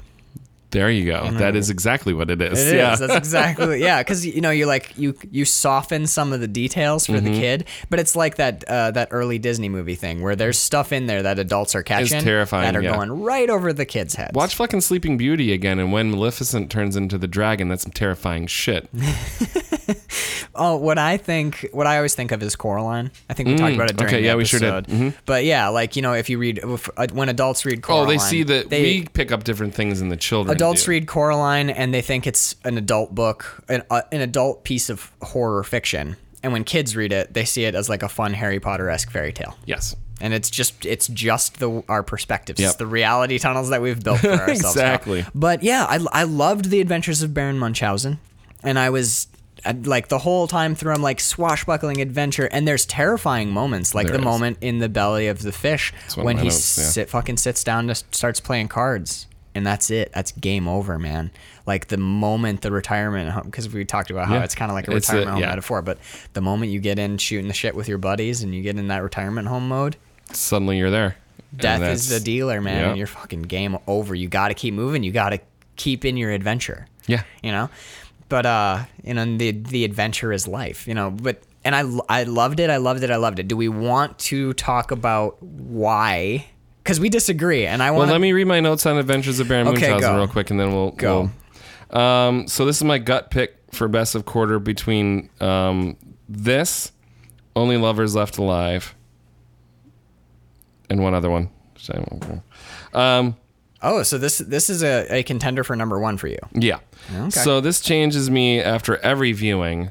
Speaker 2: There you go. That is exactly what it is.
Speaker 3: Mm-hmm. It is.
Speaker 2: yeah.
Speaker 3: That's exactly yeah. Because you know you like you you soften some of the details for
Speaker 2: Mm-hmm.
Speaker 3: the kid, but it's like that uh, that early Disney movie thing where there's stuff in there that adults are catching
Speaker 2: terrifying,
Speaker 3: that are
Speaker 2: yeah.
Speaker 3: going right over the kids' heads.
Speaker 2: Watch fucking Sleeping Beauty again, and when Maleficent turns into the dragon, that's some terrifying shit.
Speaker 3: Oh, what I think, what I always think of is Coraline. I think we talked about it during
Speaker 2: Mm, okay,
Speaker 3: the
Speaker 2: yeah, we sure
Speaker 3: episode.
Speaker 2: did. Mm-hmm.
Speaker 3: But yeah, like you know, if you read if, uh, when adults read
Speaker 2: Oh,
Speaker 3: Coraline,
Speaker 2: they see that
Speaker 3: they-
Speaker 2: we pick up different things in the children.
Speaker 3: adults
Speaker 2: do.
Speaker 3: read Coraline and they think it's an adult book, an uh, an adult piece of horror fiction. And when kids read it, they see it as like a fun Harry Potter esque fairy tale.
Speaker 2: Yes.
Speaker 3: and it's just it's just the our perspectives it's
Speaker 2: Yep.
Speaker 3: the reality tunnels that we've built for ourselves now.
Speaker 2: Exactly.
Speaker 3: but yeah I, I loved the adventures of baron munchausen and i was I- like the whole time through i'm like swashbuckling adventure and there's terrifying moments like
Speaker 2: There
Speaker 3: the
Speaker 2: is.
Speaker 3: moment in the belly of the fish
Speaker 2: one of
Speaker 3: when
Speaker 2: my
Speaker 3: he
Speaker 2: notes, yeah.
Speaker 3: sit, fucking sits down and starts playing cards and that's it that's game over man like the moment the retirement home because we talked about how
Speaker 2: Yeah.
Speaker 3: it's kind of like a
Speaker 2: It's the-
Speaker 3: retirement home
Speaker 2: yeah.
Speaker 3: metaphor but the moment you get in shooting the shit with your buddies and you get in that retirement home mode
Speaker 2: Suddenly you're there. And
Speaker 3: Death is the
Speaker 2: that's-
Speaker 3: dealer, man.
Speaker 2: yeah.
Speaker 3: And you're fucking game over. You got to keep moving. You got to keep in your adventure.
Speaker 2: Yeah.
Speaker 3: You know, but uh, you know, the the adventure is life. You know, but and I lo- I loved it. I loved it. I loved it. Do we want to talk about why? Because we disagree, and I
Speaker 2: Well,
Speaker 3: want.
Speaker 2: let me read my notes on Adventures of Baron
Speaker 3: Okay,
Speaker 2: Munchausen
Speaker 3: go.
Speaker 2: real quick, and then we'll
Speaker 3: Go.
Speaker 2: we'll- um, so this is my gut pick for best of quarter between um, this, Only Lovers Left Alive, and one other one. So, Um,
Speaker 3: Oh, so this this is a, a contender for number one for you.
Speaker 2: yeah.
Speaker 3: Okay.
Speaker 2: So this changes me after every viewing.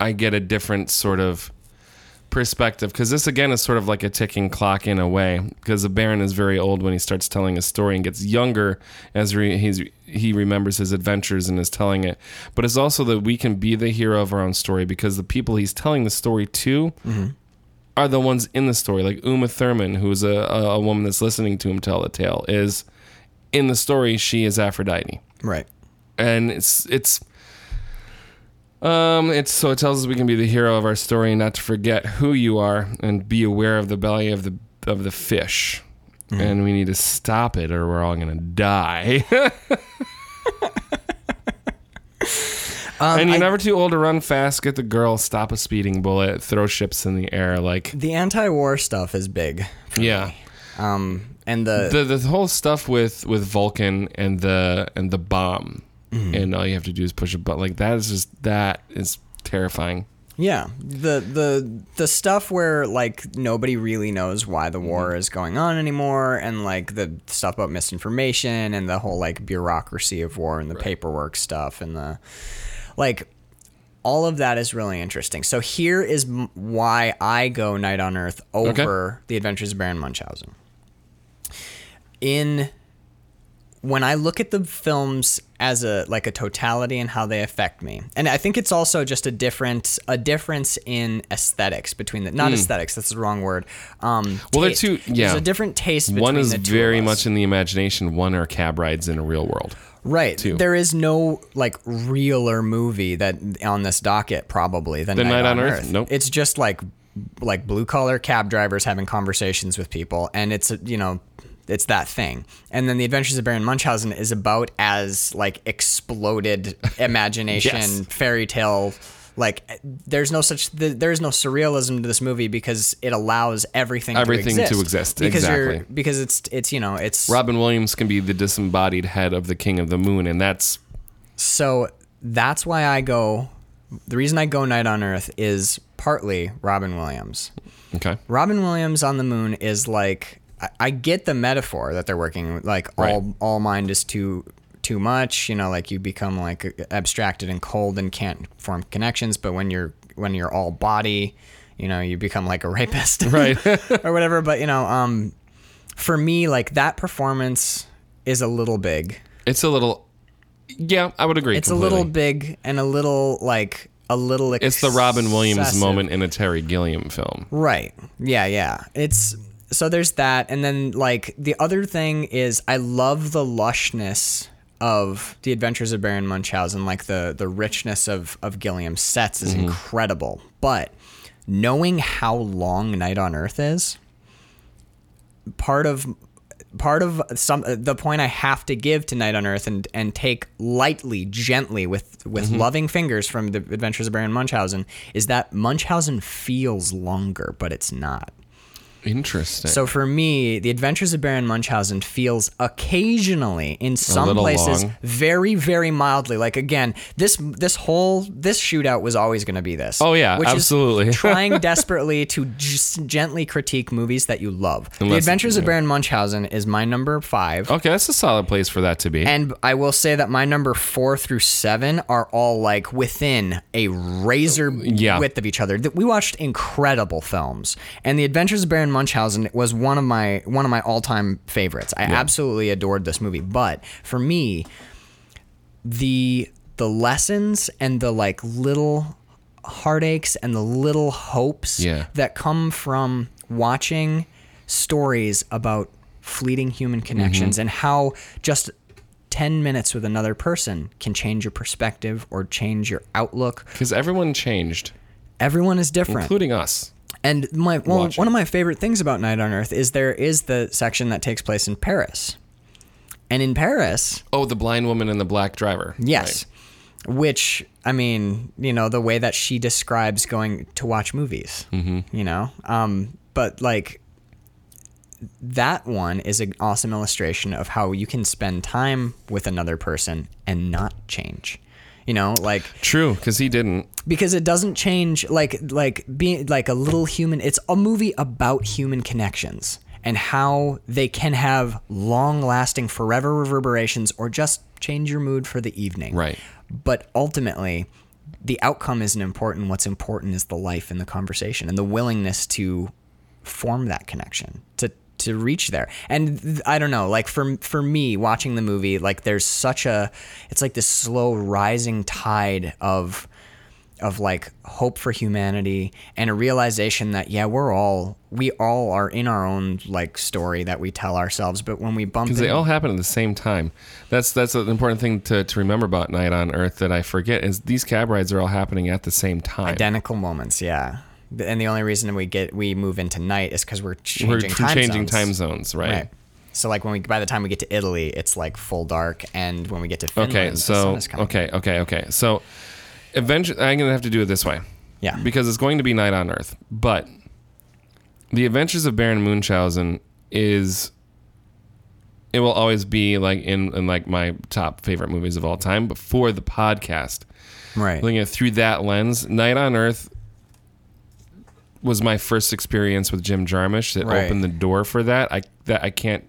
Speaker 2: I get a different sort of perspective because this again is sort of like a ticking clock in a way because the Baron is very old when he starts telling his story and gets younger as re- he's, he remembers his adventures and is telling it. But it's also that we can be the hero of our own story because the people he's telling the story to are the ones in the story. Like Uma Thurman, who's a, a a woman that's listening to him tell the tale, is in the story, she is Aphrodite
Speaker 3: Right.
Speaker 2: and it's it's um it's so it tells us we can be the hero of our story and not to forget who you are and be aware of the belly of the of the fish and we need to stop it or we're all gonna die and you're
Speaker 3: I-
Speaker 2: never too old to run fast get the girl stop a speeding bullet throw ships in the air like
Speaker 3: The anti-war stuff is big,
Speaker 2: yeah
Speaker 3: um, and the,
Speaker 2: the the whole stuff with with Vulcan and the and the bomb,
Speaker 3: Mm-hmm.
Speaker 2: and all you have to do is push a button. Like that is just that is terrifying.
Speaker 3: Yeah, the the the stuff where like nobody really knows why the war is going on anymore, and like the stuff about misinformation and the whole like bureaucracy of war and the paperwork stuff and the like all of that is really interesting. So here is m- why I go Night on Earth over The Adventures of Baron Munchausen. In when I look at the films as a like a totality and how they affect me, and I think it's also just a different a difference in aesthetics between the not aesthetics that's the wrong word. Um,
Speaker 2: Hmm. Well, they're
Speaker 3: taste.
Speaker 2: two- yeah.
Speaker 3: There's a different taste. Between
Speaker 2: One is
Speaker 3: the two of
Speaker 2: very
Speaker 3: us.
Speaker 2: much in the imagination. One are cab rides in a real world.
Speaker 3: right. There is no like realer movie that on this docket probably than
Speaker 2: Than
Speaker 3: Night, on, Earth.
Speaker 2: Nope.
Speaker 3: It's just like like blue collar cab drivers having conversations with people, and it's a, you know. It's that thing, and then the Adventures of Baron Munchausen is about as like exploded imagination,
Speaker 2: Yes.
Speaker 3: fairy tale. Like, there's no such, th- there's no surrealism to this movie because it allows everything
Speaker 2: Everything to
Speaker 3: to
Speaker 2: exist,
Speaker 3: exist. because you're
Speaker 2: exactly.
Speaker 3: because it's it's you know it's
Speaker 2: Robin Williams can be the disembodied head of the King of the Moon, and that's
Speaker 3: So that's why I go. The reason I go Night on Earth is partly Robin Williams.
Speaker 2: okay.
Speaker 3: Robin Williams on the moon is like I, I get the metaphor that they're working with, like all
Speaker 2: Right.
Speaker 3: all mind is too too much, you know, like you become like abstracted and cold and can't form connections, but when you're when you're all body, you know, you become like a rapist.
Speaker 2: Right.
Speaker 3: or whatever, but you know, um for me like that performance is a little big.
Speaker 2: It's a little. Yeah, I would agree.
Speaker 3: It's
Speaker 2: completely.
Speaker 3: a little big and a little like a little.
Speaker 2: It's the Robin Williams
Speaker 3: excessive.
Speaker 2: moment in a Terry Gilliam film.
Speaker 3: right? Yeah, yeah. It's so there's that, and then like the other thing is I love the lushness of the Adventures of Baron Munchausen. Like the the richness of of Gilliam's sets
Speaker 2: Mm-hmm.
Speaker 3: is incredible, but knowing how long Night on Earth is, part of part of some the point I have to give to Night on Earth and and take lightly, gently with with loving fingers from the Adventures of Baron Munchausen is that Munchausen feels longer, but it's not.
Speaker 2: Interesting.
Speaker 3: So for me, The Adventures of Baron Munchausen feels occasionally in some
Speaker 2: little
Speaker 3: places
Speaker 2: long.
Speaker 3: very very mildly like again, this this whole this shootout was always going to be this.
Speaker 2: Oh, yeah,
Speaker 3: which is
Speaker 2: absolutely.
Speaker 3: trying desperately to just gently critique movies that you love. the
Speaker 2: Unless-
Speaker 3: Adventures of
Speaker 2: yeah.
Speaker 3: Baron Munchausen is my number 5.
Speaker 2: okay, that's a solid place for that to be.
Speaker 3: And I will say that my number four through seven are all like within a razor
Speaker 2: Yeah.
Speaker 3: width of each other. That we watched incredible films, and The Adventures of Baron Munchausen was one of my one of my all time favorites. I absolutely adored this movie, but for me, the the lessons and the like little heartaches and the little hopes
Speaker 2: Yeah.
Speaker 3: that come from watching stories about fleeting human connections and how just 10 minutes with another person can change your perspective or change your outlook.
Speaker 2: Because everyone changed,
Speaker 3: Everyone is different.
Speaker 2: including us.
Speaker 3: and my well,
Speaker 2: Watch
Speaker 3: one of my favorite things about Night on Earth is there is the section that takes place in Paris. And in Paris,
Speaker 2: Oh, the blind woman and the black driver.
Speaker 3: Yes. Which I mean, you know, the way that she describes going to watch movies, mm-hmm. you know, um, but like that one is an awesome illustration of how you can spend time with another person and not change. You know, like
Speaker 2: Right. True, because he didn't.
Speaker 3: because it doesn't change like like being like a little human it's a movie about human connections and how they can have long lasting forever reverberations or just change your mood for the evening
Speaker 2: Right.
Speaker 3: but ultimately the outcome isn't important what's important is the life and the conversation and the willingness to form that connection to to reach there and th- i don't know like for for me watching the movie like there's such a it's like this slow rising tide of of like hope for humanity and a realization that yeah we're all we all are in our own like story that we tell ourselves but when we bump
Speaker 2: Because they
Speaker 3: in-
Speaker 2: all happen at the same time. That's that's an important thing to, to remember about Night on Earth that I forget is these cab rides are all happening at the same time.
Speaker 3: identical moments yeah Th- and the only reason we get we move into night is because we're changing,
Speaker 2: We're
Speaker 3: time,
Speaker 2: changing
Speaker 3: zones.
Speaker 2: time zones, right?
Speaker 3: right so like when we by the time we get to italy it's like full dark and when we get to Finland,
Speaker 2: Okay,
Speaker 3: the
Speaker 2: so
Speaker 3: sun is coming.
Speaker 2: okay, okay, okay. So eventually, I'm gonna have to do it this way.
Speaker 3: Yeah.
Speaker 2: Because it's going to be Night on Earth, but the Adventures of Baron Munchausen is it will always be like in, in like my top favorite movies of all time. But for the podcast,
Speaker 3: right
Speaker 2: looking at it through that lens, Night on Earth was my first experience with Jim Jarmusch that
Speaker 3: Right.
Speaker 2: opened the door for that. I that I can't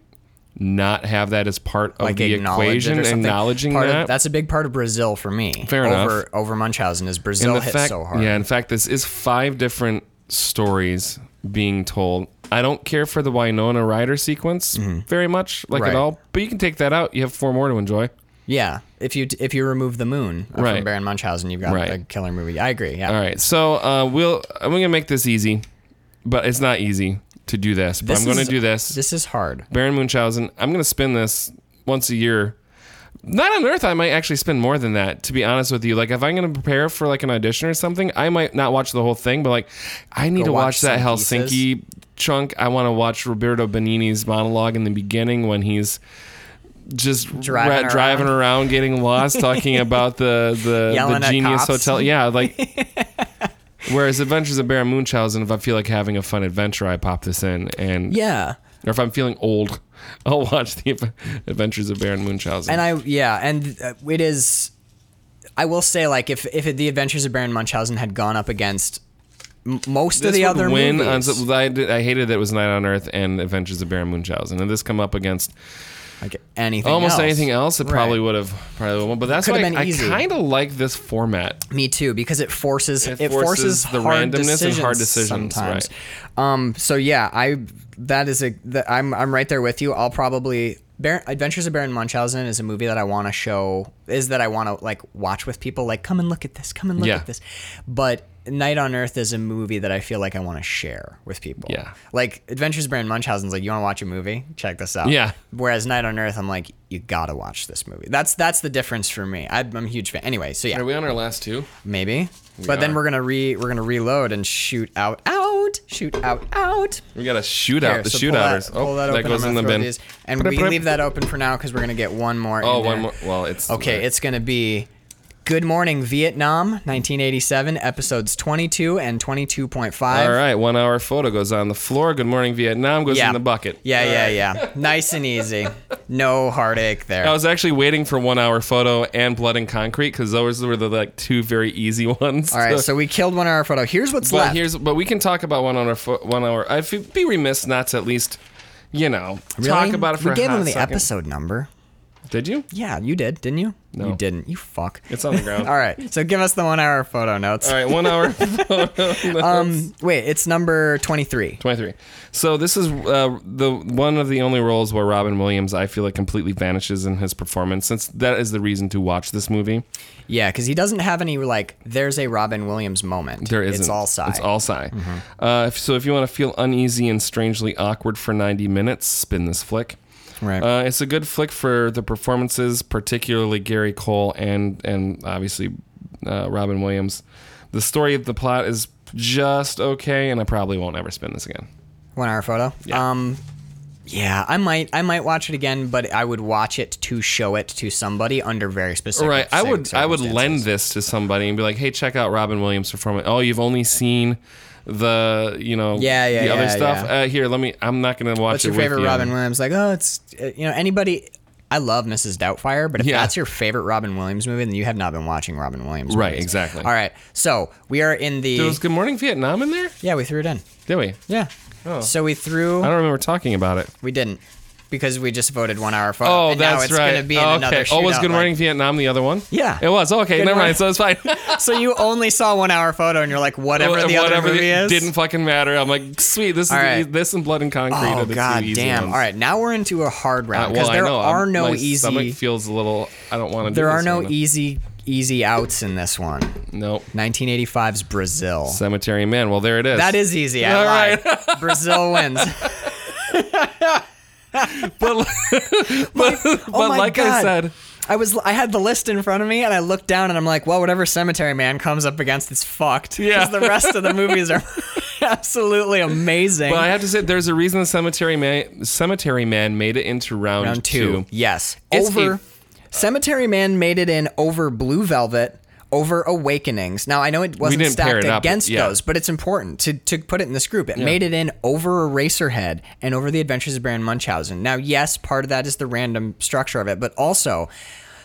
Speaker 2: not have that as part of
Speaker 3: like
Speaker 2: the
Speaker 3: acknowledge it
Speaker 2: equation.
Speaker 3: or something.
Speaker 2: Acknowledging
Speaker 3: Part of-
Speaker 2: that
Speaker 3: that's a big part of brazil for me
Speaker 2: Fair
Speaker 3: over
Speaker 2: enough.
Speaker 3: over munchausen is brazil hits
Speaker 2: fact,
Speaker 3: so hard
Speaker 2: Yeah, in fact, this is five different stories being told I don't care for the Winona Ryder sequence very much, like
Speaker 3: Mm-hmm. Right.
Speaker 2: at all. But you can take that out. You have four more to enjoy.
Speaker 3: Yeah, if you if you remove the moon uh,
Speaker 2: Right.
Speaker 3: from Baron Munchausen, you've got
Speaker 2: Right.
Speaker 3: a killer movie. I agree. Yeah,
Speaker 2: All right, so uh, we'll. I'm gonna make this easy, but it's not easy to do this. But
Speaker 3: This
Speaker 2: I'm gonna
Speaker 3: is-
Speaker 2: do this.
Speaker 3: this is hard.
Speaker 2: Baron Munchausen. I'm gonna spin this once a year. Not on Earth, I might actually spend more than that. To be honest with you, like if I'm gonna prepare for like an audition or something, I might not watch the whole thing, but like I need
Speaker 3: Go
Speaker 2: to
Speaker 3: watch
Speaker 2: watch, that
Speaker 3: some
Speaker 2: Helsinki chunk. I want to watch Roberto Benigni's monologue in the beginning when he's just
Speaker 3: Driving
Speaker 2: ra-
Speaker 3: around.
Speaker 2: driving around, getting lost, talking about the the,
Speaker 3: Yelling
Speaker 2: the
Speaker 3: at
Speaker 2: genius
Speaker 3: cops.
Speaker 2: hotel. Yeah, like. Whereas Adventures of Baron Munchausen, if I feel like having a fun adventure, I pop this in and
Speaker 3: Yeah,
Speaker 2: or if I'm feeling old, I'll watch the Adve- Adventures of Baron Munchausen.
Speaker 3: and I yeah, and uh, it is. I will say, like, if if the Adventures of Baron Munchausen had gone up against m- most of the
Speaker 2: would
Speaker 3: other
Speaker 2: win on
Speaker 3: movies,
Speaker 2: some- I, did- I hated that it was Night on Earth and Adventures of Baron Munchausen, and this come up against
Speaker 3: like anything,
Speaker 2: almost
Speaker 3: else.
Speaker 2: anything else. It
Speaker 3: Right.
Speaker 2: probably would have probably would've won, but that's
Speaker 3: Could've
Speaker 2: why
Speaker 3: been
Speaker 2: I,
Speaker 3: easy.
Speaker 2: kind of like this format.
Speaker 3: Me too, because it forces it,
Speaker 2: It
Speaker 3: forces,
Speaker 2: forces the
Speaker 3: hard
Speaker 2: randomness
Speaker 3: decisions
Speaker 2: and hard decisions,
Speaker 3: sometimes. Um, so yeah, I that is a that I'm I'm right there with you. I'll probably Baron, Adventures of Baron Munchausen is a movie that I want to show is that I want to like watch with people. Like, come and look at this, come and look
Speaker 2: Yeah.
Speaker 3: at this. But Night on Earth is a movie that I feel like I want to share with people.
Speaker 2: Yeah.
Speaker 3: like Adventures of Baron Munchausen's like you want to watch a movie, check this out.
Speaker 2: Yeah.
Speaker 3: Whereas Night on Earth, I'm like you gotta watch this movie. That's that's the difference for me. I, I'm a huge fan. Anyway, so yeah,
Speaker 2: Are we on our last two?
Speaker 3: Maybe. but then
Speaker 2: are.
Speaker 3: we're gonna re we're gonna reload and shoot out out shoot out out.
Speaker 2: We got a shootout.
Speaker 3: Here,
Speaker 2: the
Speaker 3: so pull
Speaker 2: shootouters.
Speaker 3: That, pull that, open.
Speaker 2: goes
Speaker 3: I'm
Speaker 2: in
Speaker 3: gonna
Speaker 2: the
Speaker 3: throw
Speaker 2: bin.
Speaker 3: these. and we leave that open for now because we're gonna get one more.
Speaker 2: Oh,
Speaker 3: in there.
Speaker 2: one more. Well, it's
Speaker 3: Okay, it's gonna be Good Morning Vietnam, 1987, episodes 22 and 22.5.
Speaker 2: all right. One hour photo goes on the floor. Good morning, Vietnam goes
Speaker 3: Yeah.
Speaker 2: in the bucket.
Speaker 3: Yeah, yeah, yeah. nice and easy. No heartache there.
Speaker 2: I was actually waiting for one hour photo and blood and concrete because those were the like two very easy ones.
Speaker 3: All right, so we killed one hour photo. Here's what's
Speaker 2: but
Speaker 3: left.
Speaker 2: here's but we can talk about one hour fo- one hour. I'd f- be remiss not to at least you know
Speaker 3: Really?
Speaker 2: talk about it for
Speaker 3: we
Speaker 2: a
Speaker 3: gave
Speaker 2: hot
Speaker 3: them the
Speaker 2: second.
Speaker 3: episode number.
Speaker 2: Did you?
Speaker 3: Yeah, you did, didn't you?
Speaker 2: No.
Speaker 3: You didn't. You fuck.
Speaker 2: It's on the ground.
Speaker 3: All right. So give us the one hour photo notes.
Speaker 2: All right, one hour photo.
Speaker 3: Um, wait, it's number 23.
Speaker 2: 23. So this is uh, the one of the only roles where Robin Williams, I feel like, completely vanishes in his performance, since that is the reason to watch this movie.
Speaker 3: Yeah, because he doesn't have any, like, there's a Robin Williams moment.
Speaker 2: There isn't.
Speaker 3: It's all Mm-hmm. side.
Speaker 2: It's all Psy. Uh, if- so if you want to feel uneasy and strangely awkward for 90 minutes, spin this flick.
Speaker 3: Right.
Speaker 2: Uh, it's a good flick for the performances, particularly Gary Cole and and obviously uh, Robin Williams. The story of the plot is just okay, and I probably won't ever spin this again.
Speaker 3: one hour photo.
Speaker 2: Yeah.
Speaker 3: Um, yeah, I might, I might watch it again, but I would watch it to show it to somebody under very specific.
Speaker 2: right i would i would
Speaker 3: circumstances.
Speaker 2: lend this to somebody and be like hey check out robin williams performance oh you've only seen the you know
Speaker 3: Yeah, yeah,
Speaker 2: the other
Speaker 3: yeah,
Speaker 2: stuff
Speaker 3: yeah.
Speaker 2: uh, here let me i'm not gonna watch
Speaker 3: What's
Speaker 2: it
Speaker 3: your favorite
Speaker 2: with you.
Speaker 3: Robin Williams? Like, oh, it's uh, you know anybody. I love Mrs. Doubtfire, but if
Speaker 2: Yeah.
Speaker 3: that's your favorite Robin Williams movie, then you have not been watching Robin Williams.
Speaker 2: Right,
Speaker 3: movies.
Speaker 2: exactly.
Speaker 3: All right, so we are in the.
Speaker 2: there was good morning vietnam in there
Speaker 3: yeah, we threw it in.
Speaker 2: did we
Speaker 3: Yeah.
Speaker 2: Oh.
Speaker 3: So we
Speaker 2: i
Speaker 3: threw.
Speaker 2: don't remember talking about it
Speaker 3: We didn't because we just voted one hour photo.
Speaker 2: oh
Speaker 3: and
Speaker 2: that's
Speaker 3: Uh, now it's
Speaker 2: right
Speaker 3: Gonna be in
Speaker 2: okay
Speaker 3: another
Speaker 2: oh was
Speaker 3: shootout,
Speaker 2: good morning
Speaker 3: like-
Speaker 2: vietnam the other one
Speaker 3: Yeah.
Speaker 2: it was okay
Speaker 3: Good
Speaker 2: never
Speaker 3: Morning-
Speaker 2: mind so it's fine
Speaker 3: so you only saw one hour photo, and you're like, whatever the other
Speaker 2: Whatever the-
Speaker 3: movie is.
Speaker 2: didn't fucking matter. I'm like, sweet. This
Speaker 3: All
Speaker 2: is
Speaker 3: right.
Speaker 2: the, e-, this and blood and concrete
Speaker 3: Oh
Speaker 2: are the
Speaker 3: god
Speaker 2: two easy
Speaker 3: damn!
Speaker 2: ones.
Speaker 3: All right, now we're into a hard
Speaker 2: Uh, well,
Speaker 3: round because there
Speaker 2: I know.
Speaker 3: are
Speaker 2: I'm-
Speaker 3: no
Speaker 2: my
Speaker 3: easy.
Speaker 2: Stomach feels a little. I don't want to.
Speaker 3: There
Speaker 2: do
Speaker 3: are
Speaker 2: this
Speaker 3: no e-,
Speaker 2: right now.
Speaker 3: easy easy outs in this one.
Speaker 2: Nope.
Speaker 3: 1985's Brazil.
Speaker 2: Cemetery Man. Well, there it is.
Speaker 3: that is easy. I
Speaker 2: All
Speaker 3: lied. Brazil wins.
Speaker 2: But, but, but
Speaker 3: oh my
Speaker 2: like
Speaker 3: God.
Speaker 2: I said,
Speaker 3: I was I had the list in front of me and I looked down and I'm like, well, whatever Cemetery Man comes up against, it's fucked. 'Cause
Speaker 2: Yeah.
Speaker 3: the rest of the movies are absolutely amazing.
Speaker 2: but I have to say, there's a reason the Cemetery Man, Cemetery Man made it into round,
Speaker 3: Round two. Yes.
Speaker 2: It's
Speaker 3: over
Speaker 2: a-
Speaker 3: Cemetery Man made it in over Blue Velvet, over Awakenings. Now I know it wasn't
Speaker 2: didn't pair
Speaker 3: stacked
Speaker 2: it up,
Speaker 3: against
Speaker 2: yeah.
Speaker 3: those, but it's important to, to put it in this group. It made it in over Eraserhead and over The Adventures of Baron Munchausen. Now, yes, part of that is the random structure of it, but also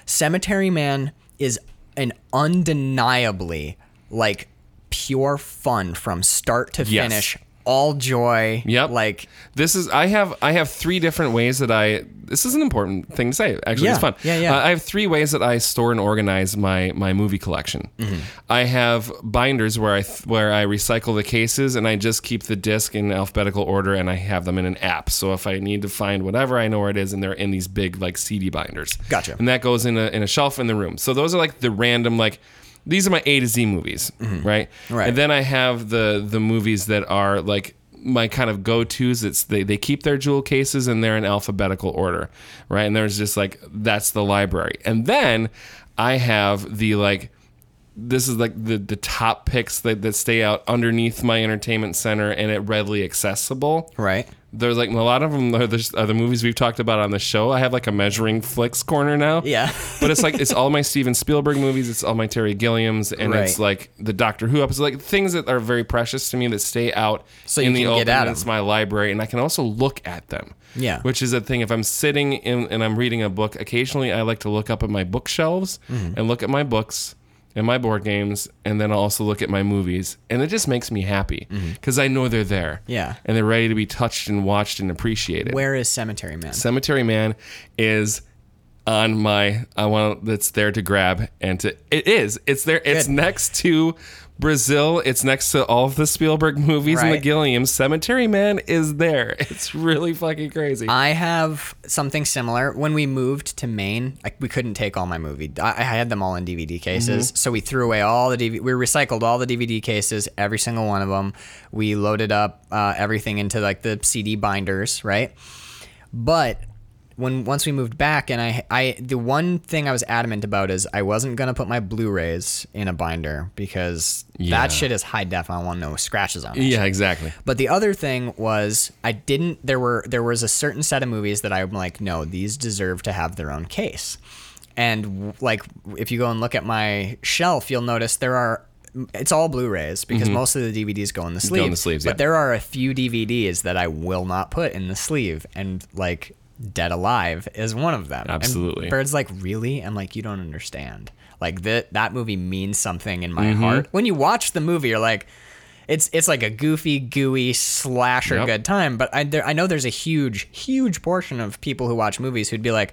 Speaker 3: Cemetery Man is an undeniably like pure fun from start to
Speaker 2: Yes.
Speaker 3: finish all joy.
Speaker 2: Yep.
Speaker 3: Like
Speaker 2: This is I have I have three different ways that I this is an important thing to say. Actually,
Speaker 3: Yeah,
Speaker 2: it's fun.
Speaker 3: yeah, yeah.
Speaker 2: Uh, I have three ways that I store and organize my my movie collection.
Speaker 3: Mm-hmm.
Speaker 2: I have binders where I th- where I recycle the cases and I just keep the disc in alphabetical order and I have them in an app. So if I need to find whatever, I know where it is and they're in these big like CD binders.
Speaker 3: Gotcha.
Speaker 2: And that goes in a in a shelf in the room. So those are like the random like these are my A to Z movies, right?
Speaker 3: Right.
Speaker 2: And then I have the the movies that are like my kind of go tos. It's they, they keep their jewel cases and they're in alphabetical order, right? And there's just like that's the library. And then I have the like this is like the the top picks that, that stay out underneath my entertainment center and it readily accessible.
Speaker 3: right.
Speaker 2: There's like a lot of them are the, are the movies we've talked about on the show. I have like a measuring flicks corner now.
Speaker 3: Yeah.
Speaker 2: but it's like it's all my Steven Spielberg movies, it's all my Terry Gilliams, and it's
Speaker 3: Right.
Speaker 2: like the Doctor Who episodes, like things that are very precious to me that stay out
Speaker 3: So
Speaker 2: in
Speaker 3: you
Speaker 2: the
Speaker 3: can get
Speaker 2: open.
Speaker 3: at
Speaker 2: and
Speaker 3: them.
Speaker 2: It's my library, and I can also look at them.
Speaker 3: Yeah.
Speaker 2: which is a thing. If I'm sitting in and I'm reading a book, occasionally I like to look up at my bookshelves
Speaker 3: Mm-hmm.
Speaker 2: and look at my books. And my board games, and then I'll also look at my movies, and it just makes me happy because I know they're there
Speaker 3: Mm-hmm. Yeah.
Speaker 2: and they're ready to be touched and watched and appreciated.
Speaker 3: Where is Cemetery Man?
Speaker 2: Cemetery Man is on my I want that's there to grab and to it is it's there it's
Speaker 3: Good.
Speaker 2: next to Brazil it's next to all of the Spielberg movies and the
Speaker 3: Right.
Speaker 2: Gilliam Cemetery Man is there it's really fucking crazy
Speaker 3: I have something similar. When we moved to Maine, I, we couldn't take all my movie. I, I had them all in DVD cases, so we threw away all the DVD. We recycled all the DVD cases, every single one of them. We loaded up uh, everything into like the CD binders, right? But when once we moved back, and I, I the one thing I was adamant about is I wasn't gonna put my Blu-rays in a binder because
Speaker 2: Yeah.
Speaker 3: that shit is high def. and I want no scratches on it.
Speaker 2: yeah exactly
Speaker 3: But the other thing was I didn't there were there was a certain set of movies that I'm like, no, these deserve to have their own case. And w- like if you go and look at my shelf, you'll notice there are it's all Blu-rays because most of the DVDs Mm-hmm. go in the sleeve.
Speaker 2: in the sleeves,
Speaker 3: but
Speaker 2: yeah.
Speaker 3: there are a few DVDs that I will not put in the sleeve and like Dead Alive is one of them. And
Speaker 2: Absolutely.
Speaker 3: Bird's like, really? I'm like, you don't understand. Like that that movie means something in my
Speaker 2: Mm-hmm.
Speaker 3: heart. When you watch the movie, you're like, it's it's like a goofy, gooey slasher
Speaker 2: Yep.
Speaker 3: good time. But I there, I know there's a huge, huge portion of people who watch movies who'd be like,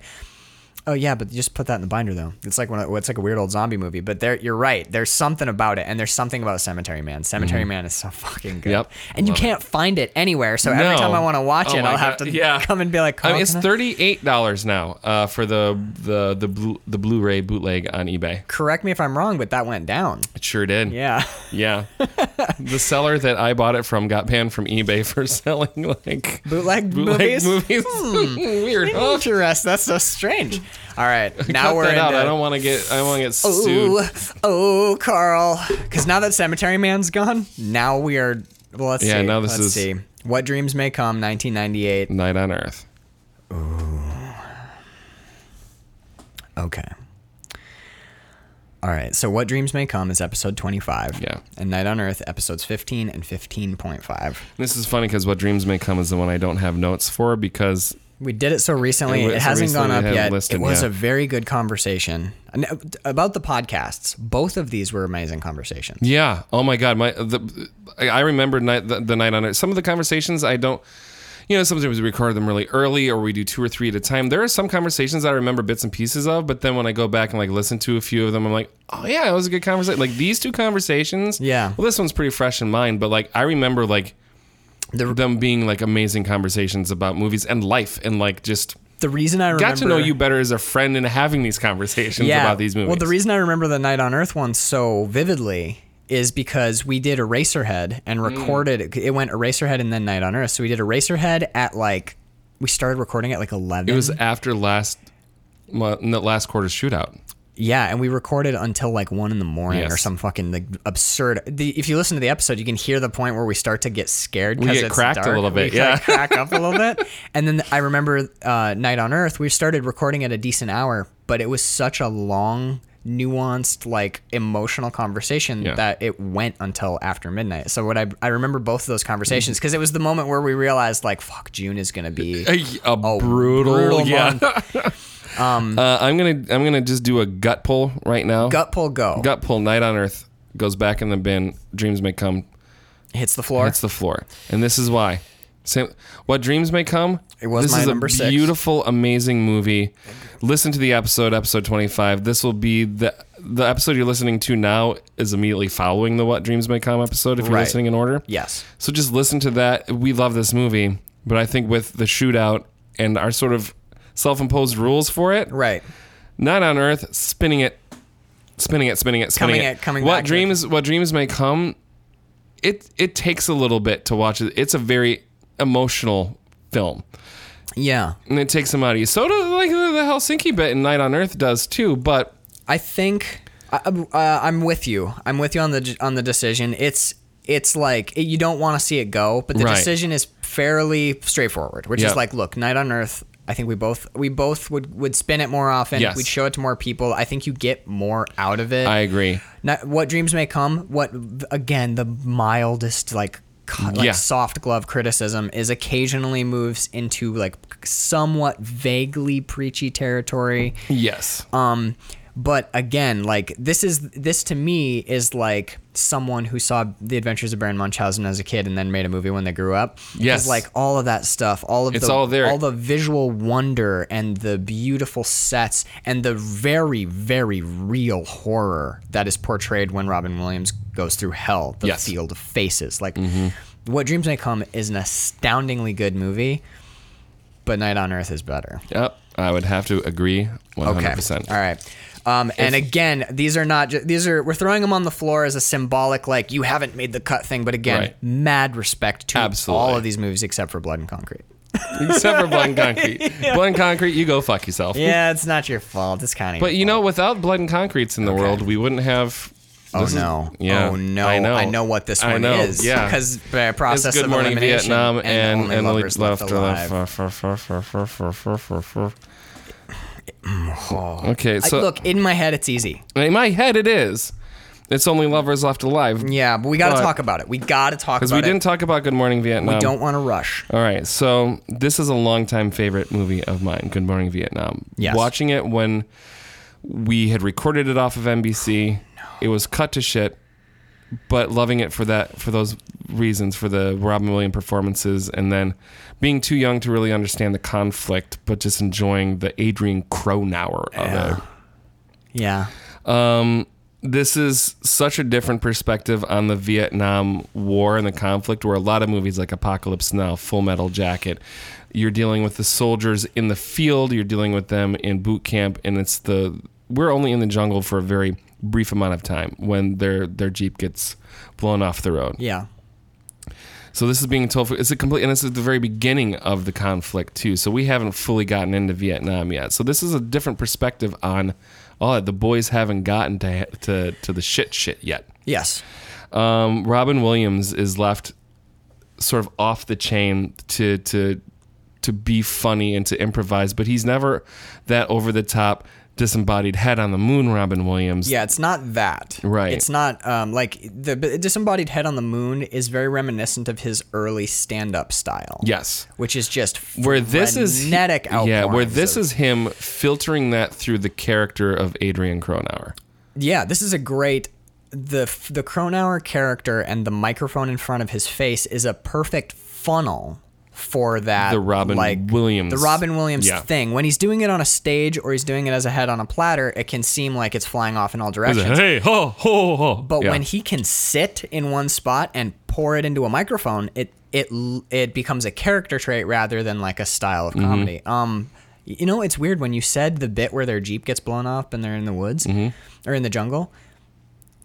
Speaker 3: oh yeah, but just put that in the binder though. It's like one of, it's like a weird old zombie movie. But there, you're right. There's something about it, and there's something about Cemetery Man. Cemetery Man is so fucking
Speaker 2: Mm-hmm.
Speaker 3: good.
Speaker 2: Yep.
Speaker 3: And you
Speaker 2: Love it.
Speaker 3: can't find it anywhere. So every
Speaker 2: No.
Speaker 3: time I want to watch
Speaker 2: Oh
Speaker 3: it,
Speaker 2: my
Speaker 3: I'll have
Speaker 2: God,
Speaker 3: to
Speaker 2: yeah.
Speaker 3: come and be like,
Speaker 2: I
Speaker 3: "Oh,
Speaker 2: mean, it's
Speaker 3: can I-"
Speaker 2: thirty eight dollars now uh, for the the the blue, the Blu-ray bootleg on eBay
Speaker 3: correct me if I'm wrong, but that went down.
Speaker 2: it sure did
Speaker 3: Yeah.
Speaker 2: yeah the seller that I bought it from got banned from eBay for selling like
Speaker 3: Bootleg,
Speaker 2: bootleg
Speaker 3: movies. Hmm.
Speaker 2: movies. Weird. Huh?
Speaker 3: Interesting. That's so strange. All right, now
Speaker 2: Cut
Speaker 3: we're
Speaker 2: that
Speaker 3: into.
Speaker 2: out. I don't want to get. I don't want to get sued.
Speaker 3: Oh, oh, Carl. Because now that Cemetery Man's gone, now we are. Well, let's
Speaker 2: Yeah,
Speaker 3: see.
Speaker 2: now this
Speaker 3: let's
Speaker 2: is-
Speaker 3: see. What Dreams May Come, 1998.
Speaker 2: Night on Earth.
Speaker 3: Okay. All right. So, What Dreams May Come is episode 25.
Speaker 2: Yeah.
Speaker 3: And Night on Earth, episodes 15 and 15.5.
Speaker 2: This is funny because what dreams may come is the one I don't have notes for because
Speaker 3: We did it so
Speaker 2: It
Speaker 3: recently. It,
Speaker 2: was- so
Speaker 3: hasn't
Speaker 2: recently
Speaker 3: gone
Speaker 2: we
Speaker 3: up
Speaker 2: haven't
Speaker 3: yet.
Speaker 2: listed,
Speaker 3: it was
Speaker 2: yeah.
Speaker 3: a very good conversation And, uh, about the podcasts. Both of these were amazing conversations.
Speaker 2: yeah. Oh my God. My the I I remember night the, the night on Earth. Some of the conversations I don't. You know, sometimes we record them really early, or we do two or three at a time. There are some conversations I remember bits and pieces of, but then when I go back and like listen to a few of them, I'm like, oh yeah, it was a good conversation. Like these two conversations.
Speaker 3: Yeah.
Speaker 2: Well, this one's pretty fresh in mind, but like I remember like
Speaker 3: The-
Speaker 2: them being like amazing conversations about movies and life and like just
Speaker 3: The reason I remember
Speaker 2: got to know you better as a friend and having these conversations about these movies.
Speaker 3: Well, the reason I remember the Night on Earth one so vividly is because we did Eraserhead and recorded it went Eraserhead and then Night on Earth. So we did Eraserhead at like we started recording at like 11.
Speaker 2: it was after last mo- no, last quarter's shootout.
Speaker 3: yeah, and we recorded until like 1 in the morning
Speaker 2: Yes.
Speaker 3: or some fucking like absurd. The, if you listen to the episode, you can hear the point where we start to get scared
Speaker 2: We
Speaker 3: because
Speaker 2: get
Speaker 3: it's
Speaker 2: cracked a
Speaker 3: dark.
Speaker 2: little bit,
Speaker 3: We,
Speaker 2: yeah.
Speaker 3: like, crack up a little bit. And then I remember uh, Night on Earth, we started recording at a decent hour, but it was such a long, nuanced, like emotional conversation
Speaker 2: Yeah.
Speaker 3: that it went until after midnight. So what I I remember both of those conversations because it was the moment where we realized like fuck June is gonna be
Speaker 2: A, a brutal,
Speaker 3: Oh, brutal
Speaker 2: yeah. uh, I'm gonna I'm gonna just do a gut pull right now.
Speaker 3: gut pull go.
Speaker 2: gut pull. Night on Earth goes back in the bin. Dreams may come.
Speaker 3: hits the floor.
Speaker 2: That's the floor. And this is why. Same, what dreams may come.
Speaker 3: It was
Speaker 2: this
Speaker 3: my
Speaker 2: is
Speaker 3: number
Speaker 2: a
Speaker 3: six.
Speaker 2: beautiful, amazing movie. Listen to the episode, episode twenty-five. This will be the the episode you're listening to now is immediately following the What Dreams May Come episode. If you're
Speaker 3: Right.
Speaker 2: listening in order,
Speaker 3: yes.
Speaker 2: So just listen to that. We love this movie, but I think with the shootout and our sort of self-imposed rules for it,
Speaker 3: Right.
Speaker 2: not on Earth, spinning it, spinning it, spinning it, spinning
Speaker 3: Coming it, coming
Speaker 2: what
Speaker 3: back to
Speaker 2: dreams, what dreams may come. It it takes a little bit to watch it. It's a very emotional film,
Speaker 3: Yeah.
Speaker 2: and it takes some out of you. So does like the Helsinki bit and Night on Earth does too. But
Speaker 3: I think I, I'm- uh, I'm with you. I'm with you on the on the decision. It's it's like you don't want to see it go, but the
Speaker 2: Right.
Speaker 3: decision is fairly straightforward, which
Speaker 2: Yep.
Speaker 3: is like, look, Night on Earth. I think we both we both would would spin it more often.
Speaker 2: Yes.
Speaker 3: We'd show it to more people. I think you get more out of it.
Speaker 2: I agree.
Speaker 3: Not, what dreams may come. What again? The mildest like. co- Like
Speaker 2: Yeah.
Speaker 3: soft glove criticism is occasionally moves into like somewhat vaguely preachy territory.
Speaker 2: Yes,
Speaker 3: Um, but again, like this is this to me is like someone who saw The Adventures of Baron Munchausen as a kid and then made a movie when they grew up. 'Cause,
Speaker 2: Yes.
Speaker 3: like all of that stuff, all of
Speaker 2: It's
Speaker 3: the
Speaker 2: all there.
Speaker 3: all the visual wonder and the beautiful sets and the very very real horror that is portrayed when Robin Williams goes through hell, the
Speaker 2: Yes. Mm-hmm.
Speaker 3: field of faces. Like What Dreams May Come is an astoundingly good movie, but Night on Earth is better.
Speaker 2: yep. I would have to agree one
Speaker 3: Okay.
Speaker 2: hundred percent.
Speaker 3: All right. Um, and again, these are not. Ju- these are. We're throwing them on the floor as a symbolic, like you haven't made the cut thing. But again,
Speaker 2: Right.
Speaker 3: mad respect to
Speaker 2: Absolutely.
Speaker 3: all of these movies except for Blood and Concrete.
Speaker 2: Except for Blood and Concrete. Blood and Concrete, you go fuck yourself.
Speaker 3: Yeah, it's not your fault. It's kind of.
Speaker 2: But you know, without Blood and Concretes in the world, we wouldn't have.
Speaker 3: oh
Speaker 2: this is-
Speaker 3: no.
Speaker 2: yeah,
Speaker 3: oh no.
Speaker 2: I know.
Speaker 3: what this
Speaker 2: I
Speaker 3: one
Speaker 2: know,
Speaker 3: is.
Speaker 2: yeah.
Speaker 3: Because by process
Speaker 2: It's Good
Speaker 3: of
Speaker 2: Morning
Speaker 3: elimination
Speaker 2: Vietnam and
Speaker 3: only
Speaker 2: and
Speaker 3: lovers left, alive.
Speaker 2: Okay,
Speaker 3: Oh. I-
Speaker 2: Oh. so
Speaker 3: look, in my head, it's easy.
Speaker 2: in my head it is. It's only lovers left alive
Speaker 3: Yeah, but we got to
Speaker 2: But-
Speaker 3: talk about it. We got to talk
Speaker 2: because
Speaker 3: about
Speaker 2: we
Speaker 3: it.
Speaker 2: didn't talk about Good Morning Vietnam.
Speaker 3: we don't want to rush.
Speaker 2: All right, so this is a longtime favorite movie of mine, Good Morning Vietnam.
Speaker 3: Yes.
Speaker 2: Watching it when we had recorded it off of NBC, it was cut to shit, but loving it for that for those reasons, for the Robin Williams performances, and then being too young to really understand the conflict, but just enjoying the Adrian Cronauer of it.
Speaker 3: Yeah.
Speaker 2: Um, this is such a different perspective on the Vietnam War and the conflict, where a lot of movies like Apocalypse Now, Full Metal Jacket, you're dealing with the soldiers in the field, you're dealing with them in boot camp, and it's the we're only in the jungle for a very brief amount of time when their their jeep gets blown off the road.
Speaker 3: Yeah.
Speaker 2: So this is being told. For, it's a complete, and this is the very beginning of the conflict too. So we haven't fully gotten into Vietnam yet. So this is a different perspective on all that. The boys haven't gotten to to to the shit shit yet.
Speaker 3: Yes.
Speaker 2: Um, Robin Williams is left sort of off the chain to to to be funny and to improvise, but he's never that over the top disembodied head on the moon. Robin Williams.
Speaker 3: Yeah, it's not that.
Speaker 2: Right.
Speaker 3: It's not um, like the b- disembodied head on the moon is very reminiscent of his early stand-up style.
Speaker 2: Yes.
Speaker 3: Which is just
Speaker 2: where this is
Speaker 3: frenetic
Speaker 2: yeah where
Speaker 3: outpourings
Speaker 2: this
Speaker 3: of-
Speaker 2: is him filtering that through the character of adrian cronauer
Speaker 3: yeah this is a great the f- the Cronauer character and the microphone in front of his face is a perfect funnel for that
Speaker 2: The Robin
Speaker 3: like
Speaker 2: Williams.
Speaker 3: the Robin Williams
Speaker 2: Yeah.
Speaker 3: thing when he's doing it on a stage or he's doing it as a head on a platter it can seem like it's flying off in all directions
Speaker 2: hey ho ho ho
Speaker 3: But when he can sit in one spot and pour it into a microphone, it it l- it becomes a character trait rather than like a style of
Speaker 2: Mm-hmm.
Speaker 3: comedy. Um, y- you know, it's weird when you said the bit where their jeep gets blown up and they're in the woods
Speaker 2: Mm-hmm.
Speaker 3: or in the jungle.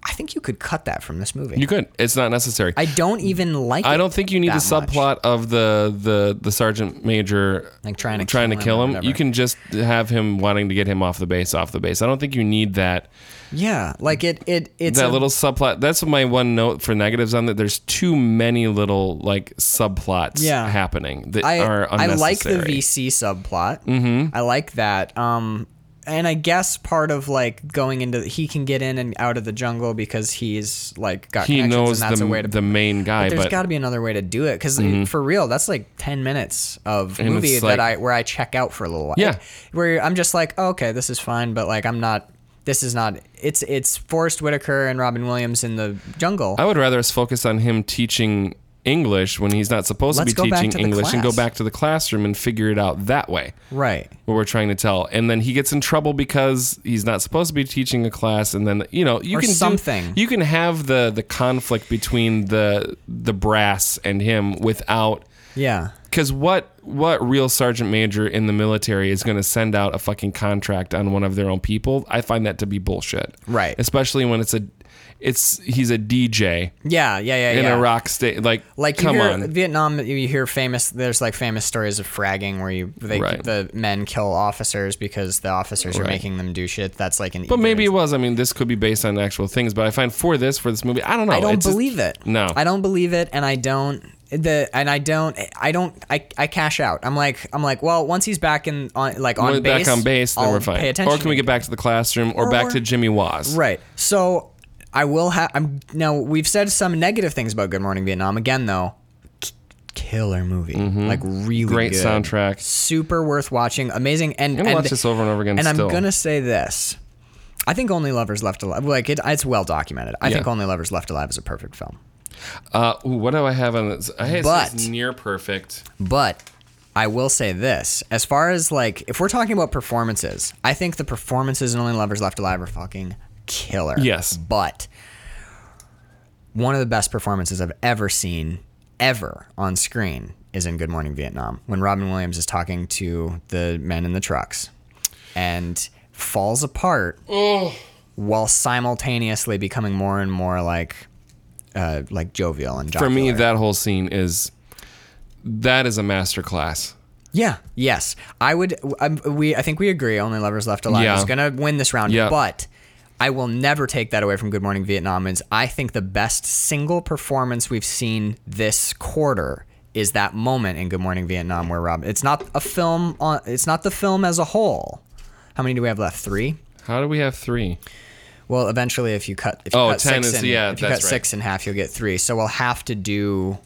Speaker 3: I think you could cut that from this movie.
Speaker 2: you could it's not necessary
Speaker 3: I don't even like.
Speaker 2: I
Speaker 3: it
Speaker 2: don't think you need the
Speaker 3: that much.
Speaker 2: subplot of the, the the sergeant major
Speaker 3: Like trying to
Speaker 2: trying
Speaker 3: kill
Speaker 2: to
Speaker 3: him
Speaker 2: kill
Speaker 3: or
Speaker 2: him.
Speaker 3: whatever.
Speaker 2: You can just have him wanting to get him off the base, off the base. I don't think you need that
Speaker 3: Yeah, like it. It it's
Speaker 2: that
Speaker 3: a-
Speaker 2: little subplot. That's my one note for negatives on that. There's too many little like subplots
Speaker 3: Yeah.
Speaker 2: happening that
Speaker 3: I,
Speaker 2: are
Speaker 3: I
Speaker 2: unnecessary.
Speaker 3: like the VC subplot. Mm-hmm. I like that. Um, and I guess part of like going into he can get in and out of the jungle because he's like got
Speaker 2: He
Speaker 3: connections
Speaker 2: knows
Speaker 3: and that's
Speaker 2: the,
Speaker 3: a way to.
Speaker 2: the main guy,
Speaker 3: there's
Speaker 2: but Mm-hmm.
Speaker 3: got to be another way to do it because for real, that's like ten minutes of
Speaker 2: And
Speaker 3: movie
Speaker 2: it's like-
Speaker 3: that I where I check out for a little while.
Speaker 2: Yeah.
Speaker 3: where I'm just like, oh, okay, this is fine, but like I'm not. This is not. It's it's Forrest Whitaker and Robin Williams in the jungle.
Speaker 2: I would rather us focus on him teaching English when he's not supposed
Speaker 3: Let's
Speaker 2: to
Speaker 3: go
Speaker 2: be
Speaker 3: back
Speaker 2: teaching
Speaker 3: to the
Speaker 2: English and go
Speaker 3: class.
Speaker 2: back to the classroom and figure it out that way.
Speaker 3: right.
Speaker 2: What we're trying to tell, and then he gets in trouble because he's not supposed to be teaching a class, and then you know you
Speaker 3: Or
Speaker 2: can do-
Speaker 3: something.
Speaker 2: you can have the the conflict between the the brass and him without
Speaker 3: Yeah.
Speaker 2: because what what real sergeant major in the military is going to send out a fucking contract on one of their own people? I find that to be bullshit.
Speaker 3: Right.
Speaker 2: Especially when it's a it's he's a DJ
Speaker 3: Yeah. Yeah. Yeah.
Speaker 2: in
Speaker 3: yeah.
Speaker 2: a rock state. Like,
Speaker 3: Like you
Speaker 2: come
Speaker 3: hear
Speaker 2: on.
Speaker 3: Vietnam, you hear famous. There's like famous stories of fragging where you they
Speaker 2: Right.
Speaker 3: the men kill officers because the officers are
Speaker 2: Right.
Speaker 3: making them do shit. That's like an.
Speaker 2: but maybe it was. I mean, this could be based on actual things. But I find for this for this movie, I don't know.
Speaker 3: I don't
Speaker 2: It's just-
Speaker 3: believe it.
Speaker 2: No.
Speaker 3: I don't believe it, and I don't the and I don't I don't I, I cash out. I'm like I'm like well once he's back in on like on
Speaker 2: When we're
Speaker 3: base
Speaker 2: back on base, then
Speaker 3: I'll
Speaker 2: we're fine.
Speaker 3: Pay attention
Speaker 2: or can we get back to the classroom or,
Speaker 3: Or-
Speaker 2: back to Jimmy Waz?
Speaker 3: right? So I will have. I'm now we've said some negative things about Good Morning Vietnam again though. k- Killer movie, like really
Speaker 2: Mm-hmm. Great
Speaker 3: good.
Speaker 2: soundtrack.
Speaker 3: super worth watching, amazing. And
Speaker 2: I'm gonna
Speaker 3: and,
Speaker 2: watch this over and over again
Speaker 3: And
Speaker 2: still.
Speaker 3: I'm gonna say this. I think Only Lovers Left Alive, like it, it's well documented. I think
Speaker 2: Yeah.
Speaker 3: Only Lovers Left Alive is a perfect film.
Speaker 2: Uh, ooh, what do I have on this? I have
Speaker 3: But-
Speaker 2: this near perfect.
Speaker 3: But I will say this: as far as like, if we're talking about performances, I think the performances in Only Lovers Left Alive are fucking killer.
Speaker 2: Yes.
Speaker 3: but one of the best performances I've ever seen, ever on screen, is in Good Morning Vietnam when Robin Williams is talking to the men in the trucks and falls apart while simultaneously becoming more and more like. Uh, like jovial and
Speaker 2: For me,
Speaker 3: jocular.
Speaker 2: that whole scene is that is a master class.
Speaker 3: Yeah. Yes, I would. Um, we. I think we agree. Only lovers left alive
Speaker 2: Yeah.
Speaker 3: is gonna win this round.
Speaker 2: Yeah.
Speaker 3: But I will never take that away from Good Morning Vietnam. Is I think the best single performance we've seen this quarter is that moment in Good Morning Vietnam where Rob. It's not a film. On. It's not the film as a whole. How many do we have left? Three.
Speaker 2: How do we have three?
Speaker 3: Well, eventually, if you cut, if you
Speaker 2: Oh,
Speaker 3: cut
Speaker 2: 10
Speaker 3: six
Speaker 2: is-
Speaker 3: in,
Speaker 2: yeah,
Speaker 3: if you
Speaker 2: that's
Speaker 3: cut six in half, you'll get three. So we'll have to do.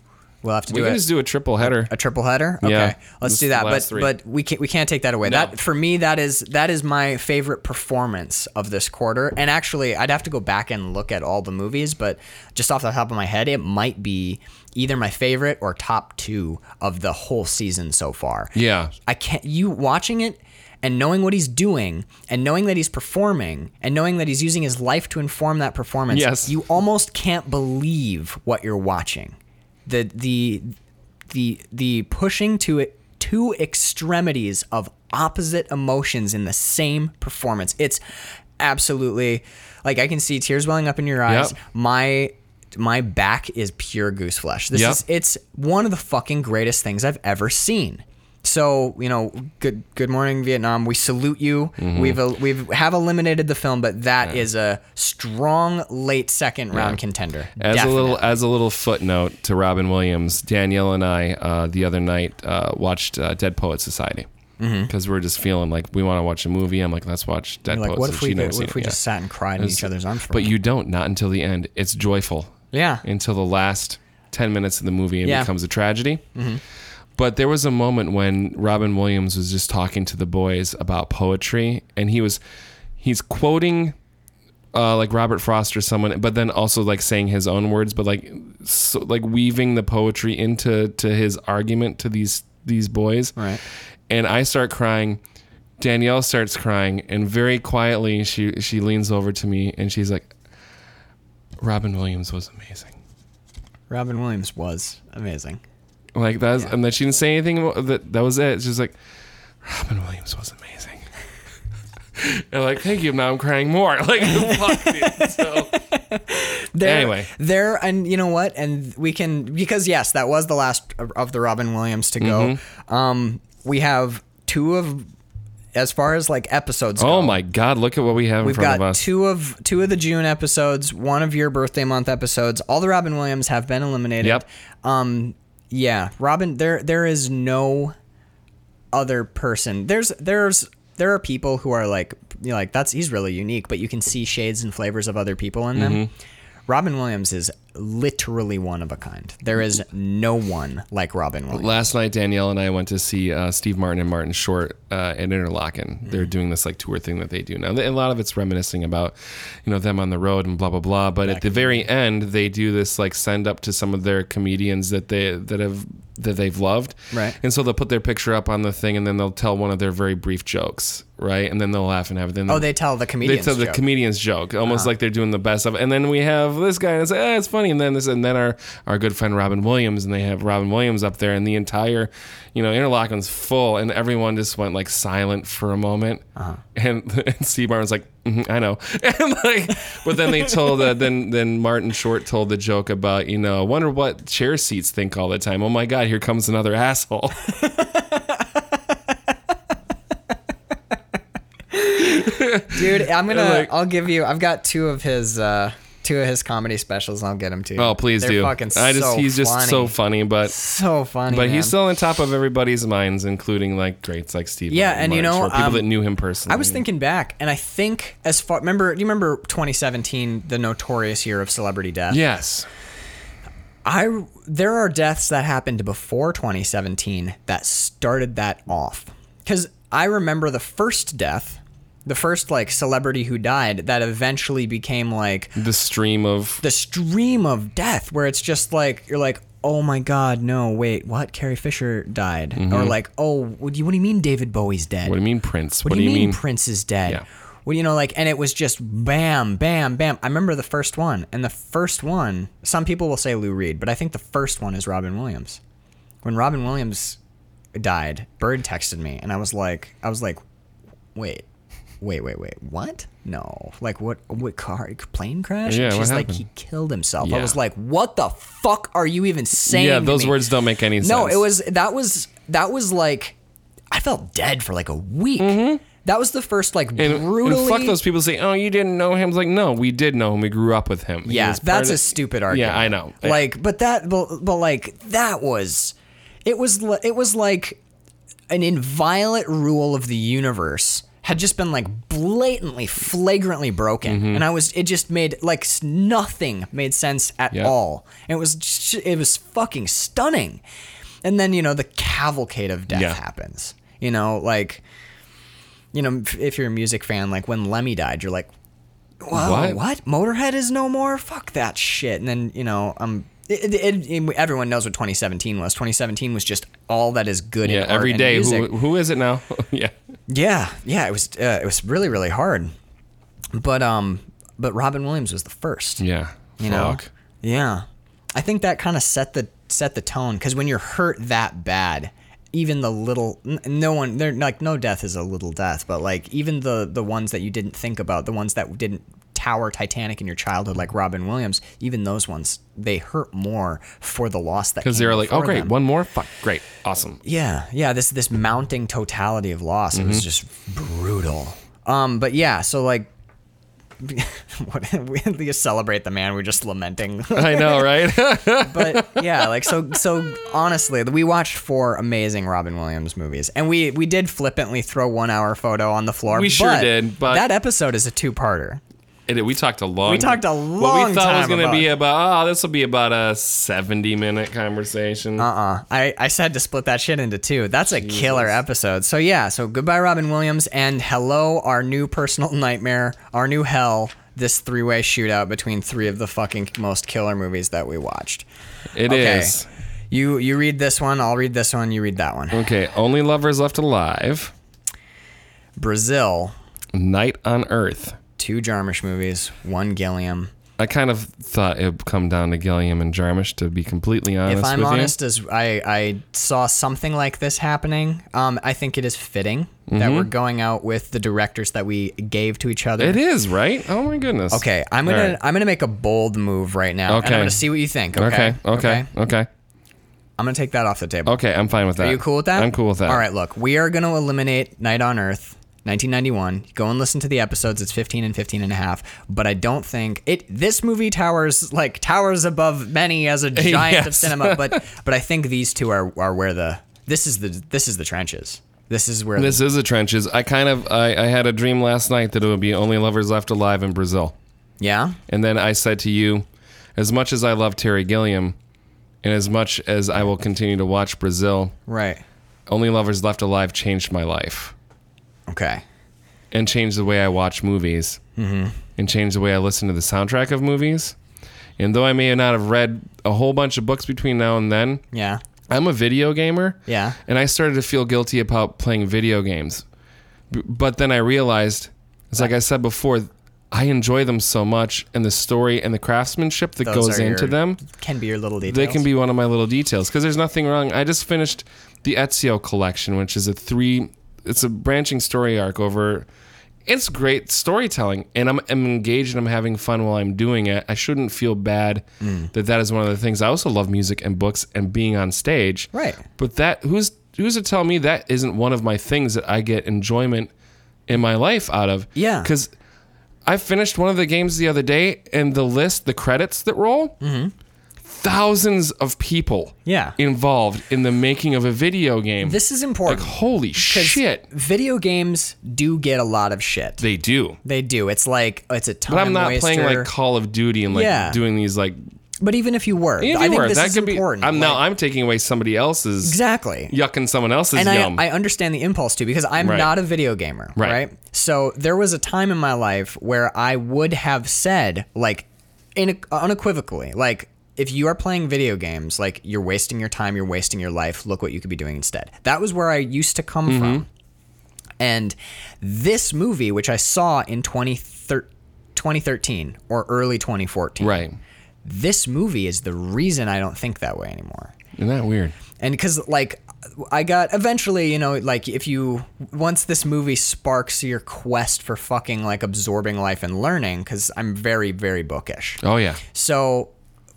Speaker 3: We'll have to
Speaker 2: We
Speaker 3: do
Speaker 2: can
Speaker 3: it
Speaker 2: just do a triple header.
Speaker 3: a triple header. Okay,
Speaker 2: Yeah.
Speaker 3: let's
Speaker 2: Just
Speaker 3: do
Speaker 2: the
Speaker 3: that. But
Speaker 2: last three.
Speaker 3: but we can't we can't take that away.
Speaker 2: No.
Speaker 3: That for me that is that is my favorite performance of this quarter. And actually, I'd have to go back and look at all the movies, but just off the top of my head, it might be either my favorite or top two of the whole season so far.
Speaker 2: Yeah.
Speaker 3: I can't. You watching it and knowing what he's doing and knowing that he's performing and knowing that he's using his life to inform that performance.
Speaker 2: Yes.
Speaker 3: You almost can't believe what you're watching. The the the the pushing to it two extremities of opposite emotions in the same performance. It's absolutely like I can see tears welling up in your eyes.
Speaker 2: Yep.
Speaker 3: My my back is pure goose flesh. This
Speaker 2: Yep.
Speaker 3: is it's one of the fucking greatest things I've ever seen. So you know, good good morning Vietnam. We salute you.
Speaker 2: Mm-hmm.
Speaker 3: We've el- we've have eliminated the film, but that is a strong late second round contender.
Speaker 2: As
Speaker 3: Definitely.
Speaker 2: a little as a little footnote to Robin Williams, Danielle and I uh, the other night uh, watched uh, Dead Poet Society
Speaker 3: Mm-hmm.
Speaker 2: because we are just feeling like we want to watch a movie. I'm like, let's watch Dead
Speaker 3: like
Speaker 2: Poet
Speaker 3: what if
Speaker 2: Society.
Speaker 3: we
Speaker 2: She'd never
Speaker 3: did, what
Speaker 2: seen
Speaker 3: if we
Speaker 2: it,
Speaker 3: just
Speaker 2: yeah.
Speaker 3: sat and cried in each other's arms? For
Speaker 2: But you don't not until the end. It's joyful.
Speaker 3: yeah,
Speaker 2: until the last 10 minutes of the movie it
Speaker 3: Yeah. Mm-hmm.
Speaker 2: becomes a tragedy but there was a moment when robin williams was just talking to the boys about poetry and he was he's quoting uh, like robert frost or someone but then also like saying his own words but like so, like weaving the poetry into to his argument to these these boys
Speaker 3: Right.
Speaker 2: and i start crying danielle starts crying and very quietly she she leans over to me and she's like robin williams was amazing
Speaker 3: Robin Williams was amazing.
Speaker 2: Like that's and then she didn't say anything. About, that that was it. She's like, Robin Williams was amazing. and like, thank you. Now I'm crying more. Like, fuck, dude. So,
Speaker 3: There,
Speaker 2: Anyway.
Speaker 3: there, and you know what? And we can because yes, that was the last of- of the Robin Williams to go. Um, we have two of, as far as like episodes.
Speaker 2: oh
Speaker 3: go,
Speaker 2: my God, look at what we have in
Speaker 3: We've
Speaker 2: front of
Speaker 3: got
Speaker 2: us.
Speaker 3: two of two of the June episodes, one of your birthday month episodes. All the Robin Williams have been eliminated.
Speaker 2: Yep.
Speaker 3: Um, yeah, Robin. There, there is no other person. There's, there's, there are people who are like, you
Speaker 2: Mm-hmm.
Speaker 3: know, like that's he's really unique, but you can see shades and flavors of other people in them. Robin Williams is literally one of a kind. There is no one like Robin Williams.
Speaker 2: Last night, Danielle and I went to see uh, Steve Martin and Martin Short uh, at Interlaken.
Speaker 3: Mm.
Speaker 2: They're doing this like tour thing that they do now. And a lot of it's reminiscing about, you know, them on the road and blah blah blah. But at the very end, they do this like send up to some of their comedians that they that have that they've loved.
Speaker 3: Right.
Speaker 2: And so they'll put their picture up on the thing, and then they'll tell one of their very brief jokes, right? And then they'll laugh and have it. Then
Speaker 3: Oh,
Speaker 2: they'll-
Speaker 3: they tell the
Speaker 2: they
Speaker 3: comedians.
Speaker 2: tell the
Speaker 3: joke. Uh-huh.
Speaker 2: comedian's joke, almost like they're doing the best of. it. And then we have this guy, and it's, eh, it's funny. And then this, and then our our good friend Robin Williams, and they have Robin Williams up there, and the entire, you know, Interlaken's full, and everyone just went like silent for a moment,
Speaker 3: Uh-huh.
Speaker 2: and, and Steve Martin's like, "Mhm, I know, and like, but then they told uh, then then Martin Short told the joke about you know, wonder what chair seats think all the time. Oh my God, here comes another asshole.
Speaker 3: Dude, I'm gonna.
Speaker 2: Like-
Speaker 3: I'll give you. I've got two of his. uh Two of his comedy specials. and I'll get them to you.
Speaker 2: Oh, please
Speaker 3: They're
Speaker 2: do.
Speaker 3: Fucking
Speaker 2: I just
Speaker 3: so
Speaker 2: he's just
Speaker 3: funny.
Speaker 2: so funny, but.
Speaker 3: so funny.
Speaker 2: But
Speaker 3: man.
Speaker 2: he's still on top of everybody's minds, including like greats like Steve.
Speaker 3: Yeah, and
Speaker 2: Martin
Speaker 3: you know,
Speaker 2: Short, people
Speaker 3: um,
Speaker 2: that knew him personally.
Speaker 3: I was thinking back, and I think as far remember, do you remember 2017, the notorious year of celebrity death?
Speaker 2: yes,
Speaker 3: I there are deaths that happened before 2017 that started that off because I remember the first death, the first like celebrity who died that eventually became like
Speaker 2: the stream of
Speaker 3: the stream of death where it's just like you're like oh my god no wait what Carrie Fisher died or like oh what do you what do you mean David Bowie's dead
Speaker 2: Mm-hmm. what do you mean, Prince?
Speaker 3: what, do you mean, Prince is dead?
Speaker 2: Yeah.
Speaker 3: Well, you know, like, and it was just bam, bam, bam. I remember the first one, and the first one. Some people will say Lou Reed, but I think the first one is Robin Williams. When Robin Williams died, Bird texted me, and I was like, I was like, wait, wait, wait, wait, what? No, like what? What car? Plane crash?
Speaker 2: Yeah,
Speaker 3: And
Speaker 2: what
Speaker 3: She's like,
Speaker 2: happened?
Speaker 3: he killed himself. I
Speaker 2: Yeah.
Speaker 3: was like, what the fuck are you even saying?
Speaker 2: Yeah,
Speaker 3: to
Speaker 2: those
Speaker 3: me?
Speaker 2: words don't make any sense.
Speaker 3: No, it was that was that was like I felt dead for like a week. That was the first like
Speaker 2: And, and
Speaker 3: brutally.
Speaker 2: Mm-hmm. fuck those people say, oh, you didn't know him. It's like, no, we did know him. We grew up with him. He
Speaker 3: Yeah,
Speaker 2: was part
Speaker 3: that's
Speaker 2: of-
Speaker 3: a stupid argument.
Speaker 2: Yeah, I know.
Speaker 3: Like, but that, but, but like that was, it was, li- it was like an inviolate rule of the universe had just been like blatantly, flagrantly broken,
Speaker 2: Mm-hmm.
Speaker 3: and I was, it just made like s- nothing made sense at
Speaker 2: Yeah.
Speaker 3: all. And it was, just, it was fucking stunning. And then you know the cavalcade of death
Speaker 2: Yeah.
Speaker 3: happens. You know, like, you know, if- if you're a music fan, like when Lemmy died, you're like, Whoa, what?
Speaker 2: What?
Speaker 3: Motorhead is no more? Fuck that shit. And then, you know, um, it, it, it, everyone knows what 2017 was. 2017 was just all that is good in
Speaker 2: yeah,
Speaker 3: art
Speaker 2: every
Speaker 3: and
Speaker 2: day.
Speaker 3: music.
Speaker 2: Who, who is it now? yeah.
Speaker 3: Yeah, yeah, it was uh, it was really really hard. But um but Robin Williams was the first.
Speaker 2: Yeah.
Speaker 3: You know?
Speaker 2: Fuck.
Speaker 3: Yeah. I think that kind of set the set the tone cuz when you're hurt that bad, even the little n- no one they're like no death is a little death, but like even the the ones that you didn't think about, the ones that didn't tower Titanic in your childhood like Robin Williams, even those ones they hurt more for the loss that
Speaker 2: Because
Speaker 3: came
Speaker 2: they were like, oh,
Speaker 3: before
Speaker 2: great.
Speaker 3: them."
Speaker 2: One more? Fuck. Great. Awesome.
Speaker 3: Yeah, yeah. This this mounting totality of loss. It was
Speaker 2: Mm-hmm.
Speaker 3: just brutal. Um, but yeah. So like, what we celebrate the man. We're just lamenting.
Speaker 2: I know, right?
Speaker 3: but yeah, like so so honestly, we watched four amazing Robin Williams movies, and we we did flippantly throw one hour photo on the floor.
Speaker 2: We sure did, but-
Speaker 3: that episode is a two parter.
Speaker 2: And we talked a long.
Speaker 3: We talked a
Speaker 2: What
Speaker 3: long
Speaker 2: we thought was
Speaker 3: time
Speaker 2: gonna be
Speaker 3: about
Speaker 2: about. Oh, this will be about a seventy-minute conversation.
Speaker 3: Uh-uh. I, I said to split that shit into two. That's a killer episode. So yeah, so goodbye Robin Williams and hello our new personal nightmare, our new hell, this three-way shootout between three of the fucking most killer movies that we watched.
Speaker 2: It
Speaker 3: Okay.
Speaker 2: is
Speaker 3: You you read this one, I'll read this one, you read that one.
Speaker 2: okay. Only lovers left alive.
Speaker 3: Brazil,
Speaker 2: Night on Earth.
Speaker 3: two Jarmusch movies, one Gilliam.
Speaker 2: I kind of thought it would come down to Gilliam and Jarmusch. To be completely honest
Speaker 3: if I'm
Speaker 2: with
Speaker 3: honest, as I, I saw something like this happening, um, I think it is fitting that we're going out with the directors that we gave to each other.
Speaker 2: you, Mm-hmm. it is right. Oh my goodness.
Speaker 3: Okay, I'm gonna
Speaker 2: All right.
Speaker 3: I'm gonna make a bold move right now, and
Speaker 2: Okay.
Speaker 3: I'm gonna see what you think.
Speaker 2: Okay.
Speaker 3: Okay.
Speaker 2: Okay. Okay.
Speaker 3: I'm gonna take that off the table.
Speaker 2: Okay. I'm fine with that.
Speaker 3: Are you cool with that?
Speaker 2: I'm cool with that.
Speaker 3: All right, look, we are gonna eliminate Night on Earth. 1991 go and listen to the episodes it's 15 and 15 and a half but i don't think it this movie towers like towers above many as a giant of
Speaker 2: Yes.
Speaker 3: cinema but but i think these two are are where the this is the this is the trenches this is where
Speaker 2: This is a trenches. I kind of I, I had a dream last night that it would be only lovers left alive in Brazil.
Speaker 3: yeah
Speaker 2: And then I said to you, as much as I love Terry Gilliam, and as much as I will continue to watch Brazil,
Speaker 3: Right.
Speaker 2: Only Lovers Left Alive changed my life
Speaker 3: Okay.
Speaker 2: and changed the way I watch movies and changed the way I listen to the soundtrack of movies. And though I may not have read a whole bunch of books between now and then,
Speaker 3: Yeah.
Speaker 2: I'm a video gamer.
Speaker 3: Yeah.
Speaker 2: And I started to feel guilty about playing video games. B- But then I realized, it's like I said before, I enjoy them so much and the story and the craftsmanship that
Speaker 3: Those
Speaker 2: goes
Speaker 3: are your-
Speaker 2: into them.
Speaker 3: Can be your little details.
Speaker 2: They can be one of my little details because there's nothing wrong. I just finished the Ezio collection, which is a three. It's a branching story arc over. It's great storytelling, and I'm, I'm engaged and I'm having fun while I'm doing it. I shouldn't feel bad
Speaker 3: Mm.
Speaker 2: that that is one of the things. I also love music and books and being on stage.
Speaker 3: Right.
Speaker 2: But that who's who's to tell me that isn't one of my things that I get enjoyment in my life out of?
Speaker 3: Yeah.
Speaker 2: Because I finished one of the games the other day, and the list, the credits that roll, thousands of people
Speaker 3: Yeah.
Speaker 2: involved in the making of a video game.
Speaker 3: This is
Speaker 2: like
Speaker 3: important.
Speaker 2: holy
Speaker 3: 'cause
Speaker 2: shit,
Speaker 3: Video games do get a lot of shit.
Speaker 2: they do.
Speaker 3: They do. It's like it's a time
Speaker 2: But I'm not
Speaker 3: waster.
Speaker 2: playing like Call of Duty and like
Speaker 3: Yeah.
Speaker 2: doing these like.
Speaker 3: But even if you were,
Speaker 2: If
Speaker 3: I
Speaker 2: you
Speaker 3: think
Speaker 2: were,
Speaker 3: this
Speaker 2: that
Speaker 3: is
Speaker 2: could
Speaker 3: important.
Speaker 2: be. I'm now.
Speaker 3: Like,
Speaker 2: I'm taking away somebody else's
Speaker 3: exactly.
Speaker 2: yucking someone else's
Speaker 3: and
Speaker 2: yum.
Speaker 3: I, I understand the impulse to because I'm
Speaker 2: Right.
Speaker 3: not a video gamer,
Speaker 2: Right.
Speaker 3: right. So there was a time in my life where I would have said, like, in, unequivocally, like, if you are playing video games, like, you're wasting your time, you're wasting your life, look what you could be doing instead. That was where I used to come
Speaker 2: Mm-hmm.
Speaker 3: from. And this movie, which I saw in 2013, 2013 or early 2014,
Speaker 2: right.
Speaker 3: this movie is the reason I don't think that way anymore
Speaker 2: Isn't that weird?
Speaker 3: and because like i got eventually you know like if you once this movie sparks your quest for fucking like absorbing life and learning because i'm very very bookish
Speaker 2: Oh yeah.
Speaker 3: so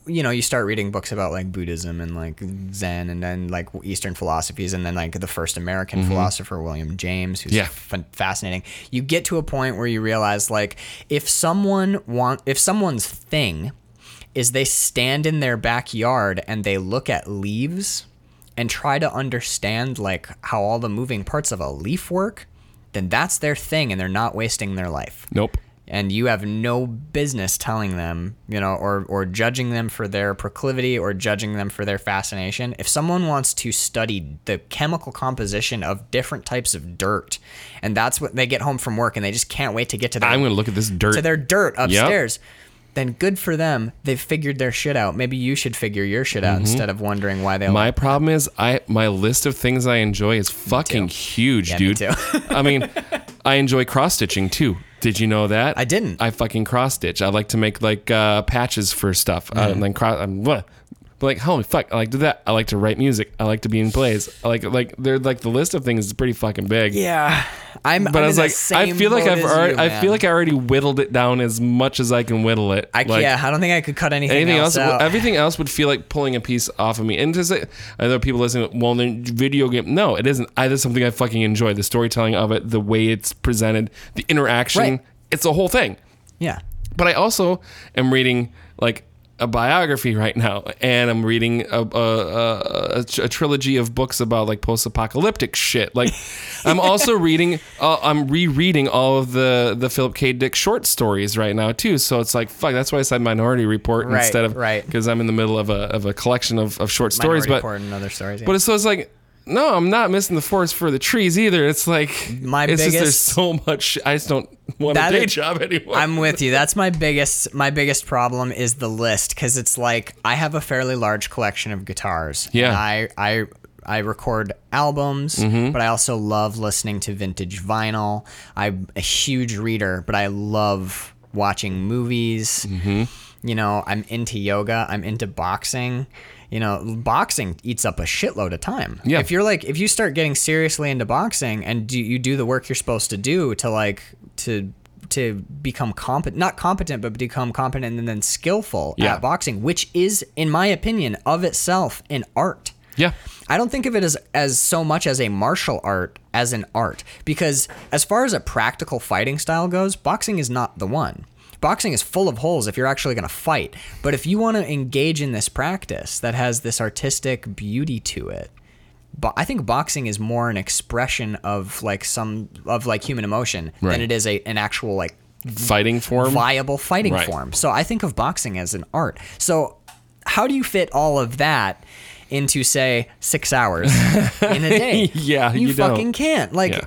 Speaker 3: you know you start reading books about like buddhism and like zen and then like eastern philosophies and then like the first american philosopher william james who's
Speaker 2: Yeah.
Speaker 3: f- fascinating you get to a point where you realize like if someone want if someone's thing is they stand in their backyard and they look at leaves and try to understand like how all the moving parts of a leaf work then that's their thing and they're not wasting their life
Speaker 2: Nope.
Speaker 3: and you have no business telling them, you know, or or judging them for their proclivity or judging them for their fascination. If someone wants to study the chemical composition of different types of dirt, and that's what they get home from work and they just can't wait to get to their
Speaker 2: I'm gonna look at this dirt.
Speaker 3: to their dirt upstairs. Then good for them. They've figured their shit out. Maybe you should figure your shit out instead of wondering why they.
Speaker 2: Mm-hmm. My problem is I my list of things I enjoy is fucking huge,
Speaker 3: me
Speaker 2: dude.
Speaker 3: too.
Speaker 2: I mean, I enjoy cross stitching too. Did you know that?
Speaker 3: I didn't.
Speaker 2: I fucking cross stitch. I like to make like uh, patches for stuff. Uh,
Speaker 3: Mm.
Speaker 2: and then cross. I'm what? But like holy fuck, I like to do that. I like to write music. I like to be in plays. I like like they're like the list of things is pretty fucking big.
Speaker 3: yeah, I'm.
Speaker 2: But i was like, I feel like I've already, I feel like I already whittled it down as much as I can whittle it.
Speaker 3: I
Speaker 2: like,
Speaker 3: yeah. I don't think I could cut anything,
Speaker 2: Anything else?
Speaker 3: out.
Speaker 2: Everything else would feel like pulling a piece off of me. And to say, I know people listening, well, then video game. No, it isn't. I, that's something I fucking enjoy. The storytelling of it, the way it's presented, the interaction.
Speaker 3: Right.
Speaker 2: It's a whole thing.
Speaker 3: yeah,
Speaker 2: But I also am reading like a biography right now, and I'm reading a, a, a, a- a trilogy of books about like post-apocalyptic shit. Like, I'm also reading, uh, I'm rereading all of the the Philip K. Dick short stories right now too. So it's like, fuck, that's why I said Minority Report
Speaker 3: Right,
Speaker 2: instead of
Speaker 3: right.
Speaker 2: because I'm in the middle of a of a collection of, of short stories.
Speaker 3: Minority
Speaker 2: but
Speaker 3: Report and other stories. yeah.
Speaker 2: but it's, so it's like. No, I'm not missing the forest for the trees either. It's like
Speaker 3: My
Speaker 2: it's just there's
Speaker 3: biggest-
Speaker 2: so much. I just don't want a
Speaker 3: That
Speaker 2: day
Speaker 3: is-
Speaker 2: job anymore.
Speaker 3: I'm with you. That's my biggest my biggest problem is the list because it's like I have a fairly large collection of guitars.
Speaker 2: Yeah. Mm-hmm.
Speaker 3: And I I I record albums, but I also love listening to vintage vinyl. I'm a huge reader, but I love watching movies.
Speaker 2: Mm-hmm.
Speaker 3: You know, I'm into yoga. I'm into boxing. You know, boxing eats up a shitload of time.
Speaker 2: Yeah.
Speaker 3: If you're like, if you start getting seriously into boxing and do you do the work you're supposed to do to like to to become competent, not competent, but become competent and then skillful
Speaker 2: Yeah.
Speaker 3: at boxing, which is, in my opinion, of itself an art.
Speaker 2: yeah,
Speaker 3: I don't think of it as as so much as a martial art as an art because as far as a practical fighting style goes, boxing is not the one. Boxing is full of holes if you're actually going to fight. But if you want to engage in this practice that has this artistic beauty to it, bo- I think boxing is more an expression of like some of like human emotion
Speaker 2: Right.
Speaker 3: than it is a, an actual like
Speaker 2: fighting form.
Speaker 3: viable fighting
Speaker 2: Right.
Speaker 3: form. So I think of boxing as an art. So how do you fit all of that into say 6 hours in a day?
Speaker 2: Yeah,
Speaker 3: you,
Speaker 2: you don't.
Speaker 3: fucking can't. Like
Speaker 2: Yeah.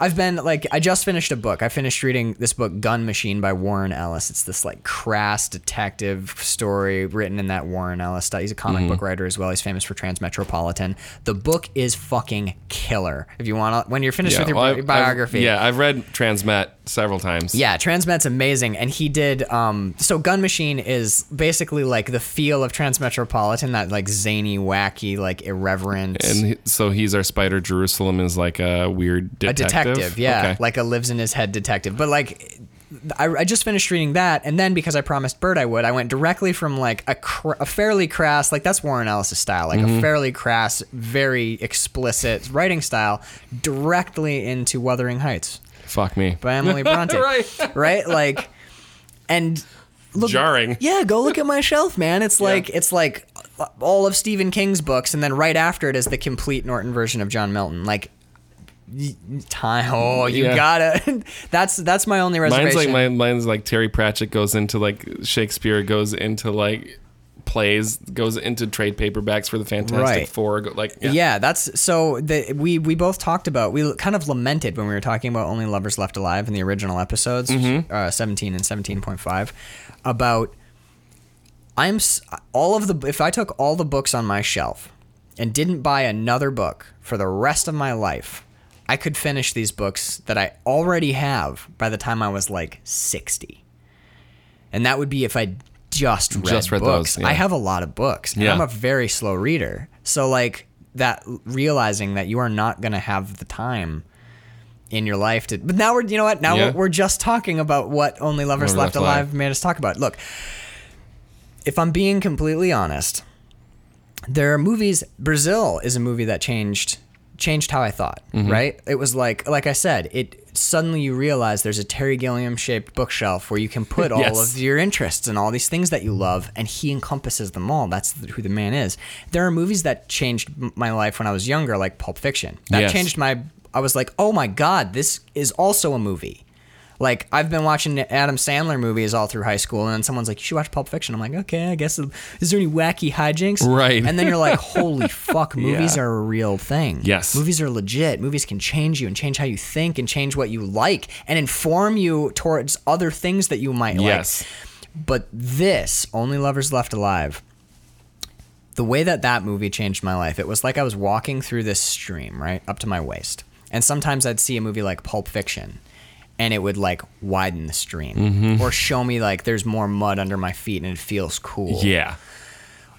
Speaker 3: I've been like I just finished a book. I finished reading this book Gun Machine by Warren Ellis. It's this like crass detective story written in that Warren Ellis style. He's a
Speaker 2: Mm-hmm.
Speaker 3: comic book writer as well. He's famous for Transmetropolitan. The book is fucking killer. If you want to when you're finished
Speaker 2: Yeah,
Speaker 3: with your
Speaker 2: well,
Speaker 3: bi-
Speaker 2: I've- I've-
Speaker 3: biography.
Speaker 2: yeah, I've read Transmet several times.
Speaker 3: Yeah, Transmet's amazing, and he did. Um, so Gun Machine is basically like the feel of Transmetropolitan, that like zany, wacky, like irreverent.
Speaker 2: And he- so he's our spider. Jerusalem is like a weird
Speaker 3: a
Speaker 2: detective.
Speaker 3: detective, yeah,
Speaker 2: Okay.
Speaker 3: like a lives in his head detective. But like, I, I just finished reading that, and then because I promised Bird I would, I went directly from like a, cr- a fairly crass, like that's Warren Ellis' style, like
Speaker 2: Mm-hmm.
Speaker 3: a fairly crass, very explicit writing style, directly into Wuthering Heights
Speaker 2: Fuck me.
Speaker 3: by Emily Bronte,
Speaker 2: Right.
Speaker 3: Right, like, and look,
Speaker 2: Jarring.
Speaker 3: Yeah, go look at my shelf, man. It's like
Speaker 2: Yeah.
Speaker 3: it's like all of Stephen King's books, and then right after it is the complete Norton version of John Milton. Like y- time. Oh, you
Speaker 2: Yeah.
Speaker 3: gotta. that's that's my only reservation.
Speaker 2: Mine's like mine, mine's like Terry Pratchett goes into like Shakespeare goes into like plays goes into trade paperbacks for the Fantastic
Speaker 3: Right.
Speaker 2: Four. go- Like
Speaker 3: yeah. that's so the we we both talked about we kind of lamented when we were talking about only lovers left alive in the original episodes
Speaker 2: Mm-hmm.
Speaker 3: uh, 17 and 17.5 about i'm s- all of the if i took all the books on my shelf and didn't buy another book for the rest of my life i could finish these books that i already have by the time i was like 60 and that would be if i just read,
Speaker 2: Just read
Speaker 3: books
Speaker 2: those, yeah.
Speaker 3: i have a lot of books and
Speaker 2: Yeah.
Speaker 3: i'm a very slow reader. So like that realizing that you are not going to have the time in your life to but now we're you know what now
Speaker 2: Yeah.
Speaker 3: we're, we're just talking about what only lovers
Speaker 2: Lover
Speaker 3: left,
Speaker 2: Left
Speaker 3: alive
Speaker 2: Alive.
Speaker 3: made us talk about look if i'm being completely honest there are movies brazil is a movie that changed changed how i thought
Speaker 2: Mm-hmm.
Speaker 3: right it was like like i said it suddenly you realize there's a terry gilliam shaped bookshelf where you can put all
Speaker 2: Yes.
Speaker 3: of your interests and all these things that you love and he encompasses them all that's who the man is there are movies that changed m- my life when i was younger like pulp fiction that
Speaker 2: Yes.
Speaker 3: changed my i was like oh my god this is also a movie like I've been watching Adam Sandler movies all through high school, and then someone's like, "You should watch Pulp Fiction." I'm like, "Okay, I guess." Is there any wacky hijinks?
Speaker 2: Right.
Speaker 3: And then you're like, "Holy fuck, movies are a real thing.
Speaker 2: Yes.
Speaker 3: movies are legit. Movies can change you and change how you think and change what you like and inform you towards other things that you might
Speaker 2: Yes.
Speaker 3: like." But this, Only Lovers Left Alive, the way that that movie changed my life, it was like I was walking through this stream, right, up to my waist. And sometimes I'd see a movie like Pulp Fiction and it would like widen the stream
Speaker 2: Mm-hmm.
Speaker 3: or show me like there's more mud under my feet and it feels cool.
Speaker 2: Yeah.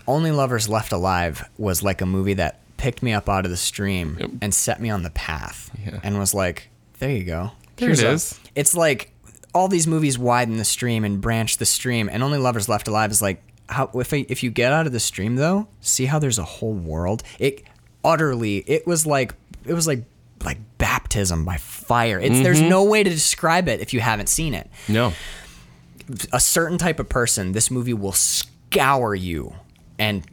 Speaker 3: Only Lovers Left Alive was like a movie that picked me up out of the stream and set me on the path
Speaker 2: Yeah.
Speaker 3: and was like, there you go.
Speaker 2: There it
Speaker 3: a-
Speaker 2: is.
Speaker 3: it's like all these movies widen the stream and branch the stream, and Only Lovers Left Alive is like, how, if, if you get out of the stream though, see how there's a whole world? It utterly, it was like, it was like, like baptism by fire. It's there's
Speaker 2: Mm-hmm.
Speaker 3: no way to describe it if you haven't seen it
Speaker 2: No.
Speaker 3: a certain type of person, this movie will scour you and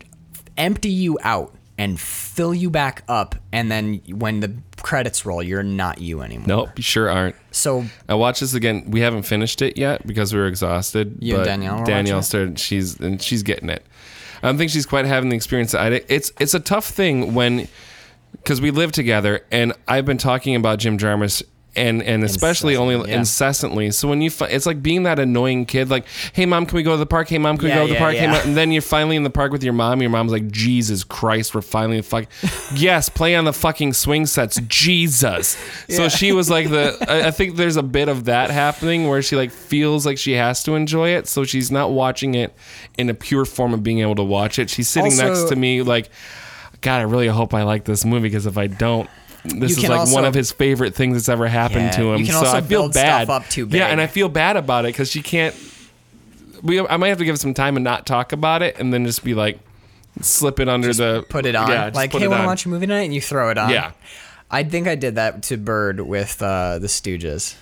Speaker 3: empty you out and fill you back up. And then when the credits roll, you're not you anymore.
Speaker 2: Nope. You sure aren't.
Speaker 3: So
Speaker 2: I watched this again. We haven't finished it yet because we were exhausted.
Speaker 3: You and
Speaker 2: but
Speaker 3: Danielle were watching
Speaker 2: Danielle
Speaker 3: it?
Speaker 2: started. She's and she's getting it. I don't think she's quite having the experience. I, it's it's a tough thing when because we live together, and I've been talking about Jim Jarmusch. And, and especially only
Speaker 3: Incessantly, yeah.
Speaker 2: incessantly. So when you, fi- it's like being that annoying kid, like, hey mom, can we go to the park? Hey mom, can
Speaker 3: Yeah,
Speaker 2: we go to the
Speaker 3: yeah,
Speaker 2: park? Hey,
Speaker 3: yeah.
Speaker 2: mom. And then you're finally in the park with your mom. and Your mom's like, Jesus Christ, we're finally in the fuck. yes, play on the fucking swing sets, Jesus. So she was like the. I, I think there's a bit of that happening where she like feels like she has to enjoy it, so she's not watching it in a pure form of being able to watch it. She's sitting
Speaker 3: Also-
Speaker 2: next to me like, God, I really hope I like this movie because if I don't. This
Speaker 3: You
Speaker 2: is
Speaker 3: can
Speaker 2: like one
Speaker 3: also-
Speaker 2: of his favorite things that's ever happened
Speaker 3: Yeah,
Speaker 2: to him.
Speaker 3: you can
Speaker 2: so
Speaker 3: also
Speaker 2: I feel
Speaker 3: build
Speaker 2: bad.
Speaker 3: stuff up too
Speaker 2: Yeah, and
Speaker 3: big.
Speaker 2: I feel bad about it because she can't we I might have to give it some time and not talk about it, and then just be like, slip it under the
Speaker 3: put it on.
Speaker 2: Uh, Yeah, just
Speaker 3: like,
Speaker 2: put
Speaker 3: hey,
Speaker 2: it
Speaker 3: want to
Speaker 2: on.
Speaker 3: watch a movie tonight? And you throw it on.
Speaker 2: Yeah.
Speaker 3: I think I did that to Bird with uh, the Stooges,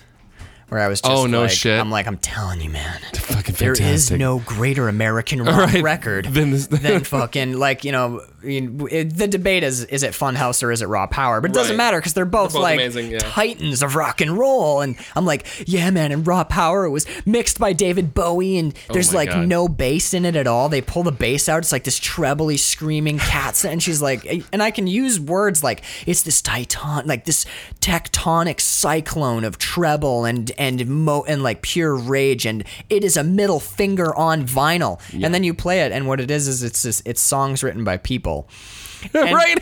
Speaker 3: where I was just
Speaker 2: Oh, no
Speaker 3: like,
Speaker 2: shit.
Speaker 3: I'm like, I'm telling you, man.
Speaker 2: fucking
Speaker 3: There
Speaker 2: fantastic.
Speaker 3: is no greater American rock
Speaker 2: right,
Speaker 3: record
Speaker 2: then this-
Speaker 3: than fucking like you know I mean, it, the debate is is it Funhouse or is it Raw Power, but it doesn't
Speaker 2: Right.
Speaker 3: matter because they're both,
Speaker 2: both
Speaker 3: like
Speaker 2: amazing, yeah.
Speaker 3: titans of rock and roll. And I'm like, yeah, man, and Raw Power was mixed by David Bowie, and there's
Speaker 2: Oh my
Speaker 3: like
Speaker 2: God.
Speaker 3: no bass in it at all. They pull the bass out; it's like this trebly screaming cat, sound, and she's like, and I can use words like it's this titan, like this tectonic cyclone of treble and and mo and like pure rage, and it is a middle finger on vinyl. And then you play it, and what it is is it's just, it's songs written by people
Speaker 2: right.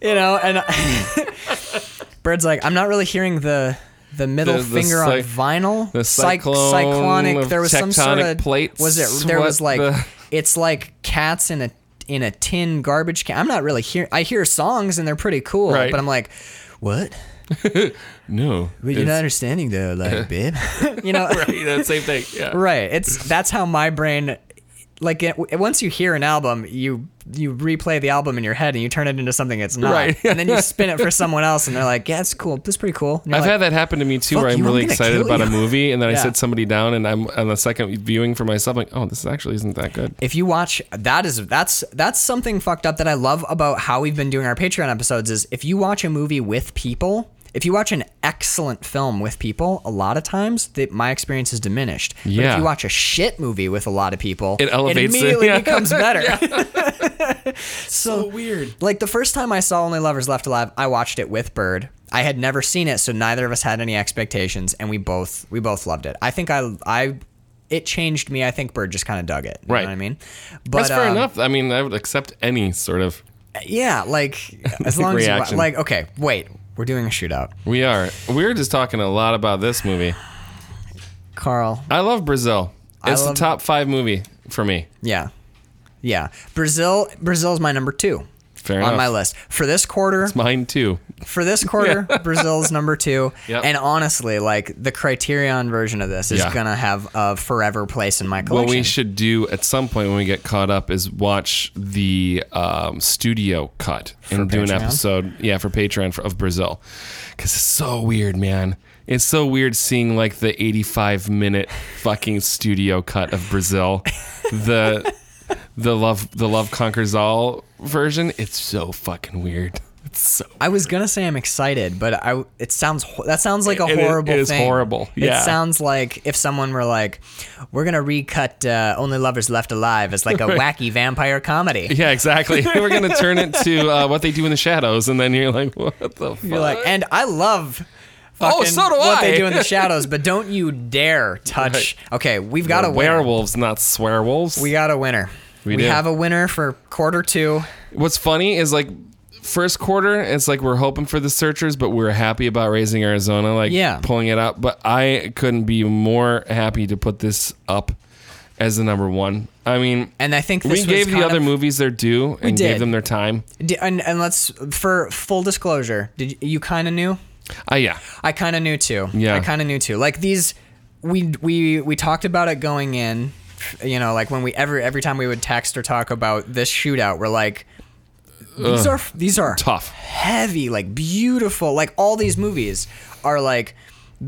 Speaker 3: you know and bird's like i'm not really hearing the the middle
Speaker 2: The- the
Speaker 3: finger
Speaker 2: cy-
Speaker 3: on vinyl
Speaker 2: the
Speaker 3: Cyc-
Speaker 2: cyclone
Speaker 3: cyclonic
Speaker 2: of
Speaker 3: there was some sort
Speaker 2: tectonic
Speaker 3: of
Speaker 2: plates,
Speaker 3: was it there
Speaker 2: what
Speaker 3: was like
Speaker 2: the-
Speaker 3: it's like cats in a in a tin garbage can i'm not really hearing i hear songs and they're pretty cool
Speaker 2: Right.
Speaker 3: but i'm like what
Speaker 2: No.
Speaker 3: but you're
Speaker 2: it's-
Speaker 3: not understanding though like babe you know
Speaker 2: right. That same thing. Yeah.
Speaker 3: right it's that's how my brain like it, once you hear an album you you replay the album in your head and you turn it into something it's not
Speaker 2: Right.
Speaker 3: and then you spin it for someone else and they're like yeah it's cool that's pretty cool And you're
Speaker 2: I've
Speaker 3: like,
Speaker 2: had that happen to me too, where
Speaker 3: "Fuck
Speaker 2: I'm
Speaker 3: you,
Speaker 2: really
Speaker 3: I'm gonna
Speaker 2: excited
Speaker 3: kill
Speaker 2: about a
Speaker 3: you."
Speaker 2: movie, and then I
Speaker 3: Yeah.
Speaker 2: sit somebody down, and I'm on the second viewing for myself, like, oh, this actually isn't that good.
Speaker 3: if you watch that is that's that's something fucked up that I love about how we've been doing our Patreon episodes is if you watch a movie with people, if you watch an excellent film with people, a lot of times that my experience is diminished. But
Speaker 2: Yeah.
Speaker 3: if you watch a shit movie with a lot of people,
Speaker 2: It elevates it,
Speaker 3: immediately
Speaker 2: yeah.
Speaker 3: becomes better. so, weird. Like the first time I saw Only Lovers Left Alive, I watched it with Bird. I had never seen it, so neither of us had any expectations, and we both we both loved it. I think I I it changed me. I think Bird just kind of dug it. You
Speaker 2: Right.
Speaker 3: Know what I mean, but
Speaker 2: That's fair
Speaker 3: um,
Speaker 2: enough. I mean, I would accept any sort of.
Speaker 3: Yeah, like as long as you,
Speaker 2: Reaction.
Speaker 3: like okay, wait, we're doing a shootout,
Speaker 2: We are. We're just talking a lot about this movie.
Speaker 3: Carl.
Speaker 2: I love Brazil. It's the
Speaker 3: love-
Speaker 2: top five movie for me.
Speaker 3: Yeah, yeah. Brazil, Brazil's my number two
Speaker 2: Fair
Speaker 3: on
Speaker 2: enough.
Speaker 3: my list for this quarter.
Speaker 2: Mine too.
Speaker 3: For this quarter, Brazil's number two.
Speaker 2: Yep.
Speaker 3: And honestly, like the Criterion version of this is
Speaker 2: Yeah.
Speaker 3: gonna have a forever place in my collection.
Speaker 2: What we should do at some point when we get caught up is watch the um, studio cut and do an
Speaker 3: Patreon?
Speaker 2: episode, yeah, for Patreon for, of Brazil, because it's so weird, man. It's so weird seeing like the 85 minute fucking studio cut of Brazil, the the love the love conquers all version. It's so fucking weird. It's so
Speaker 3: I was gonna say I'm excited, but I it sounds ho- that sounds like a
Speaker 2: It- it is-
Speaker 3: horrible
Speaker 2: it is
Speaker 3: thing.
Speaker 2: horrible, yeah.
Speaker 3: It sounds like if someone were like, "We're gonna recut uh, Only Lovers Left Alive" as like a wacky vampire comedy."
Speaker 2: yeah, exactly. We're gonna turn it to uh, what they do in the shadows, and then you're like, what the? Fuck?
Speaker 3: You're like, and I love.
Speaker 2: Oh,
Speaker 3: fucking
Speaker 2: so do
Speaker 3: what
Speaker 2: I.
Speaker 3: they do in the shadows, but don't you dare touch. Okay, we've got a winner.
Speaker 2: werewolves, not swearwolves.
Speaker 3: We got a winner. We,
Speaker 2: do.
Speaker 3: have a winner for quarter two.
Speaker 2: What's funny is like first quarter, it's like we're hoping for the searchers, but we're happy about raising Arizona, like
Speaker 3: Yeah.
Speaker 2: pulling it out. But I couldn't be more happy to put this up as the number one. I mean,
Speaker 3: And I think
Speaker 2: we
Speaker 3: this
Speaker 2: gave
Speaker 3: was
Speaker 2: the
Speaker 3: kind
Speaker 2: other
Speaker 3: of,
Speaker 2: movies their due and gave
Speaker 3: did.
Speaker 2: them their time.
Speaker 3: D- And, and let's for full disclosure, did you, you kind of knew?
Speaker 2: Ah, yeah,
Speaker 3: I kind of knew too.
Speaker 2: Yeah.
Speaker 3: I kind of knew too. Like these, we we we talked about it going in. You know, like when we every every time we would text or talk about this shootout, we're like, these are these are
Speaker 2: tough.
Speaker 3: heavy, like beautiful, like all these movies are like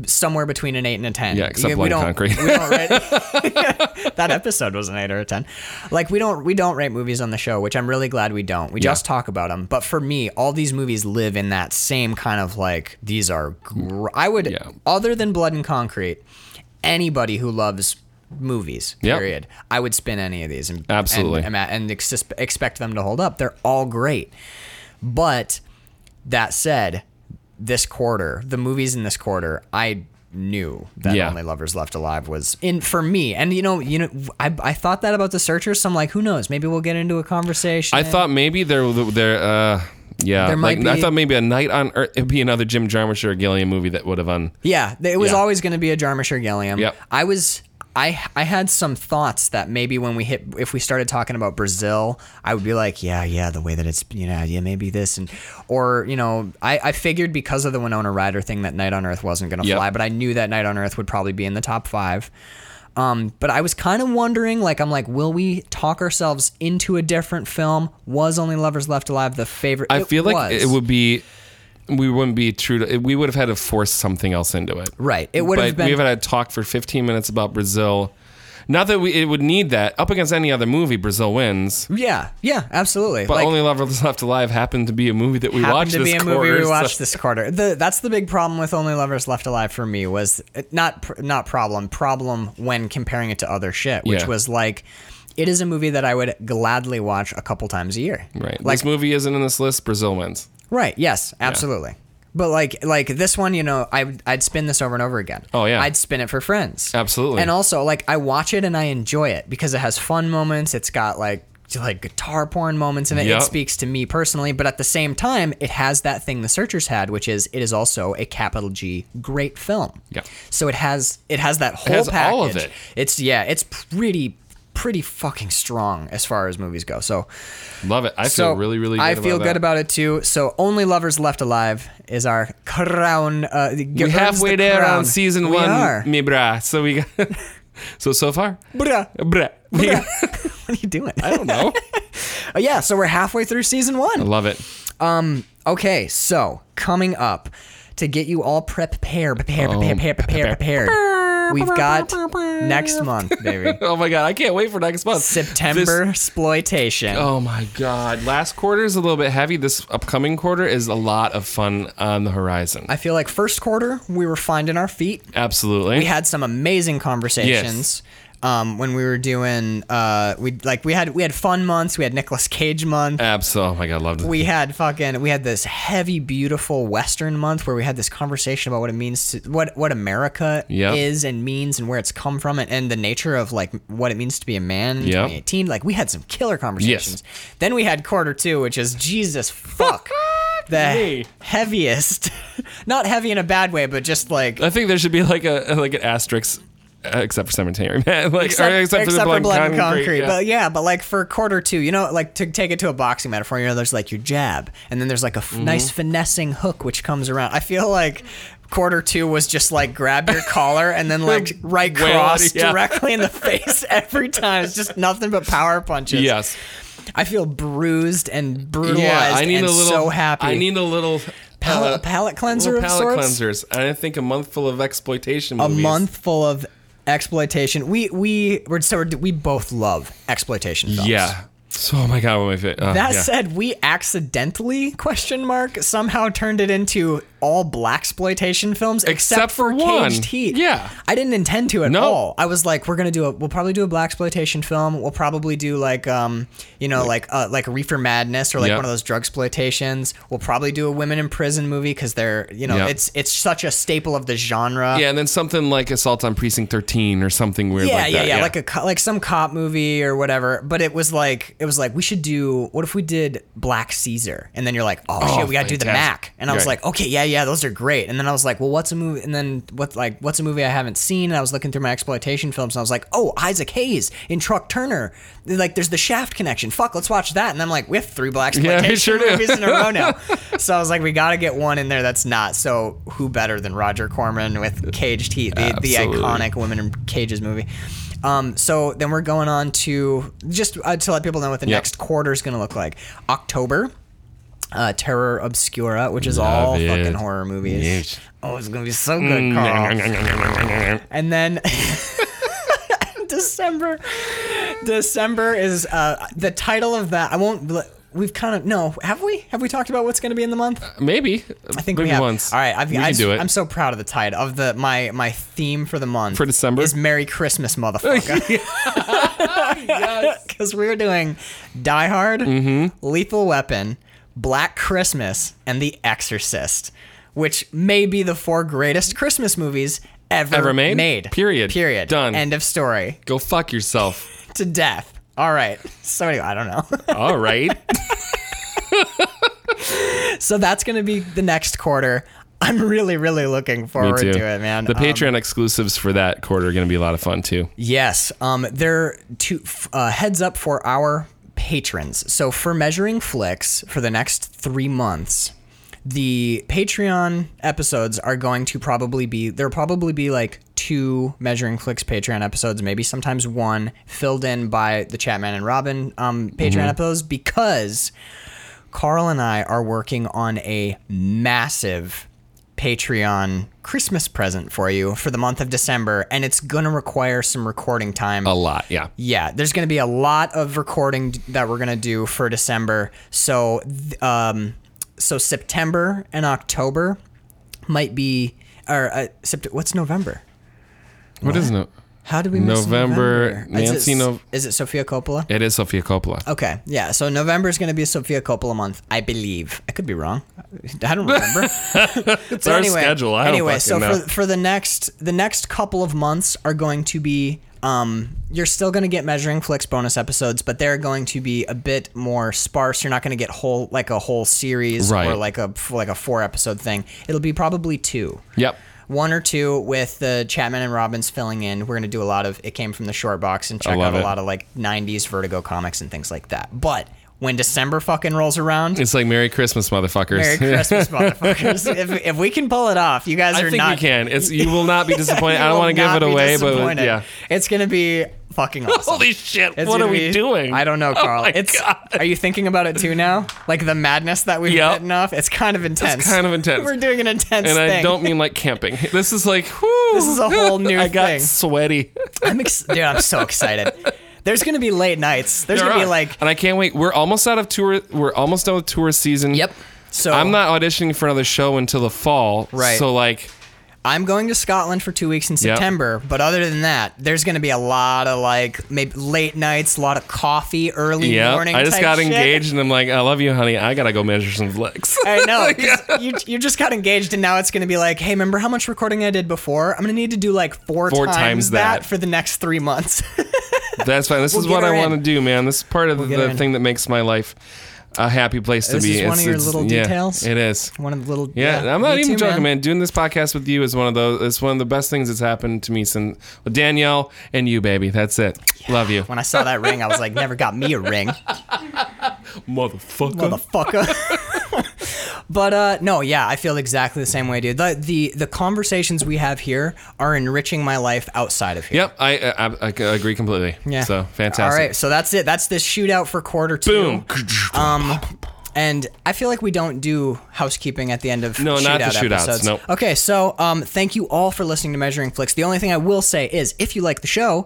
Speaker 3: somewhere between an eight and a ten.
Speaker 2: Yeah, except
Speaker 3: We- we
Speaker 2: Blood and
Speaker 3: don't-
Speaker 2: Concrete.
Speaker 3: we don't rate- that episode was an eight or a ten. Like we don't we don't rate movies on the show, which I'm really glad we don't. We just talk about them. But for me, all these movies live in that same kind of like these are. Gr- I would
Speaker 2: Yeah.
Speaker 3: other than Blood and Concrete, anybody who loves movies
Speaker 2: Yep.
Speaker 3: period i would spin any of these and
Speaker 2: Absolutely.
Speaker 3: and, and, and ex- expect them to hold up they're all great but that said, this quarter, the movies in this quarter, I knew that
Speaker 2: Yeah.
Speaker 3: Only Lovers Left Alive was in for me. And you know, you know, I, I thought that about the Searchers. So I'm like, who knows? Maybe we'll get into a conversation.
Speaker 2: I thought maybe there, there, uh, yeah,
Speaker 3: There might
Speaker 2: like I
Speaker 3: be-
Speaker 2: thought maybe a night on Earth it'd be another Jim Jarmusch or Gilliam movie that would have on.
Speaker 3: Yeah, th- it was
Speaker 2: Yeah.
Speaker 3: always going to be a Jarmusch or Gilliam.
Speaker 2: Yep.
Speaker 3: I was I I had some thoughts that maybe when we hit if we started talking about Brazil, I would be like, yeah, yeah, the way that it's you know, yeah, maybe this and or you know, I I figured because of the Winona Ryder thing that Night on Earth wasn't going to
Speaker 2: Yep.
Speaker 3: fly, but I knew that Night on Earth would probably be in the top 5. Um, but I was kind of wondering, like, I'm like, will we talk ourselves into a different film? Was Only Lovers Left Alive the favorite?
Speaker 2: I feel like
Speaker 3: was.
Speaker 2: it would be we wouldn't be true to we would have had to force something else into it
Speaker 3: Right. It would have
Speaker 2: but we
Speaker 3: been.
Speaker 2: have had a talk for 15 minutes about brazil not that we it would need that up against any other movie brazil wins
Speaker 3: yeah. Yeah. Absolutely.
Speaker 2: but
Speaker 3: Like,
Speaker 2: only lovers left alive happened to be a movie that we
Speaker 3: happened
Speaker 2: watched
Speaker 3: to
Speaker 2: this
Speaker 3: be a
Speaker 2: quarter
Speaker 3: movie we
Speaker 2: so-
Speaker 3: watched this quarter. The, that's the big problem with Only Lovers Left Alive for me was uh, not pr- not problem problem when comparing it to other shit, which
Speaker 2: Yeah.
Speaker 3: was like. It is a movie that I would gladly watch a couple times a year.
Speaker 2: right
Speaker 3: Like
Speaker 2: this movie isn't in this list brazil wins
Speaker 3: Right. Yes. Absolutely. But like like this one, you know, I I'd spin this over and over again.
Speaker 2: Oh, yeah.
Speaker 3: I'd spin it for friends.
Speaker 2: Absolutely.
Speaker 3: And also like I watch it and I enjoy it because it has fun moments. It's got like like guitar porn moments in it.
Speaker 2: Yep.
Speaker 3: It speaks to me personally, but at the same time, it has that thing the searchers had, which is it is also a capital G great film.
Speaker 2: Yeah.
Speaker 3: So it has it has that whole
Speaker 2: has
Speaker 3: package.
Speaker 2: all of it.
Speaker 3: It's yeah, it's pretty pretty fucking strong as far as movies go. So
Speaker 2: love it i feel really really good
Speaker 3: I feel
Speaker 2: about
Speaker 3: good
Speaker 2: that.
Speaker 3: about it too. So only lovers left alive is our crown. Uh,
Speaker 2: we halfway there on season
Speaker 3: We
Speaker 2: one
Speaker 3: are.
Speaker 2: mi brah so we got so so far
Speaker 3: Bruh.
Speaker 2: brah We-
Speaker 3: Bruh. what are you doing?
Speaker 2: i don't know
Speaker 3: Uh, yeah, so we're halfway through season
Speaker 2: i
Speaker 3: one.
Speaker 2: love it
Speaker 3: Okay, so coming up to get you all prepared, prepared,
Speaker 2: Oh.
Speaker 3: prepared, prepared, prepared. We've got next month, baby.
Speaker 2: oh my god i can't wait for next month This-
Speaker 3: September exploitation.
Speaker 2: Oh my god. Last quarter is a little bit heavy. This upcoming quarter is a lot of fun on the horizon.
Speaker 3: I feel like first quarter we were finding our feet.
Speaker 2: Absolutely.
Speaker 3: we had some amazing conversations um, when we were doing uh, we like we had we had fun months we had Nicolas Cage month
Speaker 2: Absolutely. Oh my god, loved it.
Speaker 3: we had fucking we had this heavy beautiful western month where we had this conversation about what it means to what what America
Speaker 2: Yep.
Speaker 3: is and means and where it's come from and, and the nature of like what it means to be a man in
Speaker 2: Yep.
Speaker 3: 2018 like we had some killer conversations then we had quarter 2 which is Jesus fuck the
Speaker 2: Me.
Speaker 3: heaviest not heavy in a bad way but just like
Speaker 2: I think there should be like a like an asterisk uh, except for cemetery man. Like or
Speaker 3: except,
Speaker 2: except, for the blood, and concrete. yeah.
Speaker 3: But yeah, but like for quarter two, you know, like to take it to a boxing metaphor, you know, there's like your jab, and then there's like a f-
Speaker 2: Mm-hmm.
Speaker 3: nice finessing hook which comes around. I feel like quarter two was just like grab your collar and then like right
Speaker 2: Wail at
Speaker 3: cross
Speaker 2: it, yeah.
Speaker 3: directly in the face every time. It's just nothing but power punches.
Speaker 2: Yes.
Speaker 3: I feel bruised and brutalized.
Speaker 2: Yeah, I need
Speaker 3: and
Speaker 2: a little
Speaker 3: so happy.
Speaker 2: I need a little
Speaker 3: palate,
Speaker 2: uh,
Speaker 3: a palate cleanser
Speaker 2: little
Speaker 3: of
Speaker 2: palate
Speaker 3: sorts.
Speaker 2: cleansers. And I think a month full of exploitation
Speaker 3: a
Speaker 2: movies.
Speaker 3: month full of exploitation. We we we're, so we're, we both love exploitation films.
Speaker 2: Yeah. So oh my god, what my fit. Uh,
Speaker 3: That
Speaker 2: yeah.
Speaker 3: said, we accidentally question mark somehow turned it into all black exploitation films except,
Speaker 2: Except for one.
Speaker 3: Caged Heat.
Speaker 2: Yeah.
Speaker 3: I didn't intend to at
Speaker 2: No.
Speaker 3: all. I was like, we're gonna do a, we'll probably do a black exploitation film. We'll probably do like, um, you know, like uh, like Reefer Madness or like
Speaker 2: Yeah.
Speaker 3: one of those drug exploitations. We'll probably do a women in prison movie because they're, you know,
Speaker 2: Yeah.
Speaker 3: it's it's such a staple of the genre.
Speaker 2: yeah, and then something like Assault on Precinct 13 or something weird
Speaker 3: Yeah,
Speaker 2: like
Speaker 3: yeah,
Speaker 2: that.
Speaker 3: yeah, like a co- like some cop movie or whatever. But it was like it was like we should do. What if we did Black Caesar? And then you're like, oh, shit, we gotta do the Mac.
Speaker 2: fantastic.
Speaker 3: And I was
Speaker 2: Right.
Speaker 3: like, okay, yeah, yeah, those are great. And then I was like, well, what's a movie? And then what like what's a movie I haven't seen? And I was looking through my exploitation films, and I was like, oh, Isaac Hayes in Truck Turner. Like, there's the Shaft connection. Fuck, let's watch that. And I'm like, we have three black
Speaker 2: we
Speaker 3: exploitation
Speaker 2: sure do.
Speaker 3: movies in a row now. so I was like, we gotta get one in there that's not. So who better than Roger Corman with Caged Heat, the, the
Speaker 2: Absolutely.
Speaker 3: iconic iconic Women in Cages movie. Um, so then we're going on to just uh, to let people know what the
Speaker 2: Yep.
Speaker 3: next quarter is going to look like. October, uh, Terror Obscura, which is all
Speaker 2: Love it.
Speaker 3: fucking horror movies.
Speaker 2: Yes. Mm,
Speaker 3: Oh, it's going to be so good, Carl. And then December, December is uh, the title of that. I won't. We've kind of no, have we? Have we talked about what's going to be in the month?
Speaker 2: Uh, Maybe.
Speaker 3: I think
Speaker 2: Maybe
Speaker 3: we have.
Speaker 2: once.
Speaker 3: All right, I've,
Speaker 2: we
Speaker 3: I
Speaker 2: can do it.
Speaker 3: am so proud of the tide of the my my theme for the month
Speaker 2: For December?
Speaker 3: is Merry Christmas, motherfucker. Because we were doing Die Hard,
Speaker 2: Mm-hmm.
Speaker 3: Lethal Weapon, Black Christmas, and The Exorcist, which may be the four greatest Christmas movies ever,
Speaker 2: Ever made?
Speaker 3: Made.
Speaker 2: Period.
Speaker 3: Period.
Speaker 2: Done.
Speaker 3: End of story.
Speaker 2: Go fuck yourself.
Speaker 3: To death. All right. So anyway, I don't know.
Speaker 2: All right.
Speaker 3: so that's gonna be the next quarter. I'm really, really looking forward to
Speaker 2: too.
Speaker 3: it, man.
Speaker 2: The
Speaker 3: Um,
Speaker 2: Patreon exclusives for that quarter are going to be a lot of fun too.
Speaker 3: Yes. Um, they're two f- uh, heads up for our patrons. So for measuring flicks for the next three months, the Patreon episodes are going to probably be there'll probably be like two measuring flicks Patreon episodes, maybe sometimes one filled in by the Chatman and Robin um, Patreon episodes because Carl and I are working on a massive Patreon Christmas present for you for the month of December, and it's going to require some recording time.
Speaker 2: A lot, yeah.
Speaker 3: Yeah, there's going to be a lot of recording d- that we're going to do for December. So, th- um, so September and October might be, or uh, sept- what's November?
Speaker 2: what is it?
Speaker 3: How did we miss
Speaker 2: November,
Speaker 3: November? Is
Speaker 2: Nancy
Speaker 3: it,
Speaker 2: Nov-
Speaker 3: Is it Sofia Coppola?
Speaker 2: It is Sofia Coppola.
Speaker 3: Okay, yeah. So November is going to be Sofia Coppola month, I believe. I could be wrong. I don't remember.
Speaker 2: it's our schedule. I
Speaker 3: anyway,
Speaker 2: don't
Speaker 3: so
Speaker 2: fucking know.
Speaker 3: for for the next the next couple of months are going to be um you're still going to get measuring flicks bonus episodes, but they're going to be a bit more sparse. You're not going to get whole like a whole series or
Speaker 2: Right.
Speaker 3: like a like a four episode thing. It'll be probably two
Speaker 2: yep.
Speaker 3: one or two with the Chapman and Robbins filling in. We're going to do a lot of it came from the short box and check
Speaker 2: love
Speaker 3: out a
Speaker 2: it.
Speaker 3: lot of like 90s Vertigo comics and things like that. But when December fucking rolls around,
Speaker 2: It's like Merry Christmas, motherfuckers.
Speaker 3: Merry Christmas, motherfuckers. If, if we can pull it off, you guys
Speaker 2: I
Speaker 3: are
Speaker 2: think
Speaker 3: not.
Speaker 2: you can. It's you will not be disappointed.
Speaker 3: you
Speaker 2: I don't
Speaker 3: will
Speaker 2: want to give
Speaker 3: not
Speaker 2: it
Speaker 3: be
Speaker 2: away, but uh,
Speaker 3: disappointed.
Speaker 2: yeah.
Speaker 3: It's going to be fucking awesome.
Speaker 2: Holy shit!
Speaker 3: It's
Speaker 2: what are
Speaker 3: gonna
Speaker 2: we
Speaker 3: be-
Speaker 2: doing? Oh
Speaker 3: I don't know, Carl.
Speaker 2: my
Speaker 3: it's
Speaker 2: God.
Speaker 3: are you thinking about it too now? Like the madness that we've
Speaker 2: Yep.
Speaker 3: bitten off? It's kind of intense.
Speaker 2: kind of intense.
Speaker 3: We're doing an intense
Speaker 2: And
Speaker 3: thing.
Speaker 2: I don't mean like camping. This is like whew,
Speaker 3: This is a whole new
Speaker 2: I got
Speaker 3: thing.
Speaker 2: sweaty.
Speaker 3: I'm ex- dude, I'm so excited. There's gonna be late nights. There's gonna be like
Speaker 2: and I can't wait. We're almost out of tour. We're almost done with tour season.
Speaker 3: Yep. So
Speaker 2: I'm not auditioning for another show until the fall.
Speaker 3: Right.
Speaker 2: So like,
Speaker 3: I'm going to Scotland for two weeks in
Speaker 2: Yep.
Speaker 3: September, but other than that, there's going to be a lot of like maybe late nights, a lot of coffee, early
Speaker 2: yeah.
Speaker 3: morning.
Speaker 2: I just
Speaker 3: type
Speaker 2: got
Speaker 3: shit.
Speaker 2: engaged, and I'm like, I love you, honey. I gotta go measure some flicks.
Speaker 3: I know. 'cause You, you just got engaged, and now it's going to be like, hey, remember how much recording I did before? I'm going to need to do like four,
Speaker 2: Four times that.
Speaker 3: for the next three months.
Speaker 2: That's fine. This is
Speaker 3: get
Speaker 2: what
Speaker 3: her
Speaker 2: I want to
Speaker 3: in.
Speaker 2: do, man. This is part of
Speaker 3: get her
Speaker 2: the
Speaker 3: in.
Speaker 2: thing that makes my life a happy place to
Speaker 3: This
Speaker 2: be.
Speaker 3: is one of your little
Speaker 2: yeah,
Speaker 3: details?
Speaker 2: It is.
Speaker 3: One of the little.
Speaker 2: Yeah, I'm not
Speaker 3: me
Speaker 2: even
Speaker 3: too,
Speaker 2: joking, man. Doing this podcast with you is one of those. It's one of the best things that's happened to me since well, Danielle and you, baby. That's it. Love you,
Speaker 3: When I saw that ring, I was like, never got me a ring.
Speaker 2: motherfucker.
Speaker 3: motherfucker. but uh, no, yeah, I feel exactly the same way, dude. The, the the conversations we have here are enriching my life outside of here.
Speaker 2: Yep, I, I, I I agree completely.
Speaker 3: Yeah.
Speaker 2: So fantastic.
Speaker 3: All right, so that's it. That's this shootout for quarter two.
Speaker 2: Boom.
Speaker 3: Um, and I feel like we don't do housekeeping at the end of
Speaker 2: No,
Speaker 3: shootout
Speaker 2: not the shootouts,
Speaker 3: Episodes.
Speaker 2: nope.
Speaker 3: Okay, so um, thank you all for listening to Measuring Flicks. The only thing I will say is, if you like the show,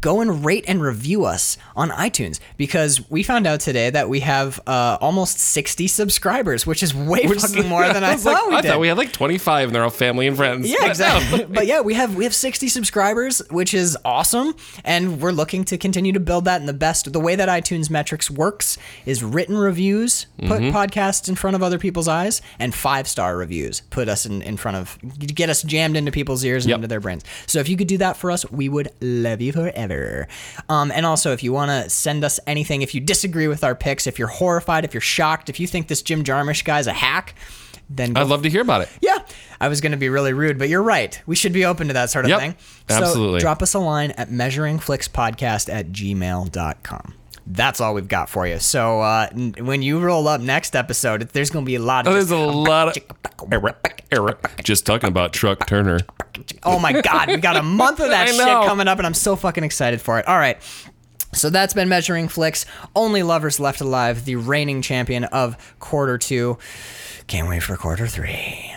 Speaker 3: go and rate and review us on iTunes because we found out today that we have uh, almost 60 subscribers, which is way fucking more than I,
Speaker 2: was
Speaker 3: thought
Speaker 2: like,
Speaker 3: we
Speaker 2: I
Speaker 3: did.
Speaker 2: thought we had like 25, and they're all family and friends.
Speaker 3: Yeah, exactly. but yeah, we have we have 60 subscribers, which is awesome, and we're looking to continue to build that. And the best, the way that iTunes metrics works is written reviews put podcasts in front of other people's eyes, and five star reviews put us in in front of get us jammed into people's ears and
Speaker 2: Yep.
Speaker 3: into their brains. So if you could do that for us, we would love you forever. Um, and also, if you want to send us anything, if you disagree with our picks, if you're horrified, if you're shocked, if you think this Jim Jarmusch guy's a hack. Then go
Speaker 2: I'd love to hear about it.
Speaker 3: yeah, I was going to be really rude, but you're right. We should be open to that sort of
Speaker 2: Yep,
Speaker 3: thing.
Speaker 2: absolutely.
Speaker 3: So drop us a line at measuringflixpodcast at gmail.com. That's all we've got for you. So uh, n- when you roll up next episode, it- there's going to be a lot of.
Speaker 2: Oh,
Speaker 3: just-
Speaker 2: there's a lot of Eric, Eric, just talking about Truck Turner.
Speaker 3: oh my God, we got a month of that
Speaker 2: I
Speaker 3: shit
Speaker 2: know.
Speaker 3: coming up, and I'm so fucking excited for it. All right. So that's been Measuring Flicks. Only Lovers Left Alive, the reigning champion of quarter two. Can't wait for quarter three.